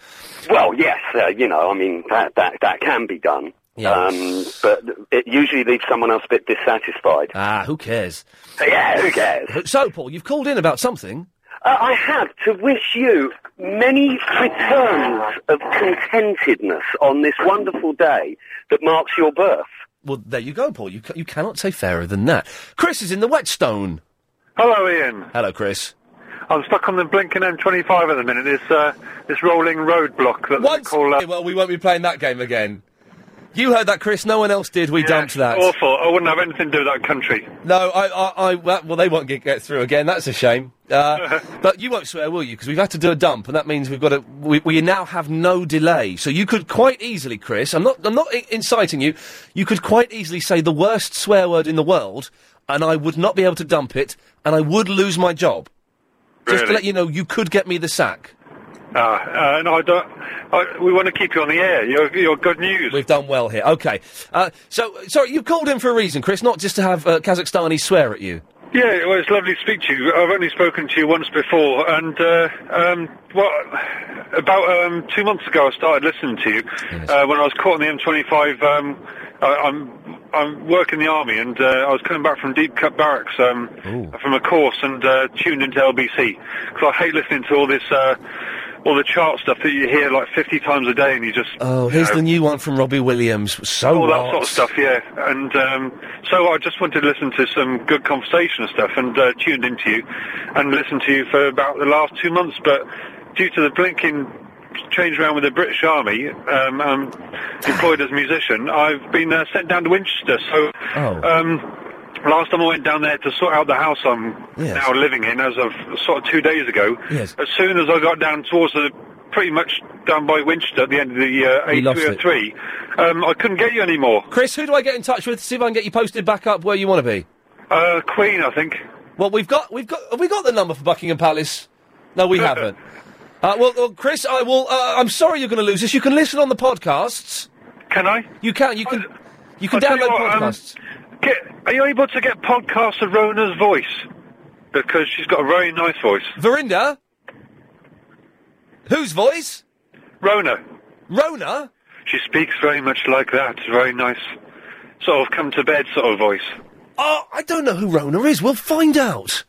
Speaker 8: Well, yes, uh, you know, I mean that that that can be done. Um, but it usually leaves someone else a bit dissatisfied.
Speaker 2: Ah, who cares?
Speaker 8: Yeah, who cares?
Speaker 2: So, Paul, you've called in about something.
Speaker 8: Uh, I have to wish you many returns of contentedness on this wonderful day that marks your birth.
Speaker 2: Well, there you go, Paul. You ca- you cannot say fairer than that. Chris is in the whetstone.
Speaker 16: Hello, Ian.
Speaker 2: Hello, Chris.
Speaker 16: I'm stuck on the blinking M25 at the minute. This uh, this rolling roadblock that
Speaker 2: Once-
Speaker 16: they call. Uh,
Speaker 2: Hey, well, we won't be playing that game again. You heard that, Chris. No one else did. We dumped that.
Speaker 16: awful. I wouldn't have anything to do with that country.
Speaker 2: No, I, I, I well, well, they won't get, get through again. That's a shame. Uh, but you won't swear, will you? Because we've had to do a dump, and that means we've got to. We, we now have no delay, so you could quite easily, Chris. I'm not. I'm not i- inciting you. You could quite easily say the worst swear word in the world, and I would not be able to dump it, and I would lose my job. Just to
Speaker 16: Really?
Speaker 2: let you know, you could get me the sack.
Speaker 16: Ah, uh, no, I don't. I, we want to keep you on the air. You're, you're good news.
Speaker 2: We've done well here. Okay. Uh, so, sorry, you called in for a reason, Chris, not just to have uh, Kazakhstani swear at you.
Speaker 16: Yeah, well, it's lovely to speak to you. I've only spoken to you once before, and uh, um, well, about um, two months ago, I started listening to you uh, when I was caught on the M25. Um, I, I'm I'm working the army, and uh, I was coming back from Deep Cut Barracks um, from a course, and uh, tuned into LBC because I hate listening to all this. Uh, all the chart stuff that you hear like 50 times a day and you just
Speaker 2: Oh, here's the new one from Robbie Williams. So
Speaker 16: all
Speaker 2: what?
Speaker 16: that sort of stuff, yeah. And um, so I just wanted to listen to some good conversation and stuff, and uh, tuned into you, and listened to you for about the last two months. But due to the blinking change around with the British Army, um, um, employed as a musician, I've been uh, sent down to Winchester. So.
Speaker 13: Uh,
Speaker 20: Oh.
Speaker 16: Um, Last time I went down there to sort out the house I'm
Speaker 20: Yes.
Speaker 16: now living in, as of sort of two days ago,
Speaker 20: Yes.
Speaker 16: as soon as I got down towards the pretty much down by Winchester at the end of the uh,
Speaker 2: We lost it.
Speaker 16: A303, um, I couldn't get you anymore.
Speaker 2: Chris, who do I get in touch with? See if I can get you posted back up where you want to be.
Speaker 16: Uh, Queen, I think.
Speaker 2: Well, we've got we've got have we got the number for Buckingham Palace? No, we haven't. Uh, well, well, Chris, I will. Uh, I'm sorry you're going to lose this. You can listen on the podcasts.
Speaker 16: Can I?
Speaker 2: You can. You can. you can
Speaker 16: I'll tell
Speaker 2: download
Speaker 16: what, um,
Speaker 2: podcasts.
Speaker 16: get, are you able to get podcasts of Rona's voice? Because she's got a very nice voice.
Speaker 2: Verinda? Whose voice?
Speaker 16: Rona.
Speaker 2: Rona?
Speaker 16: She speaks very much like that. Very nice. Sort of come to bed sort of voice.
Speaker 2: Oh, I don't know who Rona is. We'll find out.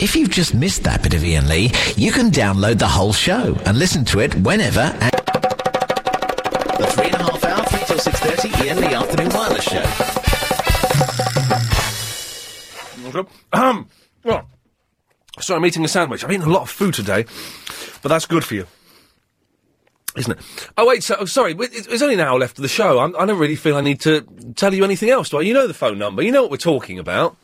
Speaker 9: If you've just missed that bit of Ian Lee, you can download the whole show and listen to it whenever. And the three and a half hour, three till six thirty, Ian Lee afternoon wireless show.
Speaker 2: Um, well, so I'm eating a sandwich. I've eaten a lot of food today, but that's good for you. Isn't it? Oh, wait, so, oh, sorry, w- it's, it's only an hour left of the show. I'm, I don't really feel I need to tell you anything else, do I? You know the phone number, you know what we're talking about.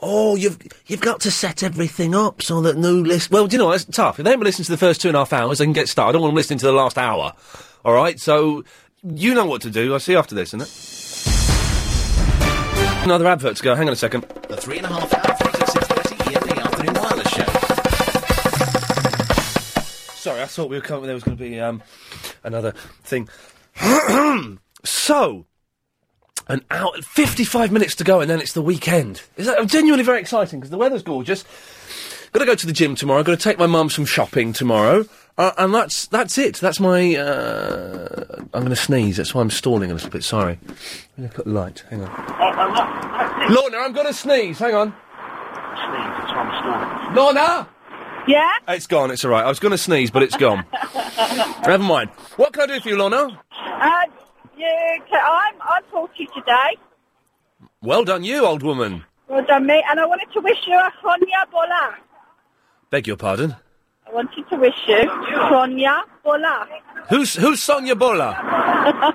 Speaker 2: Oh, you've you've got to set everything up so that no list. Well, do you know what, it's tough. If they haven't listened to the first two and a half hours, they can get started. I don't want them listening to the last hour. All right, so you know what to do. I'll see you after this, isn't it? Another advert to go. Hang on a second.
Speaker 9: The three and a half hour, three till six thirty, Ian Lee afternoon wireless show.
Speaker 2: Sorry, I thought we were coming. There was going to be um, another thing. so, an hour, fifty-five minutes to go, and then it's the weekend. Is that I'm genuinely very exciting because the weather's gorgeous. Got to go to the gym tomorrow. Got to take my mum some shopping tomorrow, uh, and that's that's it. That's my. Uh, I'm going to sneeze. That's why I'm stalling a little bit. Sorry. Let me Look at the light. Hang on. Lorna, I'm going to sneeze. Hang on. Lorna.
Speaker 17: Yeah.
Speaker 2: It's gone. It's all right. I was going to sneeze, but it's gone. Never mind. What can I do for you, Lorna?
Speaker 17: Uh, yeah, okay, I'm, I'm 40 today.
Speaker 2: Well done, you old woman.
Speaker 17: Well done, mate. And I wanted to wish you a Sonia Bola.
Speaker 2: Beg your pardon.
Speaker 17: I wanted to wish you Sonia Bola.
Speaker 2: Who's who's Sonia Bola?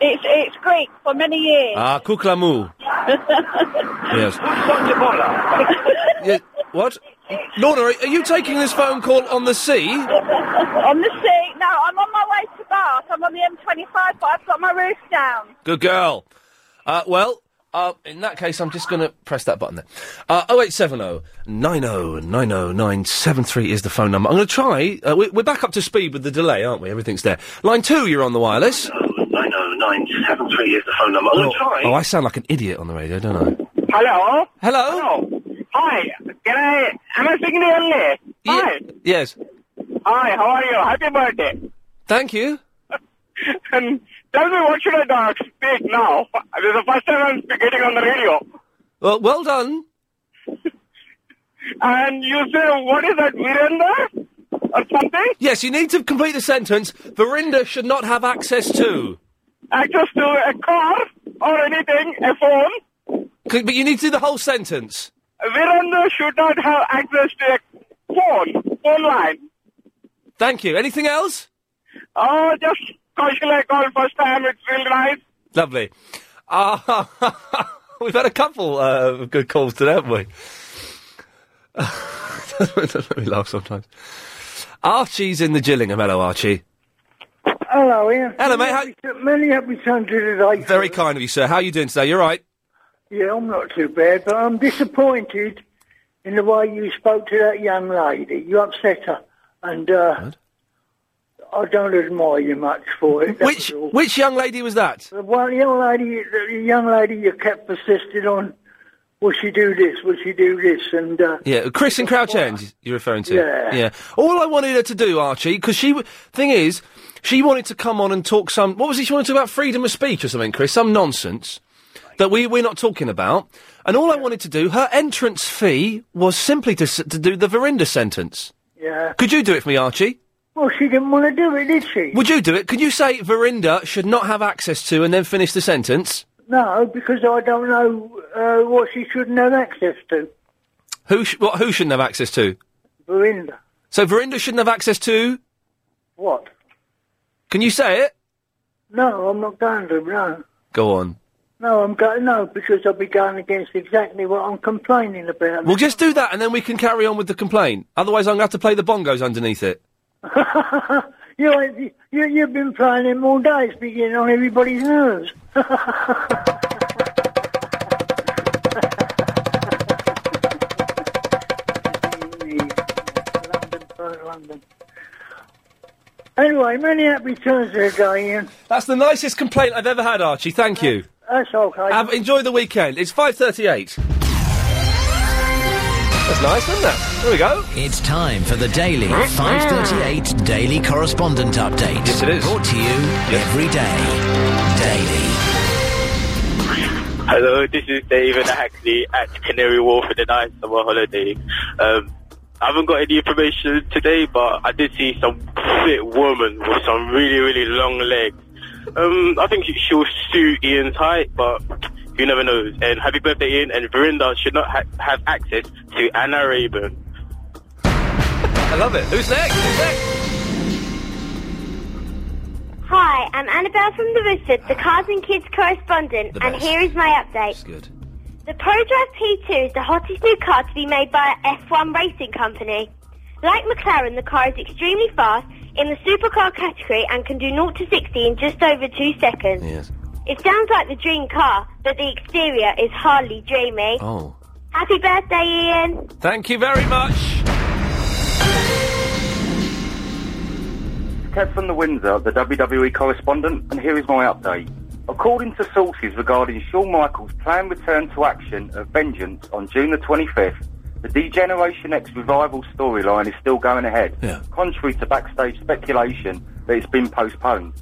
Speaker 17: It's, it's Greek for many years.
Speaker 2: Ah, Kuklamu. Yes.
Speaker 17: Sonia Bola.
Speaker 2: Yeah, What? Lorna, are are you taking this phone call on the sea?
Speaker 17: on the sea. No, I'm on my way to Bath. I'm on the M25, but I've got my roof down.
Speaker 2: Good girl. Uh, well, uh, in that case, I'm just going to press that button there. Uh, 0870 9090973 is the phone number. I'm going to try. Uh, we, we're back up to speed with the delay, aren't we? Everything's there. Line two, you're on the wireless.
Speaker 8: 90973 is the phone number. I'm going to try.
Speaker 2: Oh, I sound like an idiot on the radio, don't I?
Speaker 7: Hello?
Speaker 2: Hello?
Speaker 7: Hi. Can I... Am I speaking to Ellie? Hi.
Speaker 2: Yes.
Speaker 7: Hi, how are you? Happy birthday.
Speaker 2: Thank you.
Speaker 7: and tell me, what should I talk, speak now? This is the first time I'm speaking on the radio.
Speaker 2: Well, well done.
Speaker 7: and you say, what is that, Virendra? Or something?
Speaker 2: Yes, you need to complete the sentence. Verinda should not have access to.
Speaker 7: Access to a car or anything, a phone.
Speaker 2: C- But you need to do the whole sentence.
Speaker 7: Virendra should not have access to a phone, phone line.
Speaker 2: Thank you. Anything else?
Speaker 7: Oh, just casual I call first time. It's real nice.
Speaker 2: Lovely. Uh, we've had a couple uh, of good calls today, haven't we? Let me laugh sometimes. Archie's in the Gillingham. Hello, Archie.
Speaker 3: Hello, Ian.
Speaker 2: Hello, mate.
Speaker 3: Many happy times today.
Speaker 2: Very kind of you, sir. How are you doing today? You're right.
Speaker 3: Yeah, I'm not too bad, but I'm disappointed in the way you spoke to that young lady. You upset her.
Speaker 11: and uh, I don't admire you much for it.
Speaker 2: Which which young lady was that?
Speaker 11: The one young lady, the young lady you kept persisted on. Will she do this? Will she do this? And uh,
Speaker 2: Yeah, Chris and Crouch End you're referring to.
Speaker 11: Yeah.
Speaker 2: All I wanted her to do, Archie, because she w- thing is, she wanted to come on and talk some. What was it? She wanted to talk about freedom of speech or something, Chris. Some nonsense that we we're not talking about. And all I wanted to do, her entrance fee was simply to s- to do the Verinda sentence.
Speaker 11: yeah.
Speaker 2: Could you do it for me, Archie?
Speaker 11: Well, she didn't want to do it, did she?
Speaker 2: Would you do it? Could you say Verinda should not have access to, and then finish the sentence?
Speaker 11: No, because I don't know uh, what she shouldn't have access to.
Speaker 2: Who sh- what? Who shouldn't have access to?
Speaker 11: Verinda.
Speaker 2: So Verinda shouldn't have access to.
Speaker 11: What?
Speaker 2: Can you say it?
Speaker 11: No, I'm not going to. No,
Speaker 2: Go on.
Speaker 11: no, I'm going. No, because I'll be going against exactly what I'm complaining about.
Speaker 2: We'll just do that, and then we can carry on with the complaint. Otherwise, I'm going to have to play the bongos underneath it.
Speaker 11: you, ain't- you, you've been playing him all day. It's been getting on everybody's nerves. Anyway, many happy returns there, Diane.
Speaker 2: That's the nicest complaint I've ever had, Archie. Thank you.
Speaker 11: That's okay.
Speaker 2: Have, enjoy the weekend. It's 5.38. That's nice, isn't it? There we go.
Speaker 9: It's time for the daily 538 Daily Correspondent Update. Mm-hmm. Yes, it is. Brought to you every day.
Speaker 3: Hello, this is David Hackley at Canary Wharf for the night summer holiday. Um, I haven't got any information today, but I did see some fit woman with some really, really long legs. Um, I think she'll suit Ian's height, but you never know. And happy birthday, Ian. And Verinda should not ha- have access to Anna Rayburn.
Speaker 2: I love it. Who's next? Who's next?
Speaker 22: Hi, I'm Annabelle from The Wizard, the Cars and Kids correspondent,
Speaker 32: The
Speaker 22: and
Speaker 32: best.
Speaker 22: here is my update.
Speaker 2: good.
Speaker 22: The ProDrive P2 is the hottest new car to be made by a F1 racing company. Like McLaren, the car is extremely fast in the supercar category and can do 0 to 60 in just over 2 seconds.
Speaker 2: Yes.
Speaker 22: It sounds like the dream car, but the exterior is hardly dreamy.
Speaker 2: Oh.
Speaker 22: Happy birthday, Ian!
Speaker 2: Thank you very much.
Speaker 33: Ted from the Windsor, the WWE correspondent, and here is my update. According to sources regarding Shawn Michaels' planned return to action of Vengeance on June the 25th, the Degeneration X revival storyline is still going ahead, contrary to backstage speculation that it's been postponed.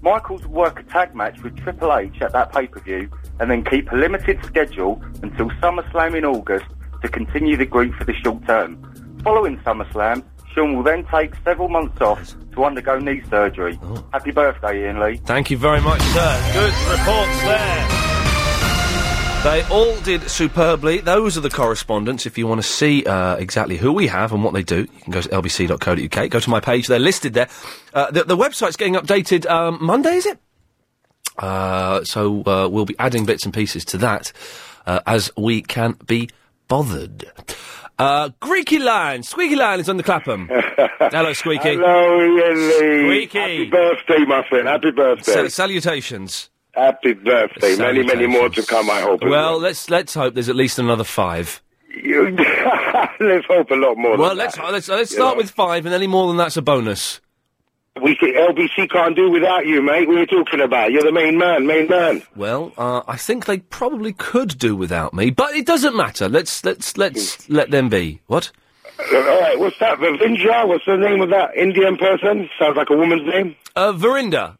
Speaker 33: Michaels will work a tag match with Triple H at that pay-per-view and then keep a limited schedule until SummerSlam in August to continue the group for the short term. Following SummerSlam, Sean will then take several months off to undergo knee surgery. Happy birthday, Ian Lee.
Speaker 2: Thank you very much, sir. Good reports there. They all did superbly. Those are the correspondents. If you want to see uh, exactly who we have and what they do, you can go to lbc.co.uk. Go to my page. They're listed there. Uh, the, the website's getting updated um, Monday, is it? Uh, so uh, we'll be adding bits and pieces to that uh, as we can be bothered. Uh, Greeky Lion, Squeaky Lion is on the Clapham. Hello, Squeaky.
Speaker 34: Hello, Ian Lee.
Speaker 2: Squeaky.
Speaker 34: Happy birthday, my friend. Happy birthday.
Speaker 2: Sal- salutations.
Speaker 34: Happy birthday. Many, many more to come, I hope.
Speaker 2: Well, let's let's hope there's at least another five.
Speaker 34: You- let's hope a lot more.
Speaker 2: Well,
Speaker 34: than
Speaker 2: let's uh,
Speaker 34: that.
Speaker 2: let's let's
Speaker 34: uh, You
Speaker 2: start
Speaker 34: know.
Speaker 2: with five, and any more than that's a bonus.
Speaker 34: We can, LBC can't do without you, mate. What are you talking about? You're the main man, main man.
Speaker 2: Well, uh, I think they probably could do without me, but it doesn't matter. Let's let's let's
Speaker 34: Hmm.
Speaker 2: let them be. What?
Speaker 34: Uh, All right, what's that? Vindra? What's the name of that Indian person? Sounds like a woman's name.
Speaker 2: Uh, Verinda.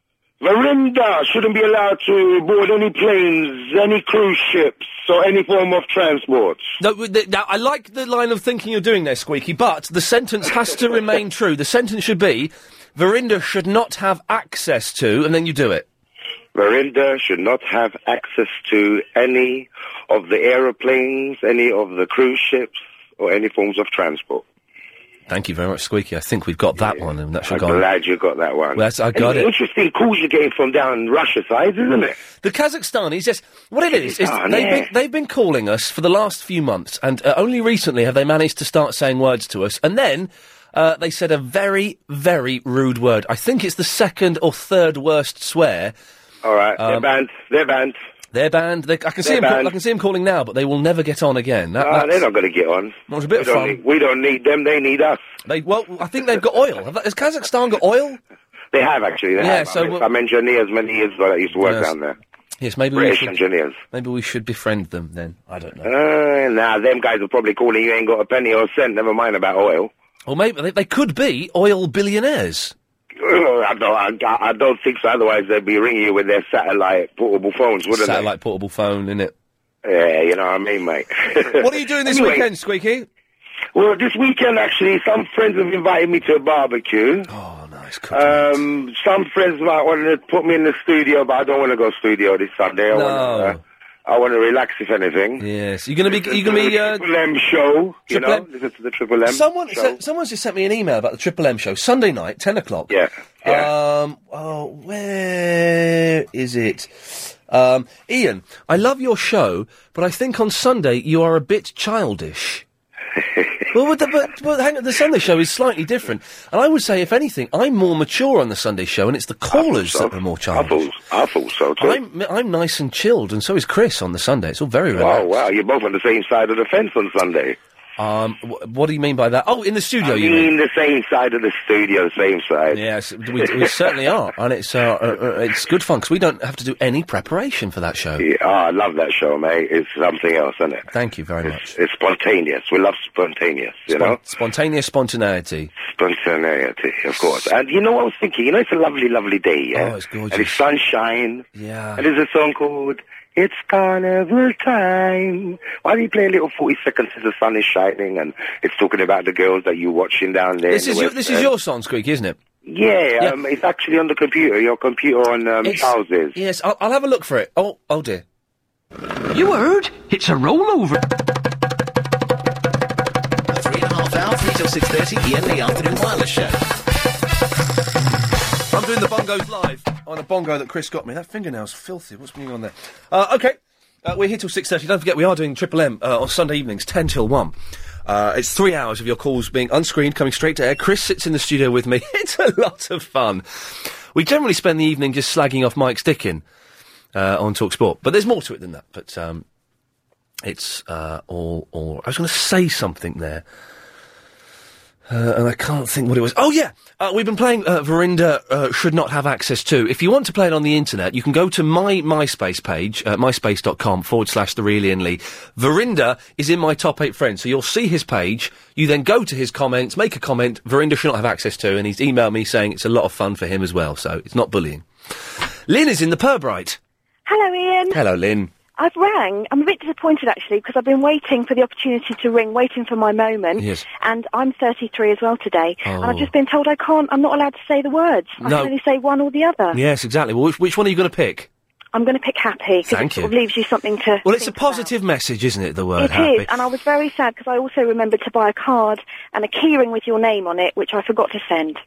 Speaker 34: Verinda shouldn't be allowed to board any planes, any cruise ships, or any form of transport.
Speaker 2: No, w- th- now I like the line of thinking you're doing there, Squeaky, but the sentence has to remain true. The sentence should be, Verinda should not have access to, and then you do it.
Speaker 34: Verinda should not have access to any of the aeroplanes, any of the cruise ships, or any forms of transport.
Speaker 2: Thank you very much, Squeaky. I think we've got that one, and that should
Speaker 34: I'm
Speaker 2: go. on.
Speaker 34: glad you got that one.
Speaker 2: Well, that's- I got
Speaker 34: And
Speaker 2: it.
Speaker 34: Interesting calls you're getting from down Russia side, isn't it?
Speaker 2: The Kazakhstanis, yes. What it is, is
Speaker 34: Kazakhstan,
Speaker 2: they've,
Speaker 34: yeah.
Speaker 2: been, they've been calling us for the last few months, and uh, only recently have they managed to start saying words to us. And then uh, they said a very, very rude word. I think it's the second or third worst swear.
Speaker 34: All right, they're banned. They're banned.
Speaker 2: Um, They're banned. They, I can see
Speaker 34: They're
Speaker 2: him. Call,
Speaker 34: banned.
Speaker 2: I can see him calling now, but they will never get on again. That,
Speaker 34: Ah, they're
Speaker 2: that's-
Speaker 34: not going to get on.
Speaker 2: That was a bit
Speaker 34: we
Speaker 2: of
Speaker 34: don't
Speaker 2: fun.
Speaker 34: Need, we don't need them. They need us.
Speaker 2: They well, I think they've got oil. Have they- has Kazakhstan got oil?
Speaker 34: They have actually. They
Speaker 2: Yeah,
Speaker 34: have.
Speaker 2: so
Speaker 34: I'm,
Speaker 2: we'll-
Speaker 34: I'm engineers many years ago that used to work
Speaker 2: Yes.
Speaker 34: down there.
Speaker 2: Yes, maybe
Speaker 34: British
Speaker 2: we should.
Speaker 34: engineers.
Speaker 2: Maybe we should befriend them then. I don't know.
Speaker 34: Uh, nah, them guys are probably calling you ain't got a penny or a cent. Never mind about oil.
Speaker 2: Or maybe they, they could be oil billionaires.
Speaker 34: I don't, I, I don't think so. Otherwise, they'd be ringing you with their satellite portable phones, wouldn't
Speaker 2: Satellite portable phone, innit?
Speaker 34: they? Yeah, you know what I mean, mate.
Speaker 2: what are you doing this
Speaker 34: Anyway,
Speaker 2: weekend, Squeaky?
Speaker 34: Well, this weekend actually, some friends have invited me to a barbecue.
Speaker 2: Oh, nice.
Speaker 34: Um, some friends might want to put me in the studio, but I don't want to go studio this Sunday. I
Speaker 2: No.
Speaker 34: want to. I want to relax, if anything.
Speaker 2: Yes, you're going to be. You're going to be. Uh,
Speaker 34: Triple M show. You
Speaker 2: Triple
Speaker 34: know,
Speaker 2: M-
Speaker 34: listen to the Triple M.
Speaker 2: Someone,
Speaker 34: show.
Speaker 2: so, someone's just sent me an email about the Triple M show Sunday night, ten o'clock. Yeah. Um. Oh, where is it? Um. Ian, I love your show, but I think on Sunday you are a bit childish. well, but, the, but, but hang on, the Sunday show is slightly different, and I would say, if anything, I'm more mature on the Sunday show, and it's the callers that are more childish.
Speaker 34: I thought so too.
Speaker 2: I'm I'm nice and chilled, and so is Chris on the Sunday. It's all very
Speaker 34: Wow,
Speaker 2: relaxed.
Speaker 34: wow! You're both on the same side of the fence on Sunday.
Speaker 2: Um, wh- what do you mean by that? Oh, in the studio,
Speaker 34: I
Speaker 2: you
Speaker 34: mean,
Speaker 2: mean?
Speaker 34: the same side of the studio, same side.
Speaker 2: Yes, we, we certainly are, and it's uh, uh, uh, it's good fun because we don't have to do any preparation for that show.
Speaker 34: Yeah, oh, I love that show, mate. It's something else, isn't it?
Speaker 2: Thank you very much.
Speaker 34: It's spontaneous. We love spontaneous, you know?
Speaker 2: Spontaneous spontaneity.
Speaker 34: Spontaneity, of course. And you know what I was thinking? You know, it's a lovely, lovely day, yeah?
Speaker 2: Oh, it's gorgeous.
Speaker 34: And it's sunshine.
Speaker 2: Yeah.
Speaker 34: And there's a song called It's Carnival Time. Why do you play a little 40 seconds as the sun is shining and it's talking about the girls that you're watching down there? in
Speaker 2: This
Speaker 34: the
Speaker 2: is your,
Speaker 34: West
Speaker 2: this is
Speaker 34: End?
Speaker 2: your song, Squeaky, isn't it?
Speaker 34: uh, Yeah, Um, it's actually on the computer. Your computer on um,
Speaker 2: It's-
Speaker 34: houses.
Speaker 2: Yes, I'll, I'll have a look for it. Oh, oh dear.
Speaker 9: You heard? It's a rollover. Three and a half hour, three till six thirty. Ian Lee afternoon wireless show.
Speaker 2: I'm doing the bongos live on a bongo that Chris got me. That fingernail's filthy. What's going on there? Uh, okay, uh, we're here till six thirty. Don't forget, we are doing Triple M uh, on Sunday evenings, ten till one. Uh, it's three hours of your calls being unscreened, coming straight to air. Chris sits in the studio with me. it's a lot of fun. We generally spend the evening just slagging off Mike's Dickin uh, on Talk Sport, but there's more to it than that. But um, it's uh, all, all. I was going to say something there. Uh, and I can't think what it was. Oh yeah, uh, we've been playing uh, Verinda uh, should not have access to. If you want to play it on the internet, you can go to my MySpace page, uh, myspace.com forward slash the Real Ian Lee. Verinda is in my top eight friends, so you'll see his page. You then go to his comments, make a comment. Verinda should not have access to, and he's emailed me saying it's a lot of fun for him as well. So it's not bullying. Lynn is in the Purbright.
Speaker 1: Hello, Ian.
Speaker 2: Hello, Lynn.
Speaker 1: I've rang. I'm a bit disappointed actually because I've been waiting for the opportunity to ring, waiting for my moment.
Speaker 2: Yes.
Speaker 1: And I'm 33 as well today, and
Speaker 2: Oh.
Speaker 1: I've just been told I can't. I'm not allowed to say the words. I
Speaker 2: No.
Speaker 1: can only say one or the other.
Speaker 2: Yes, exactly. Well, which, which one are you going to pick?
Speaker 1: I'm going to pick happy because
Speaker 2: Thank
Speaker 1: it sort of
Speaker 2: you.
Speaker 1: leaves you something to.
Speaker 2: Well, it's a positive message, isn't it? The word
Speaker 1: It is,
Speaker 2: happy.
Speaker 1: and I was very sad because I also remembered to buy a card and a keyring with your name on it, which I forgot to send.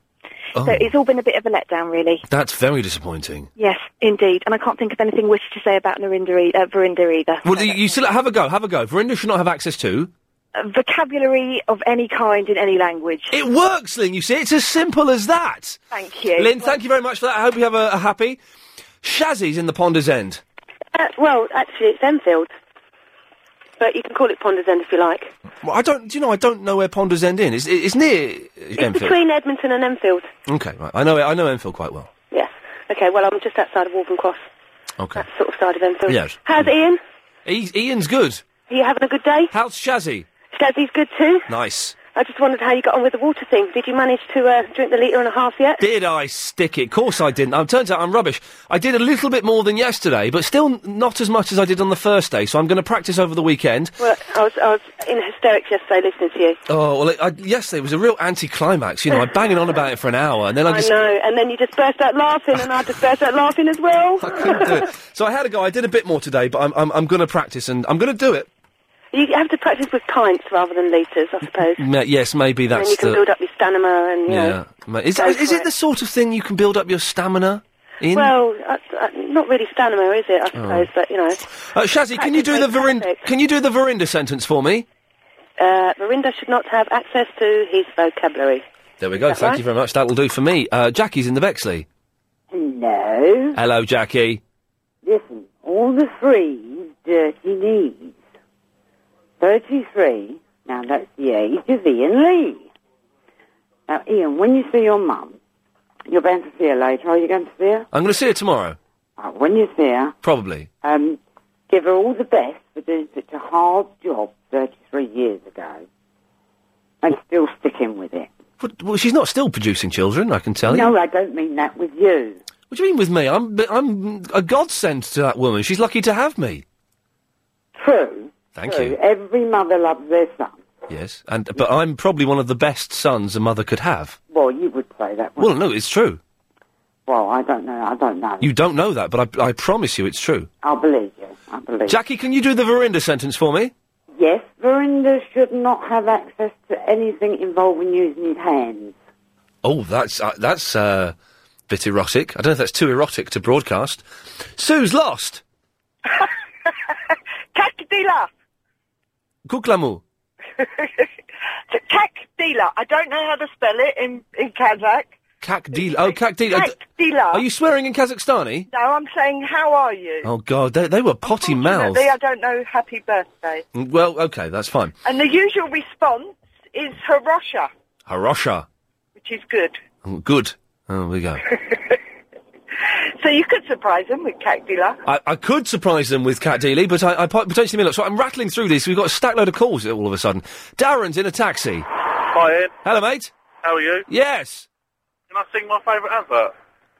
Speaker 2: Oh.
Speaker 1: So it's all been a bit of a letdown, really.
Speaker 2: That's very disappointing.
Speaker 1: Yes, indeed. And I can't think of anything witty to say about Narinda e- uh, Verinda either.
Speaker 2: Well, you, you still have a go. Have a go. Verinda should not have access to.
Speaker 1: Uh, vocabulary of any kind in any language.
Speaker 2: It works, Lynn. You see, it's as simple as that.
Speaker 1: Thank you.
Speaker 2: Lynn, thank you very much for that. I hope you have a, a happy. Shazzy's in the Ponders End.
Speaker 22: Uh, well, actually, it's Enfield. But you can call it Ponder's End if you like.
Speaker 2: Well, I don't. Do you know? I don't know where Ponders End is. It's, it's near uh,
Speaker 22: It's
Speaker 2: Enfield.
Speaker 22: between Edmonton and Enfield.
Speaker 2: Okay, right. I know. it- I know Enfield quite well.
Speaker 22: Yes. Okay, well, I'm just outside of Waltham Cross,
Speaker 2: Okay.
Speaker 22: sort of side of Enfield.
Speaker 2: Yes.
Speaker 22: How's Ian?
Speaker 2: I- Ian's good.
Speaker 22: Are you having a good day?
Speaker 2: How's Shazzy?
Speaker 22: Shazzy's good too.
Speaker 2: Nice.
Speaker 22: I just wondered how you got on with the water thing. Did you manage to uh, drink the litre and a half yet?
Speaker 2: Did I stick it? Of course I didn't. Um, turns out I'm rubbish. I did a little bit more than yesterday, but still n- not as much as I did on the first day. So I'm going to practice over the weekend.
Speaker 22: Well, I was, I was in hysterics yesterday listening to you.
Speaker 2: Oh well, it, I, yesterday was a real anticlimax. You know, I banging on about it for an hour, and then I
Speaker 22: I
Speaker 2: just
Speaker 22: know, and then you just burst out laughing, and I just burst out laughing as well.
Speaker 2: So I had a go. I did a bit more today, but I'm I'm, I'm going to practice and I'm going to do it.
Speaker 22: you have to practice with pints rather than litres, I suppose.
Speaker 2: Ma- yes, maybe
Speaker 22: and then
Speaker 2: that's
Speaker 22: you can
Speaker 2: the
Speaker 22: build up your stamina and, you
Speaker 2: yeah.
Speaker 22: know.
Speaker 2: Ma- Is
Speaker 22: go
Speaker 2: is, is
Speaker 22: for
Speaker 2: it the sort of thing you can build up your stamina Oh. in?
Speaker 22: Well, uh, uh, not really stamina, is it? I suppose, but you know.
Speaker 2: uh, Shazzy, can you do the Verinda? Can you do the Verinda sentence for me?
Speaker 22: Uh, Verinda should not have access to his vocabulary.
Speaker 2: There we go.
Speaker 22: Is that
Speaker 2: Thank
Speaker 22: right?
Speaker 2: you very much. That'll do for me. Uh, Jackie's in the Bexley.
Speaker 18: No.
Speaker 2: Hello, Jackie.
Speaker 18: Listen,
Speaker 17: all the frees Dirty needs. 33, now that's the age of Ian Lee. Now, Ian, when you see your mum, you're bound to see her later. Are you going to see her?
Speaker 2: I'm going to see her tomorrow.
Speaker 17: Uh, when you see her,
Speaker 2: Probably.
Speaker 17: um, give her all the best for doing such a hard job 33 years ago and still sticking with it.
Speaker 2: But, well, she's not still producing children, I can tell you.
Speaker 17: no, I don't mean that with you.
Speaker 2: What do you mean with me? I'm I'm a godsend to that woman. She's lucky to have me.
Speaker 17: True.
Speaker 2: Thank
Speaker 17: True.
Speaker 2: you.
Speaker 17: Every mother loves their son.
Speaker 2: Yes, and but I'm probably one of the best sons a mother could have.
Speaker 17: Well, you would say that.
Speaker 2: Well, no, it's true.
Speaker 17: Well, I don't know. I don't know.
Speaker 2: You don't know that, but I, I promise you, it's true.
Speaker 17: I believe you. I believe.
Speaker 2: Jackie, can you do the Verinda sentence for me?
Speaker 17: Yes, Verinda should not have access to anything involving using his hands.
Speaker 2: Oh, that's uh, that's uh, a bit erotic. I don't know if that's too erotic to broadcast. Sue's lost.
Speaker 22: Tax dealer.
Speaker 2: Kuklamu.
Speaker 22: Tax dealer. I don't know how to spell it in, in Kazakh.
Speaker 2: Kak deal. Oh, kak deal.
Speaker 22: Kak dealer.
Speaker 2: Are you swearing in Kazakhstani?
Speaker 22: No, I'm saying, how are you?
Speaker 2: Oh God, they, they were potty mouthed.
Speaker 22: They, I don't know, happy birthday.
Speaker 2: Well, okay, that's fine.
Speaker 22: And the usual response is Hirosha,
Speaker 2: Harosha.
Speaker 22: which is good.
Speaker 2: Oh, Good. Oh, we go.
Speaker 22: So you could surprise them with Cat Dealer.
Speaker 2: I, I could surprise them with Cat Dealey, but I, I po- potentially may not. So I'm rattling through this. We've got a stack load of calls all of a sudden. Darren's in a taxi.
Speaker 11: Hi, Ian.
Speaker 2: Hello, mate.
Speaker 11: How are you?
Speaker 2: Yes.
Speaker 11: Can I sing my favourite advert?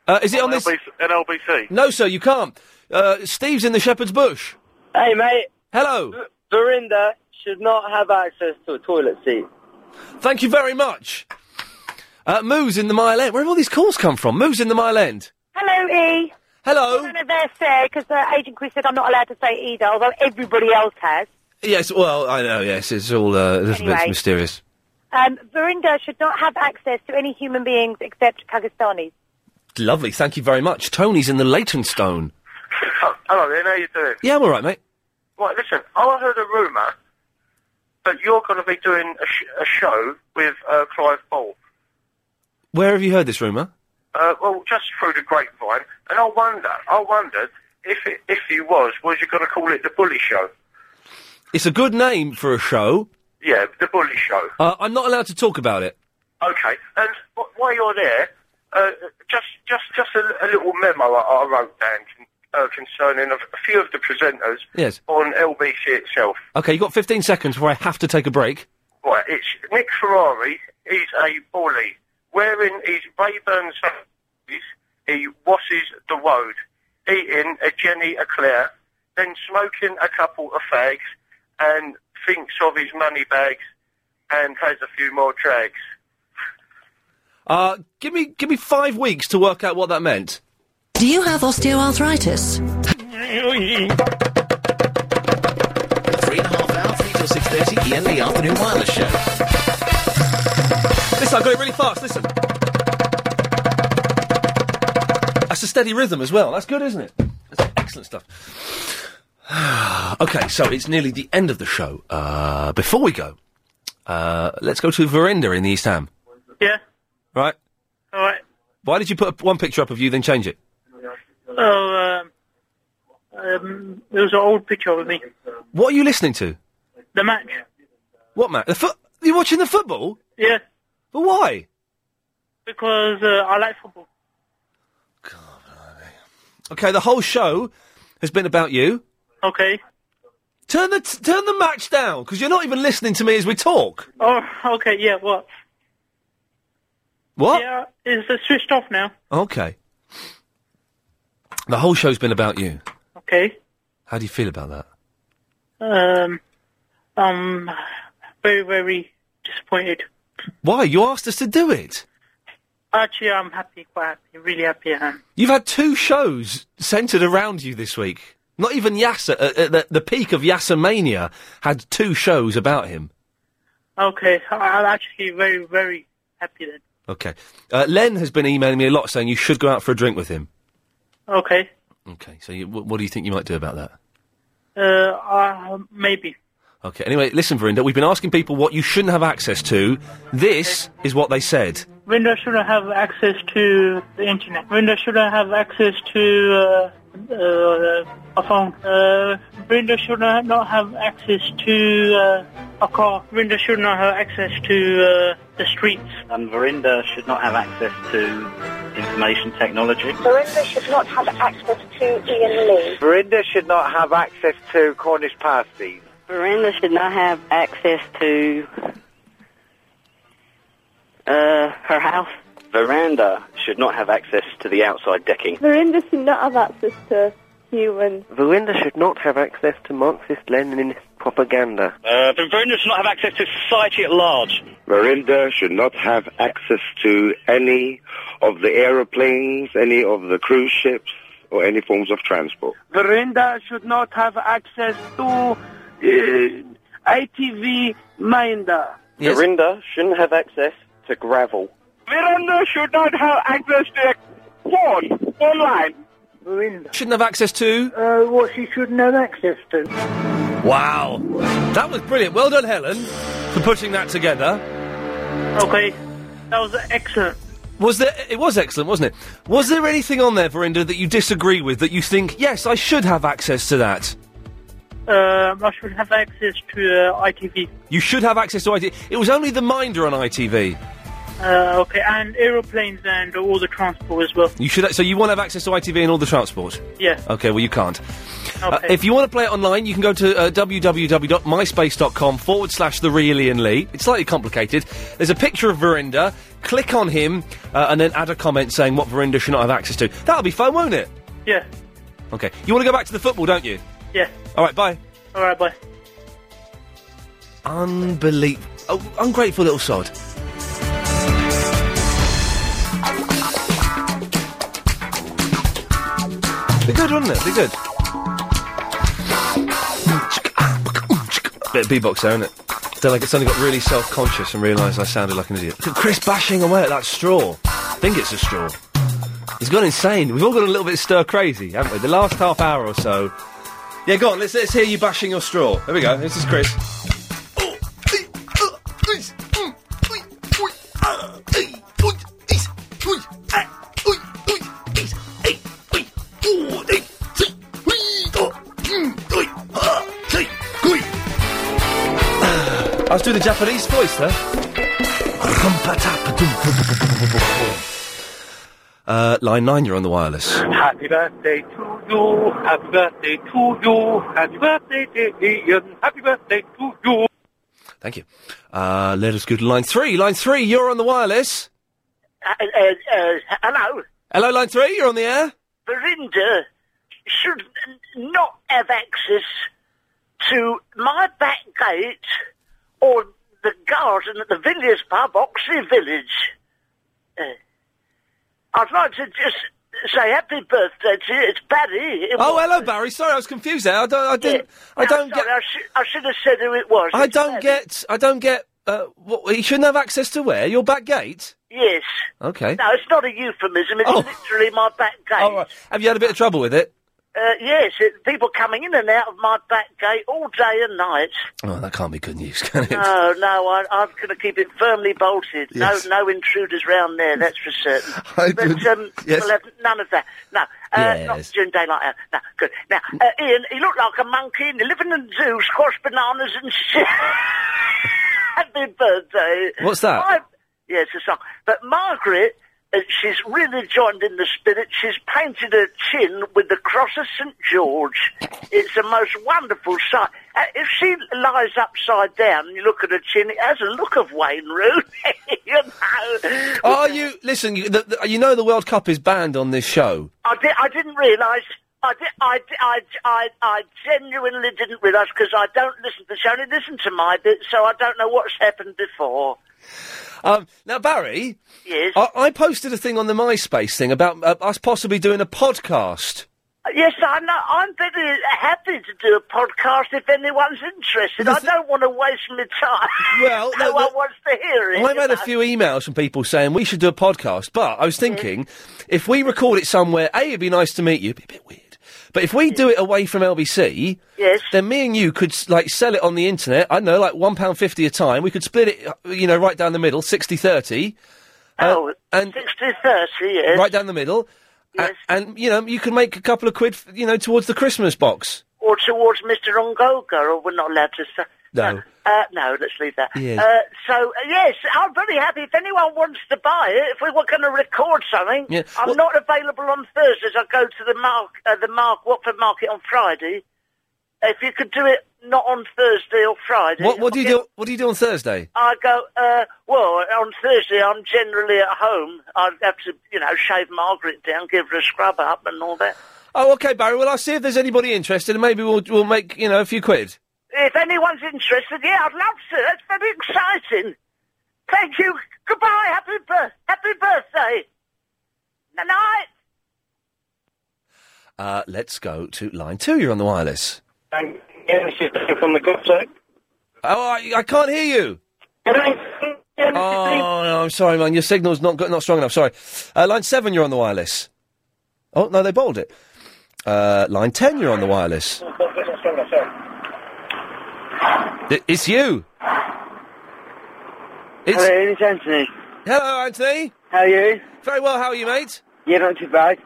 Speaker 2: Uh, is it on this?
Speaker 11: NLBC.
Speaker 2: No, sir, you can't. Uh, Steve's in the Shepherd's Bush.
Speaker 3: Hey, mate.
Speaker 2: Hello.
Speaker 3: Verinda should not have access to a toilet seat.
Speaker 2: Thank you very much. Uh, Moo's in the Mile End. Where have all these calls come from? Moo's in the Mile End.
Speaker 12: Hello, E.
Speaker 2: Hello.
Speaker 12: I'm on there, sir, because uh, Agent Chris said I'm not allowed to say it either, although everybody else has.
Speaker 2: Yes, well, I know, yes. It's all uh, a little
Speaker 12: Anyway.
Speaker 2: bit mysterious.
Speaker 12: Um, Verinda should not have access to any human beings except Pakistanis.
Speaker 2: Lovely. Thank you very much. Tony's in the Leytonstone.
Speaker 11: Hello, Ian. How you doing?
Speaker 2: Yeah, I'm all right, mate.
Speaker 11: Right, listen. I heard a rumour that you're going to be doing a, sh- a show with uh, Clive Ball.
Speaker 2: Where have you heard this rumour?
Speaker 11: Uh, well, just through the grapevine, and I wonder, I wondered if it, if you was, was you going to call it the Bully Show?
Speaker 2: It's a good name for a show.
Speaker 11: Yeah, the Bully Show.
Speaker 2: Uh, I'm not allowed to talk about it.
Speaker 11: Okay, and wh- while you're there, uh, just just just a, a little memo I, I wrote down con- uh, concerning a, f- a few of the presenters
Speaker 2: Yes.
Speaker 11: on LBC itself.
Speaker 2: Okay, you've got 15 seconds before I have to take a break.
Speaker 11: Right, it's Nick Ferrari. He's a bully. Wearing his Rayburn sunglasses, he washes the road, eating a Jenny Eclair, then smoking a couple of fags, and thinks of his money bags, and has a few more drags.
Speaker 2: Uh, give me give me five weeks to work out what that meant.
Speaker 7: Do you have osteoarthritis?
Speaker 9: Three and a half hour, three till six thirty. Ian Lee Afternoon Wireless Show.
Speaker 2: Listen, I got it really fast. Listen. That's a steady rhythm as well. That's good, isn't it? That's excellent stuff. Ah, okay, so it's nearly the end of the show. Uh, before we go, uh, let's go to Verinda in the East Ham.
Speaker 5: Yeah.
Speaker 2: Right?
Speaker 5: All right.
Speaker 2: Why did you put up one picture up of you, then change it?
Speaker 5: Oh, um, um, there was an old picture of me.
Speaker 2: What are you listening to?
Speaker 5: The match.
Speaker 2: What, Matt? The foot? You're watching the football?
Speaker 5: Yeah.
Speaker 2: But why?
Speaker 5: Because uh, I like football.
Speaker 2: Okay, the whole show has been about you.
Speaker 5: Okay.
Speaker 2: Turn the t- turn the match down because you're not even listening to me as we talk.
Speaker 5: Oh, okay. Yeah. What?
Speaker 2: What?
Speaker 5: Yeah. Is it switched off now?
Speaker 2: Okay. The whole show's been about you.
Speaker 5: Okay.
Speaker 2: How do you feel about that?
Speaker 5: Um, I'm very, very disappointed.
Speaker 2: Why? You asked us to do it.
Speaker 5: Actually, I'm happy. Quite happy. Really happy. I am.
Speaker 2: You've had two shows centered around you this week. Not even Yasser, uh, uh, the, the peak of Yasser mania, had two shows about him.
Speaker 5: Okay. I- I'm actually very, very happy then.
Speaker 2: Okay. Uh, Len has been emailing me a lot saying you should go out for a drink with him.
Speaker 5: Okay.
Speaker 2: Okay, so you, wh- what do you think you might do about that?
Speaker 5: Uh, uh maybe.
Speaker 2: Okay, anyway, listen, Verinda, we've been asking people what you shouldn't have access to. This is what they said.
Speaker 5: Windows shouldn't have access to the internet. Windows shouldn't have access to uh, uh, I found uh, Brenda should not not have access to uh, a car. Brenda should not have access to uh, the streets.
Speaker 10: And Verinda should not have access to information technology.
Speaker 18: Verinda should not have access to Ian Lee.
Speaker 35: Verinda should not have access to Cornish pasties.
Speaker 14: Verinda should not have access to uh, her house.
Speaker 21: Veranda should not have access to the outside decking.
Speaker 22: Verinda should not have access to human.
Speaker 1: Verinda should not have access to Marxist Leninist propaganda.
Speaker 6: Uh, Verinda should not have access to society at large.
Speaker 34: Verinda should not have access to any of the aeroplanes, any of the cruise ships, or any forms of transport.
Speaker 18: Verinda should not have access to uh, ITV Minder.
Speaker 21: Verinda shouldn't have access to gravel.
Speaker 18: Miranda should not have access to a phone online.
Speaker 2: Shouldn't have access to.
Speaker 11: Uh, what she shouldn't have access to.
Speaker 2: Wow. That was brilliant. Well done, Helen, for putting that together.
Speaker 5: Okay, that was excellent.
Speaker 2: Was there? It was excellent, wasn't it? Was there anything on there, Verinda, that you disagree with that you think, yes, I should have access to that?
Speaker 5: Um, I should have access to uh, ITV.
Speaker 2: You should have access to IT. It was only the minder on ITV.
Speaker 5: Uh, okay, and aeroplanes and all the transport as well.
Speaker 2: You should. So you want to have access to ITV and all the transport.
Speaker 5: Yeah.
Speaker 2: Okay. Well, you can't. Uh,
Speaker 5: Okay.
Speaker 2: if you want to play it online, you can go to uh, www.myspace.com forward slash the real Ian Lee. It's slightly complicated. There's a picture of Verinda. Click on him uh, and then add a comment saying what Verinda should not have access to. That'll be fun, won't it?
Speaker 5: Yeah.
Speaker 2: Okay. You want to go back to the football, don't you?
Speaker 5: Yeah.
Speaker 2: All right. Bye.
Speaker 5: All right. Bye.
Speaker 2: Unbelievable. Oh, ungrateful little sod. They're good, aren't they? They're good. Bit of beatbox there, isn't it? Then like it suddenly got really self-conscious and realised I sounded like an idiot. Look at Chris bashing away at that straw. I think it's a straw. He's gone insane. We've all got a little bit stir crazy, haven't we? The last half hour or so. Yeah, go on. Let's let's hear you bashing your straw. There we go. This is Chris.
Speaker 18: Uh,
Speaker 2: I was doing the Japanese voice there. Uh, line nine, you're on the wireless.
Speaker 18: Happy birthday to you. Happy birthday to you. Happy birthday, dear Ian. Happy birthday to you.
Speaker 2: Thank you. Uh, let us go to line three. Line three, you're on the wireless.
Speaker 18: Uh, uh, uh, hello.
Speaker 2: Hello, line three, you're on the air.
Speaker 18: Verinda should n- not have access to my back gate or the garden at the Villiers pub, Oxley Village. Uh, I'd like to just say happy birthday to you. It's Barry. It
Speaker 2: Oh,
Speaker 18: was-
Speaker 2: hello, Barry. Sorry, I was confused there. I don't. I didn't. I
Speaker 18: No,
Speaker 2: don't
Speaker 18: sorry,
Speaker 2: get.
Speaker 18: I, should, I should have said who it was.
Speaker 2: I
Speaker 18: It's
Speaker 2: don't get. I don't get. Uh, what, he shouldn't have access to where your back gate.
Speaker 18: Yes.
Speaker 2: Okay. Oh.
Speaker 18: No, it's not a euphemism. It's literally my back gate.
Speaker 2: Have you had a bit of trouble with it?
Speaker 18: Uh, yes, it, people coming in and out of my back gate all day and night.
Speaker 2: Oh, that can't be good news, can it?
Speaker 18: No, no, I, I'm going to keep it firmly bolted.
Speaker 2: Yes.
Speaker 18: No, no intruders round there. That's for certain.
Speaker 2: I
Speaker 18: but
Speaker 2: did-
Speaker 18: um,
Speaker 2: yes.
Speaker 18: we'll have none of that. No, uh, not
Speaker 2: Yes.
Speaker 18: during daylight hours. No, good. Now, uh, Ian, he looked like a monkey, and he lived in a zoo, squashed bananas and shit. Happy birthday.
Speaker 2: What's that?
Speaker 18: My- yeah, it's a song. But Margaret, uh, she's really joined in the spirit. She's painted her chin with the cross of St George. It's the most wonderful sight. Uh, if she lies upside down and you look at her chin, it has a look of Wayne Rooney, you know.
Speaker 2: Are you listen? You, the, the, you know the World Cup is banned on this show.
Speaker 18: I, di- I didn't realise. I, di- I, di- I, I, I genuinely didn't realise because I don't listen to the show. I only listen to my bit, so I don't know what's happened before.
Speaker 2: Um, now, Barry,
Speaker 18: Yes.
Speaker 2: I, I posted a thing on the MySpace thing about uh, us possibly doing a podcast.
Speaker 18: Yes, I know. I'm very happy to do a podcast if anyone's interested. I don't want to waste my time.
Speaker 2: Well,
Speaker 18: no one wants to hear it.
Speaker 2: I've
Speaker 18: you
Speaker 2: had a
Speaker 18: know.
Speaker 2: few emails from people saying we should do a podcast, but I was
Speaker 18: Mm-hmm.
Speaker 2: thinking if we record it somewhere, A, it'd be nice to meet you, it'd be a bit weird. But if we do it away from LBC,
Speaker 18: Mm-hmm. yes.
Speaker 2: then me and you could s- like sell it on the internet. I don't know, like one pound fifty a time. We could split it, uh, you know, right down the middle, 60-30. uh,
Speaker 18: Oh,
Speaker 2: and
Speaker 18: 60 30, yes.
Speaker 2: right down the middle. Yes. and you know, you can make a couple of quid, f- you know, towards the Christmas box.
Speaker 18: Or towards Mr. Ongoga, or we're not allowed to say.
Speaker 2: No.
Speaker 18: Uh, no, let's leave that.
Speaker 2: Yes.
Speaker 18: Uh, so, uh, yes, I'm very happy. If anyone wants to buy it, if we were going to record something,
Speaker 2: Yeah,
Speaker 18: I'm not available on Thursdays. I go to the Mark, uh, the Mark Watford Market on Friday. If you could do it not on Thursday or Friday.
Speaker 2: what What do you
Speaker 18: I'll get-
Speaker 2: do? What do you do on Thursday?
Speaker 18: I go, uh, well, on Thursday I'm generally at home. I have to, you know, shave Margaret down, give her a scrub up and all that.
Speaker 2: Oh, okay, Barry. Well, I'll see if there's anybody interested, and maybe we'll we'll make you know a few quid.
Speaker 18: If anyone's interested, yeah, I'd love to. That's very exciting. Thank you. Goodbye. Happy birth. Happy birthday. Good night.
Speaker 2: Uh, let's go to line two. You're on the wireless.
Speaker 36: Um, yeah, this is Dave from the Gossip.
Speaker 2: Oh, I, I can't hear you. Oh, no, I'm sorry, man. Your signal's not good, not strong enough. Sorry. Uh, line seven, you're on the wireless. Oh no, they bowled it. Uh, line ten, you're on the wireless. I- It's you. It's...
Speaker 37: Hello, it's Anthony.
Speaker 2: Hello, Anthony.
Speaker 37: How are you?
Speaker 2: Very well. How are you, mate?
Speaker 37: Yeah, not too bad.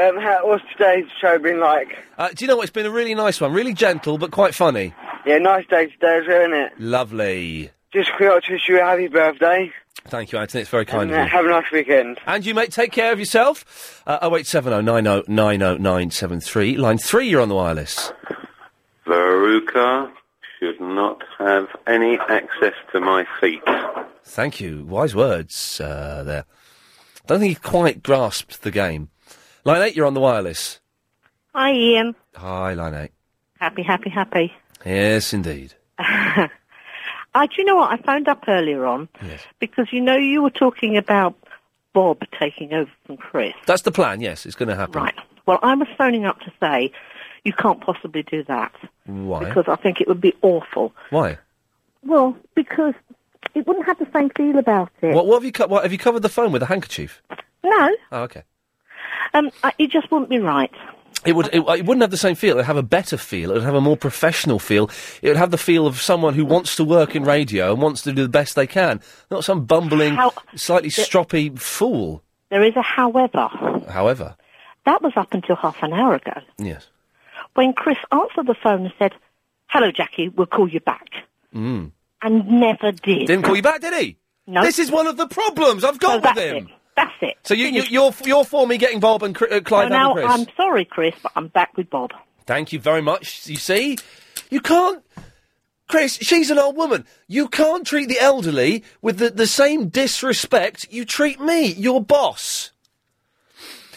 Speaker 37: Um, how, what's today's show been like?
Speaker 2: Uh, do you know what? It's been a really nice one. Really gentle, but quite funny.
Speaker 37: Yeah, nice day today as well, isn't it?
Speaker 2: Lovely.
Speaker 37: Just quick, I wish you a happy birthday.
Speaker 2: Thank you, Anthony. It's very kind
Speaker 37: and,
Speaker 2: of
Speaker 37: uh,
Speaker 2: you.
Speaker 37: have a nice weekend.
Speaker 2: And you, mate, take care of yourself. Uh, 0870 90 90 973. Line 3, you're on the wireless.
Speaker 13: Veruca should not have any access to my feet.
Speaker 2: Thank you. Wise words uh, there. Don't think he quite grasped the game. Line 8, you're on the wireless.
Speaker 22: Hi, Ian.
Speaker 2: Hi, Line 8.
Speaker 22: Happy, happy, happy.
Speaker 2: Yes, indeed.
Speaker 22: I, Ah, do you know what? I phoned up earlier on
Speaker 2: Yes.
Speaker 22: because you know you were talking about Bob taking over from Chris.
Speaker 2: That's the plan, yes. It's going to happen.
Speaker 22: Right. Well, I was phoning up to say you can't possibly do that
Speaker 2: Why?
Speaker 22: because I think it would be awful.
Speaker 2: Why?
Speaker 22: Well, because it wouldn't have the same feel about it.
Speaker 2: What, what have you co- what, Have you covered the phone with a handkerchief?
Speaker 22: No,
Speaker 2: Oh, okay.
Speaker 22: um, I, it just wouldn't be right.
Speaker 2: It would. It, it wouldn't have the same feel. It'd have a better feel. It'd have a more professional feel. It would have the feel of someone who wants to work in radio and wants to do the best they can, not some bumbling, slightly stroppy fool.
Speaker 22: There is a however.
Speaker 2: However,
Speaker 22: That was up until half an hour ago
Speaker 2: yes.
Speaker 22: when Chris answered the phone and said, "Hello, Jackie. We'll call you back,"
Speaker 2: Mm.
Speaker 22: and never did.
Speaker 2: Didn't call you back, did he?
Speaker 22: No.
Speaker 2: This is one of the problems I've got with him.
Speaker 22: That's it.
Speaker 2: So you, you, you're f- you're for me getting Bob and Chri- uh,
Speaker 22: So
Speaker 2: Clive
Speaker 22: now
Speaker 2: and Chris.
Speaker 22: I'm sorry, Chris, but I'm back with Bob.
Speaker 2: Thank you very much. You see, you can't. Chris, she's an old woman. You can't treat the elderly with the, the same disrespect you treat me, your boss.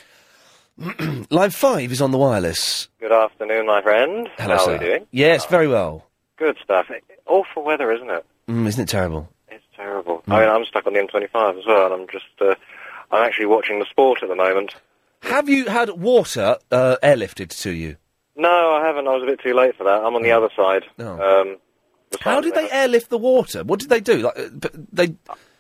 Speaker 2: Line five is on the wireless.
Speaker 25: Good afternoon, my friend.
Speaker 2: Hello,
Speaker 25: How
Speaker 2: sir.
Speaker 25: are we doing?
Speaker 2: Yes, very well.
Speaker 25: Good stuff. Awful weather, isn't it?
Speaker 2: Mm, isn't it terrible?
Speaker 25: It's terrible.
Speaker 2: Mm.
Speaker 25: I mean, I'm stuck on the M25 as well, and I'm just, uh, I'm actually watching the sport at the moment.
Speaker 2: Have you had water uh, airlifted to you?
Speaker 25: No, I haven't. I was a bit too late for that. I'm on the
Speaker 2: Hmm.
Speaker 25: other side. Um, the
Speaker 2: How
Speaker 25: side
Speaker 2: did
Speaker 25: of
Speaker 2: they
Speaker 25: it.
Speaker 2: airlift the water? What did they do? Like, uh, p- they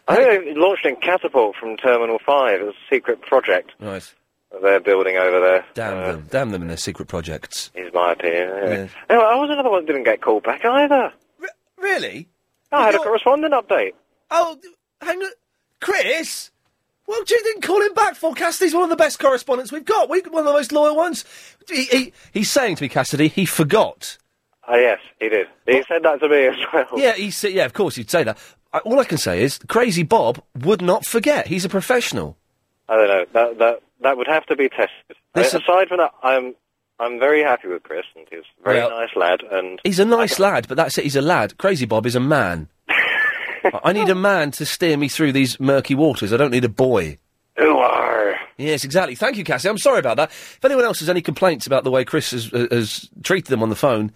Speaker 25: I think they launched in Catapult from Terminal 5. It was a secret project
Speaker 2: right.
Speaker 25: that they're building over there. Uh,
Speaker 2: Damn them! Damn them and their secret projects.
Speaker 25: Is my opinion.
Speaker 2: Yes.
Speaker 25: Anyway, I was another one that didn't get called back either.
Speaker 2: Really?
Speaker 25: I had a correspondent update.
Speaker 2: Oh, hang on. Chris? What do you think call him back for? Cassidy's one of the best correspondents we've got. We've got one of the most loyal ones. He, he, he's saying to me, Cassidy, he forgot.
Speaker 25: Ah, yes, he did. He said that to me as well.
Speaker 2: Yeah, he said, yeah, of course, you'd say that. I, all I can say is, Crazy Bob would not forget. He's a professional.
Speaker 25: I don't know. That that that would have to be tested. I- aside from that, I'm I'm very happy with Chris, and he's a very
Speaker 2: Well-
Speaker 25: nice lad. And
Speaker 2: He's a nice lad, but that's it, he's a lad. Crazy Bob is a man. I I need a man to steer me through these murky waters. I don't need a boy.
Speaker 25: who are?
Speaker 2: Yes, exactly. Thank you, Cassie. I'm sorry about that. If anyone else has any complaints about the way Chris has, uh, has treated them on the phone,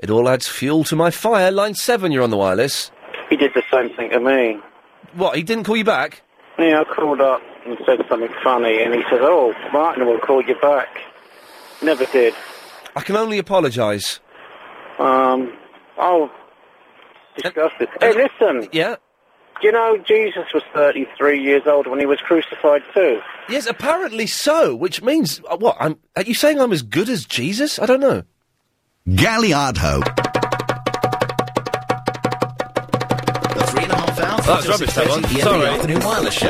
Speaker 2: it all adds fuel to my fire. Line 7, you're on the wireless.
Speaker 11: He did the same thing to me.
Speaker 2: What, he didn't call you back?
Speaker 11: Yeah, I called up and said something funny, and he said, "Oh, Martin will call you back." Never did.
Speaker 2: I can only apologise.
Speaker 11: Um, oh, disgusted. Hey, listen.
Speaker 2: Yeah.
Speaker 11: Do you know Jesus was thirty-three years old when he was crucified too?
Speaker 2: Yes, apparently so, which means, uh, what, I'm, are you saying I'm as good as Jesus? I don't know.
Speaker 9: Galliardo.
Speaker 2: That's rubbish, that one.
Speaker 9: The
Speaker 2: Sorry.
Speaker 9: Afternoon Wireless Show.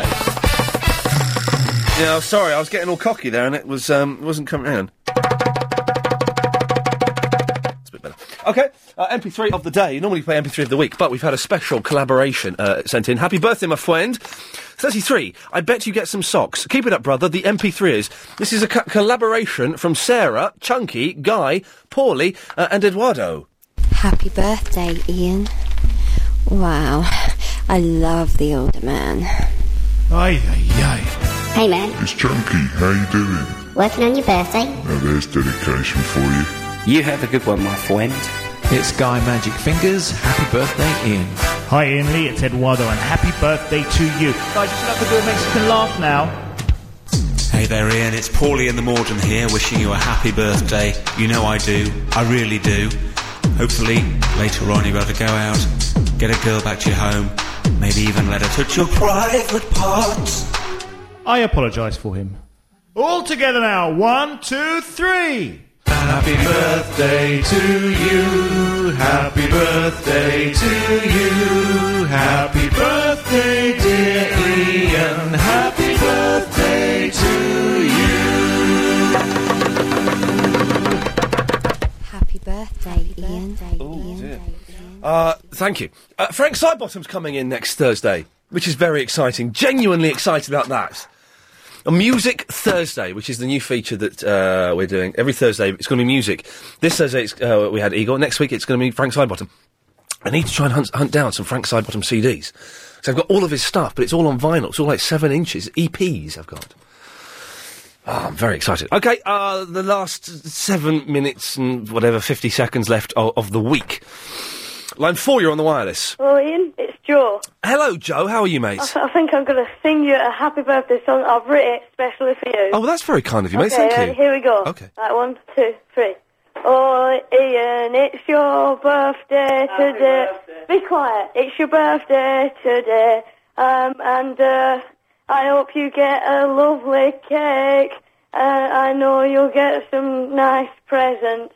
Speaker 2: Yeah, I'm sorry, I was getting all cocky there, and it was um, wasn't coming. Hang on. It's a bit better. Okay, uh, MP3 of the day. You normally play MP3 of the week, but we've had a special collaboration uh, sent in. Happy birthday, my friend. 33. I bet you get some socks. Keep it up, brother. The MP3 is. This is a co- collaboration from Sarah, Chunky, Guy, Paulie, uh, and Eduardo.
Speaker 22: Happy birthday, Ian. Wow, I love the older man.
Speaker 9: Aye, aye,
Speaker 22: Hey, man.
Speaker 9: aye. It's Chunky. How you doing?
Speaker 22: Working on your birthday?
Speaker 9: Now there's dedication for you.
Speaker 6: You have a good one, my friend. It's Guy Magic Fingers. Happy birthday, Ian.
Speaker 3: Hi, Ian Lee. It's Eduardo, and happy birthday to you. Guys, you should have to do a Mexican laugh now.
Speaker 21: Hey there, Ian. It's Paulie in the Morden here, wishing you a happy birthday. You know I do. I really do. Hopefully, later on, you'll be able to go out, get a girl back to your home, maybe even let her touch your private parts.
Speaker 3: I apologise for him. All together now. One, two, three.
Speaker 9: Happy birthday to you. Happy birthday to you. Happy birthday, dear Ian. Happy birthday to you.
Speaker 22: Happy birthday, Ian.
Speaker 2: Uh, thank you. Uh, Frank Sidebottom's coming in next Thursday, which is very exciting. Genuinely excited about that. A Music Thursday, which is the new feature that uh, we're doing every Thursday. It's going to be music. This Thursday it's, uh, we had Igor. Next week it's going to be Frank Sidebottom. I need to try and hunt, hunt down some Frank Sidebottom CDs. So I've got all of his stuff, but it's all on vinyl. It's all like seven inches EPs. I've got. Ah, I'm very excited. Okay, uh, the last seven minutes and whatever fifty seconds left of, of the week. Line four, you're on the wireless.
Speaker 38: Well, Ian, it's Joe.
Speaker 2: Hello, Joe. How are you, mate?
Speaker 38: I, th- I think I'm going to sing you a happy birthday song. I've written it specially for you.
Speaker 2: Oh, well, that's very kind of you, mate.
Speaker 38: okay,
Speaker 2: Thank
Speaker 38: right,
Speaker 2: you.
Speaker 38: here we go.
Speaker 2: Okay.
Speaker 38: Right, one, two, three. Oh, Ian, it's your birthday today. Be quiet. It's your birthday today. Um, and uh, I hope you get a lovely cake. Uh, I know you'll get some nice presents.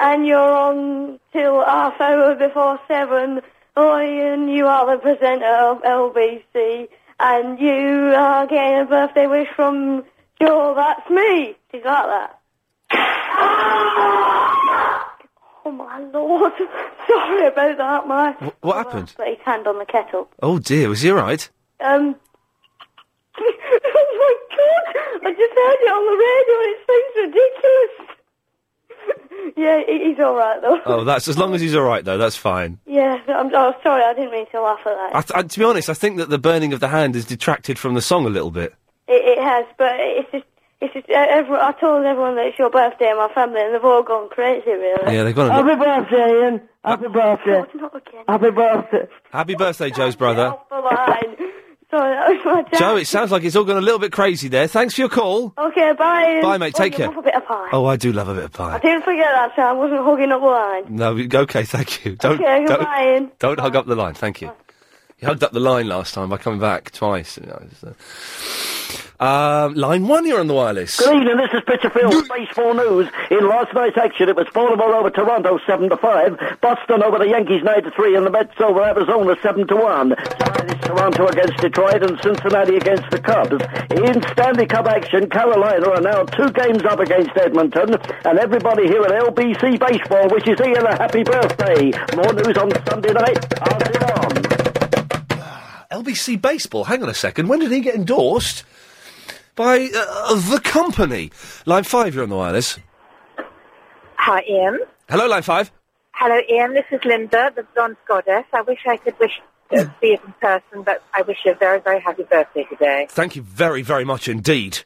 Speaker 38: And you're on till half hour before seven. Oh, Ian, you are the presenter of LBC. And you are getting a birthday wish from Joe, that's me. Do you like that? Oh my lord! Sorry about that, Mike.
Speaker 2: Wh- what happened?
Speaker 38: Put his hand on the kettle.
Speaker 2: Oh dear, was he all right?
Speaker 38: Um. oh my god! I just heard it on the radio. It sounds ridiculous. yeah, he- he's all right though.
Speaker 2: Oh, that's as long as he's all right though. That's fine.
Speaker 38: Yeah, I'm. Oh, sorry, I didn't mean to laugh at that.
Speaker 2: I th- I, to be honest, I think that the burning of the hand has detracted from the song a little bit.
Speaker 38: It, it has, but it's just. It's just, uh, everyone, I told everyone that it's your birthday in my family and they've all gone crazy, really.
Speaker 2: Yeah, they've gone a Uh,
Speaker 38: I'll
Speaker 2: bit-
Speaker 38: be-
Speaker 39: Happy birthday, Ian. Happy birthday. Happy birthday.
Speaker 2: Happy birthday, Joe's brother.
Speaker 38: the line. Sorry, that was my dad.
Speaker 2: Joe, it sounds like it's all gone a little bit crazy there. Thanks for your call.
Speaker 38: Okay, bye. Ian.
Speaker 2: Bye, mate,
Speaker 38: Oh,
Speaker 2: take
Speaker 38: you
Speaker 2: care.
Speaker 38: love a bit of pie.
Speaker 2: Oh, I do love a bit of
Speaker 38: I
Speaker 2: pie.
Speaker 38: didn't forget that, so I wasn't hugging up the line.
Speaker 2: No, we- okay, thank you. Don't
Speaker 38: okay,
Speaker 2: don't,
Speaker 38: goodbye, Ian.
Speaker 2: don't hug up the line. Thank you. You hugged up the line last time by coming back twice. you know, so. Um, line one, you're on the wireless.
Speaker 18: Good evening, this is Pitcherfield, Space 4 News. In last night's action, it was Baltimore over Toronto 7 to 5, Boston over the Yankees 9 to 3, and the Mets over Arizona 7 to 1. Tonight it's Toronto against Detroit and Cincinnati against the Cubs. In Stanley Cup action, Carolina are now two games up against Edmonton, and everybody here at LBC Baseball wishes Ian a happy birthday. More news on Sunday night. I'll see you on.
Speaker 2: Ah, LBC Baseball. Hang on a second. When did he get endorsed? By uh, the company. Line five, you're on the wireless.
Speaker 12: Hi, Ian.
Speaker 2: Hello, line five.
Speaker 12: Hello, Ian. This is Linda, the blonde goddess. I wish I could wish to see you in person, but I wish you a very, very happy birthday today.
Speaker 2: Thank you very, very much indeed.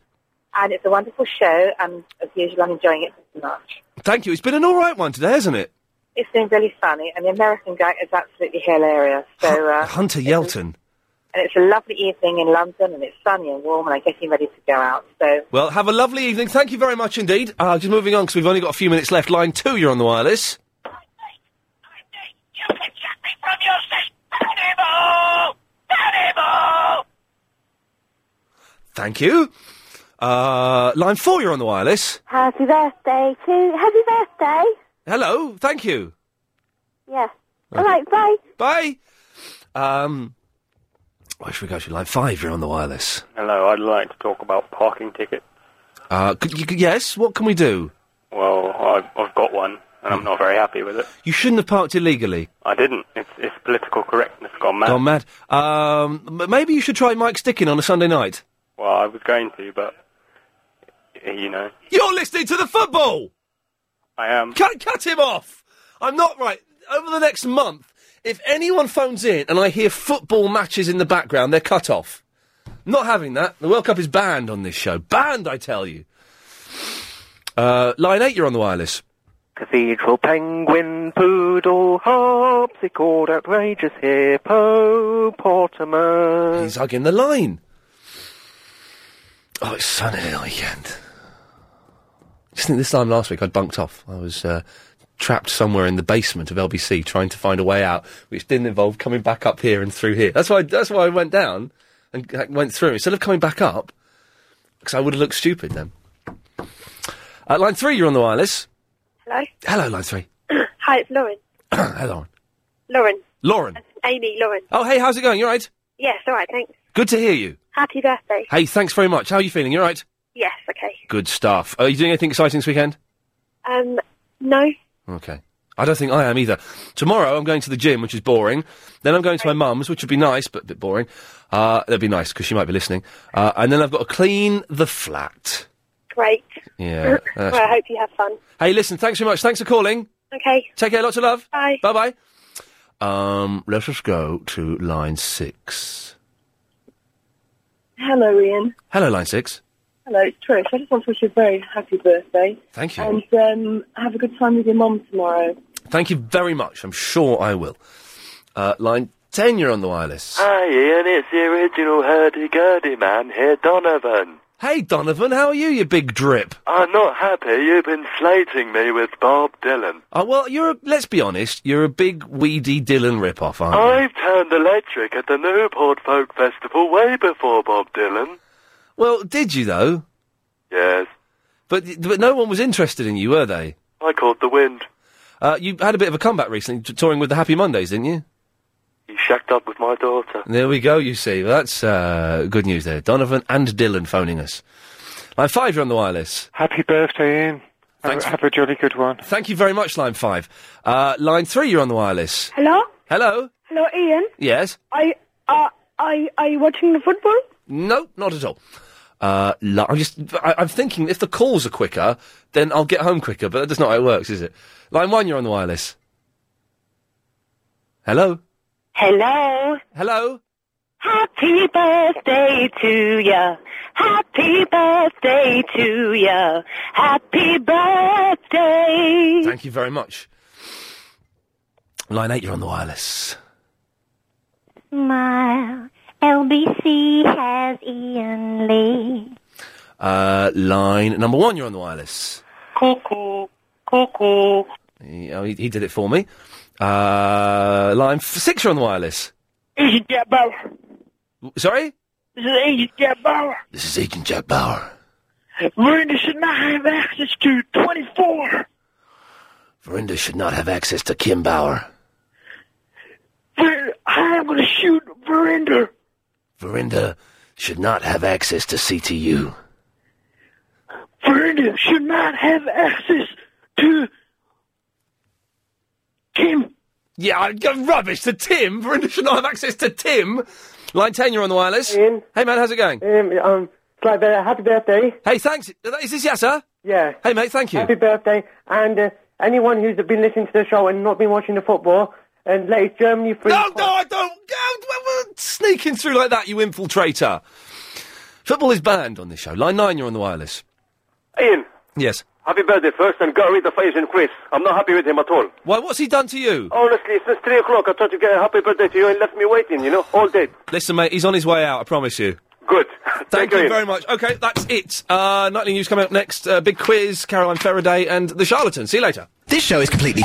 Speaker 12: And it's a wonderful show, and as usual, I'm enjoying it very much.
Speaker 2: Thank you. It's been an all right one today, hasn't it?
Speaker 12: It's been really funny, and the American guy is absolutely hilarious. So, uh,
Speaker 2: Hunter Yelton.
Speaker 12: and it's a lovely evening in London, and it's sunny and warm, and I'm getting ready to go out. So,
Speaker 2: Well, have a lovely evening. Thank you very much indeed. Uh, just moving on because we've only got a few minutes left. Line two, you're on the wireless. Thank you. Uh, line four, you're on the wireless.
Speaker 38: Happy birthday to... Happy birthday!
Speaker 2: Hello. Thank you.
Speaker 38: Yeah. All right, bye.
Speaker 2: Bye. Um, Why should we go to line five? You're on the wireless.
Speaker 3: Hello, I'd like to talk about parking tickets.
Speaker 2: Uh, could, you, could- yes, what can we do?
Speaker 3: Well, I've, I've got one, and I'm not very happy with it.
Speaker 2: You shouldn't have parked illegally.
Speaker 3: I didn't. It's, it's political correctness gone mad.
Speaker 2: Gone mad. Um, m- maybe you should try Mike Sticking on a Sunday night.
Speaker 3: Well, I was going to, but you know,
Speaker 2: You're listening to the football!
Speaker 3: I am.
Speaker 2: Cut, cut him off! I'm not right. Over the next month, if anyone phones in and I hear football matches in the background, they're cut off. Not having that. The World Cup is banned on this show. Banned, I tell you. Uh, line 8, you're on the wireless.
Speaker 13: Cathedral penguin, poodle, harpsichord, outrageous hippo, portamer.
Speaker 2: He's hugging the line. Oh, it's sunny the weekend. Just think this time last week I bunked off. I was uh, trapped somewhere in the basement of LBC trying to find a way out, which didn't involve coming back up here and through here. That's why. That's why I went down and uh, went through instead of coming back up, because I would have looked stupid then. Uh, line three, you're on the wireless.
Speaker 40: Hello.
Speaker 2: Hello, line three.
Speaker 40: Hi, it's Lauren.
Speaker 2: Hello,
Speaker 40: Lauren.
Speaker 2: Lauren.
Speaker 40: Amy, Lauren.
Speaker 2: Oh, hey, how's it going? You all right?
Speaker 40: Yes, all right, thanks.
Speaker 2: Good to hear you.
Speaker 40: Happy birthday.
Speaker 2: Hey, thanks very much. How are you feeling? You all right?
Speaker 40: Yes, okay.
Speaker 2: Good stuff. Are you doing anything exciting this weekend?
Speaker 40: Um, no.
Speaker 2: Okay. I don't think I am either. Tomorrow I'm going to the gym, which is boring. Then I'm going to my mum's, which would be nice, but a bit boring. Uh, that'd be nice because she might be listening. Uh, and then I've got to clean the flat.
Speaker 40: Great.
Speaker 2: Yeah.
Speaker 40: well,
Speaker 2: that's-
Speaker 40: I hope you have fun.
Speaker 2: Hey, listen. Thanks very much. Thanks for calling.
Speaker 40: Okay.
Speaker 2: Take care. Lots of love.
Speaker 40: Bye.
Speaker 2: Bye bye. Um, let us go to line six.
Speaker 12: Hello, Ian.
Speaker 2: Hello, line six.
Speaker 12: Hello, it's Trish. I just want to wish you a very happy birthday.
Speaker 2: Thank you.
Speaker 12: And um, have a good time with your mum tomorrow.
Speaker 2: Thank you very much. I'm sure I will. Uh, line ten. You're on the wireless.
Speaker 13: Hi, Ian, it's the original hurdy-gurdy man here, Donovan.
Speaker 2: Hey, Donovan. How are you? You big drip.
Speaker 13: I'm not happy you've been slating me with Bob Dylan.
Speaker 2: Uh, well, you're. A, let's be honest. You're a big weedy Dylan ripoff, aren't you?
Speaker 13: I've turned electric at the Newport Folk Festival way before Bob Dylan.
Speaker 2: Well, did you though?
Speaker 13: Yes,
Speaker 2: But but no one was interested in you, were they?
Speaker 13: I caught the wind.
Speaker 2: Uh, you had a bit of a comeback recently, t- touring with the Happy Mondays, didn't you?
Speaker 13: He shacked up with my daughter.
Speaker 2: There we go. You see, Well, that's uh, good news there. Donovan and Dylan phoning us. Line five, you're on the wireless.
Speaker 41: Happy birthday, Ian.
Speaker 2: Thanks.
Speaker 41: Have a jolly good one.
Speaker 2: Thank you very much, line five. Uh, line three, you're on the wireless.
Speaker 42: Hello?
Speaker 2: Hello.
Speaker 42: Hello, Ian.
Speaker 2: Yes.
Speaker 42: I uh, I are you watching the football?
Speaker 2: No, not at all. Uh, li- I'm just. I- I'm thinking if the calls are quicker, then I'll get home quicker. But that's not how it works, is it? Line one, you're on the wireless. Hello.
Speaker 22: Hello.
Speaker 2: Hello.
Speaker 22: Happy birthday to ya. Happy birthday to ya. Happy birthday.
Speaker 2: Thank you very much. Line 8, you're on the wireless.
Speaker 7: Smile. LBC has Ian Lee.
Speaker 2: Uh, line number 1, you're on the wireless.
Speaker 7: Cuckoo. Cuckoo.
Speaker 2: He, oh, he, he did it for me. Uh, line f- 6, you're on the wireless.
Speaker 11: Agent Jack Bauer.
Speaker 2: W- Sorry?
Speaker 11: This is Agent Jack Bauer.
Speaker 2: This is Agent Jack Bauer.
Speaker 11: Miranda should not have access to 24.
Speaker 2: Verinda should not have access to Kim Bauer.
Speaker 11: Ver- I am going to shoot Verinder.
Speaker 2: Verinda should not have access to CTU.
Speaker 11: Verinder should not have access to Kim.
Speaker 2: Yeah, I- g- rubbish to Tim. Verinda should not have access to Tim. Line 10, you're on the wireless. Hey, man, how's it going?
Speaker 28: Um, um, Clive, Barrett, happy birthday.
Speaker 2: Hey, thanks. Is this Yasser?
Speaker 28: Yeah.
Speaker 2: Hey, mate, thank you.
Speaker 28: Happy birthday. And uh, anyone who's been listening to the show and not been watching the football, and latest Germany free.
Speaker 2: No, no, I don't. Sneaking through like that, you infiltrator. Football is banned on this show. Line 9, you're on the wireless.
Speaker 43: Ian,
Speaker 2: Yes.
Speaker 43: happy birthday first, and go read the face and quiz. I'm not happy with him at all.
Speaker 2: Why, what's he done to you?
Speaker 43: Honestly, since three o'clock, I tried to get a happy birthday to you and left me waiting. You know, all day.
Speaker 2: Listen, mate, he's on his way out, I promise you.
Speaker 43: Good.
Speaker 2: Thank you very much. Okay, that's it. Uh, nightly news coming up next. Uh, big quiz, Caroline Faraday and The Charlatan. See you later.
Speaker 44: This show is completely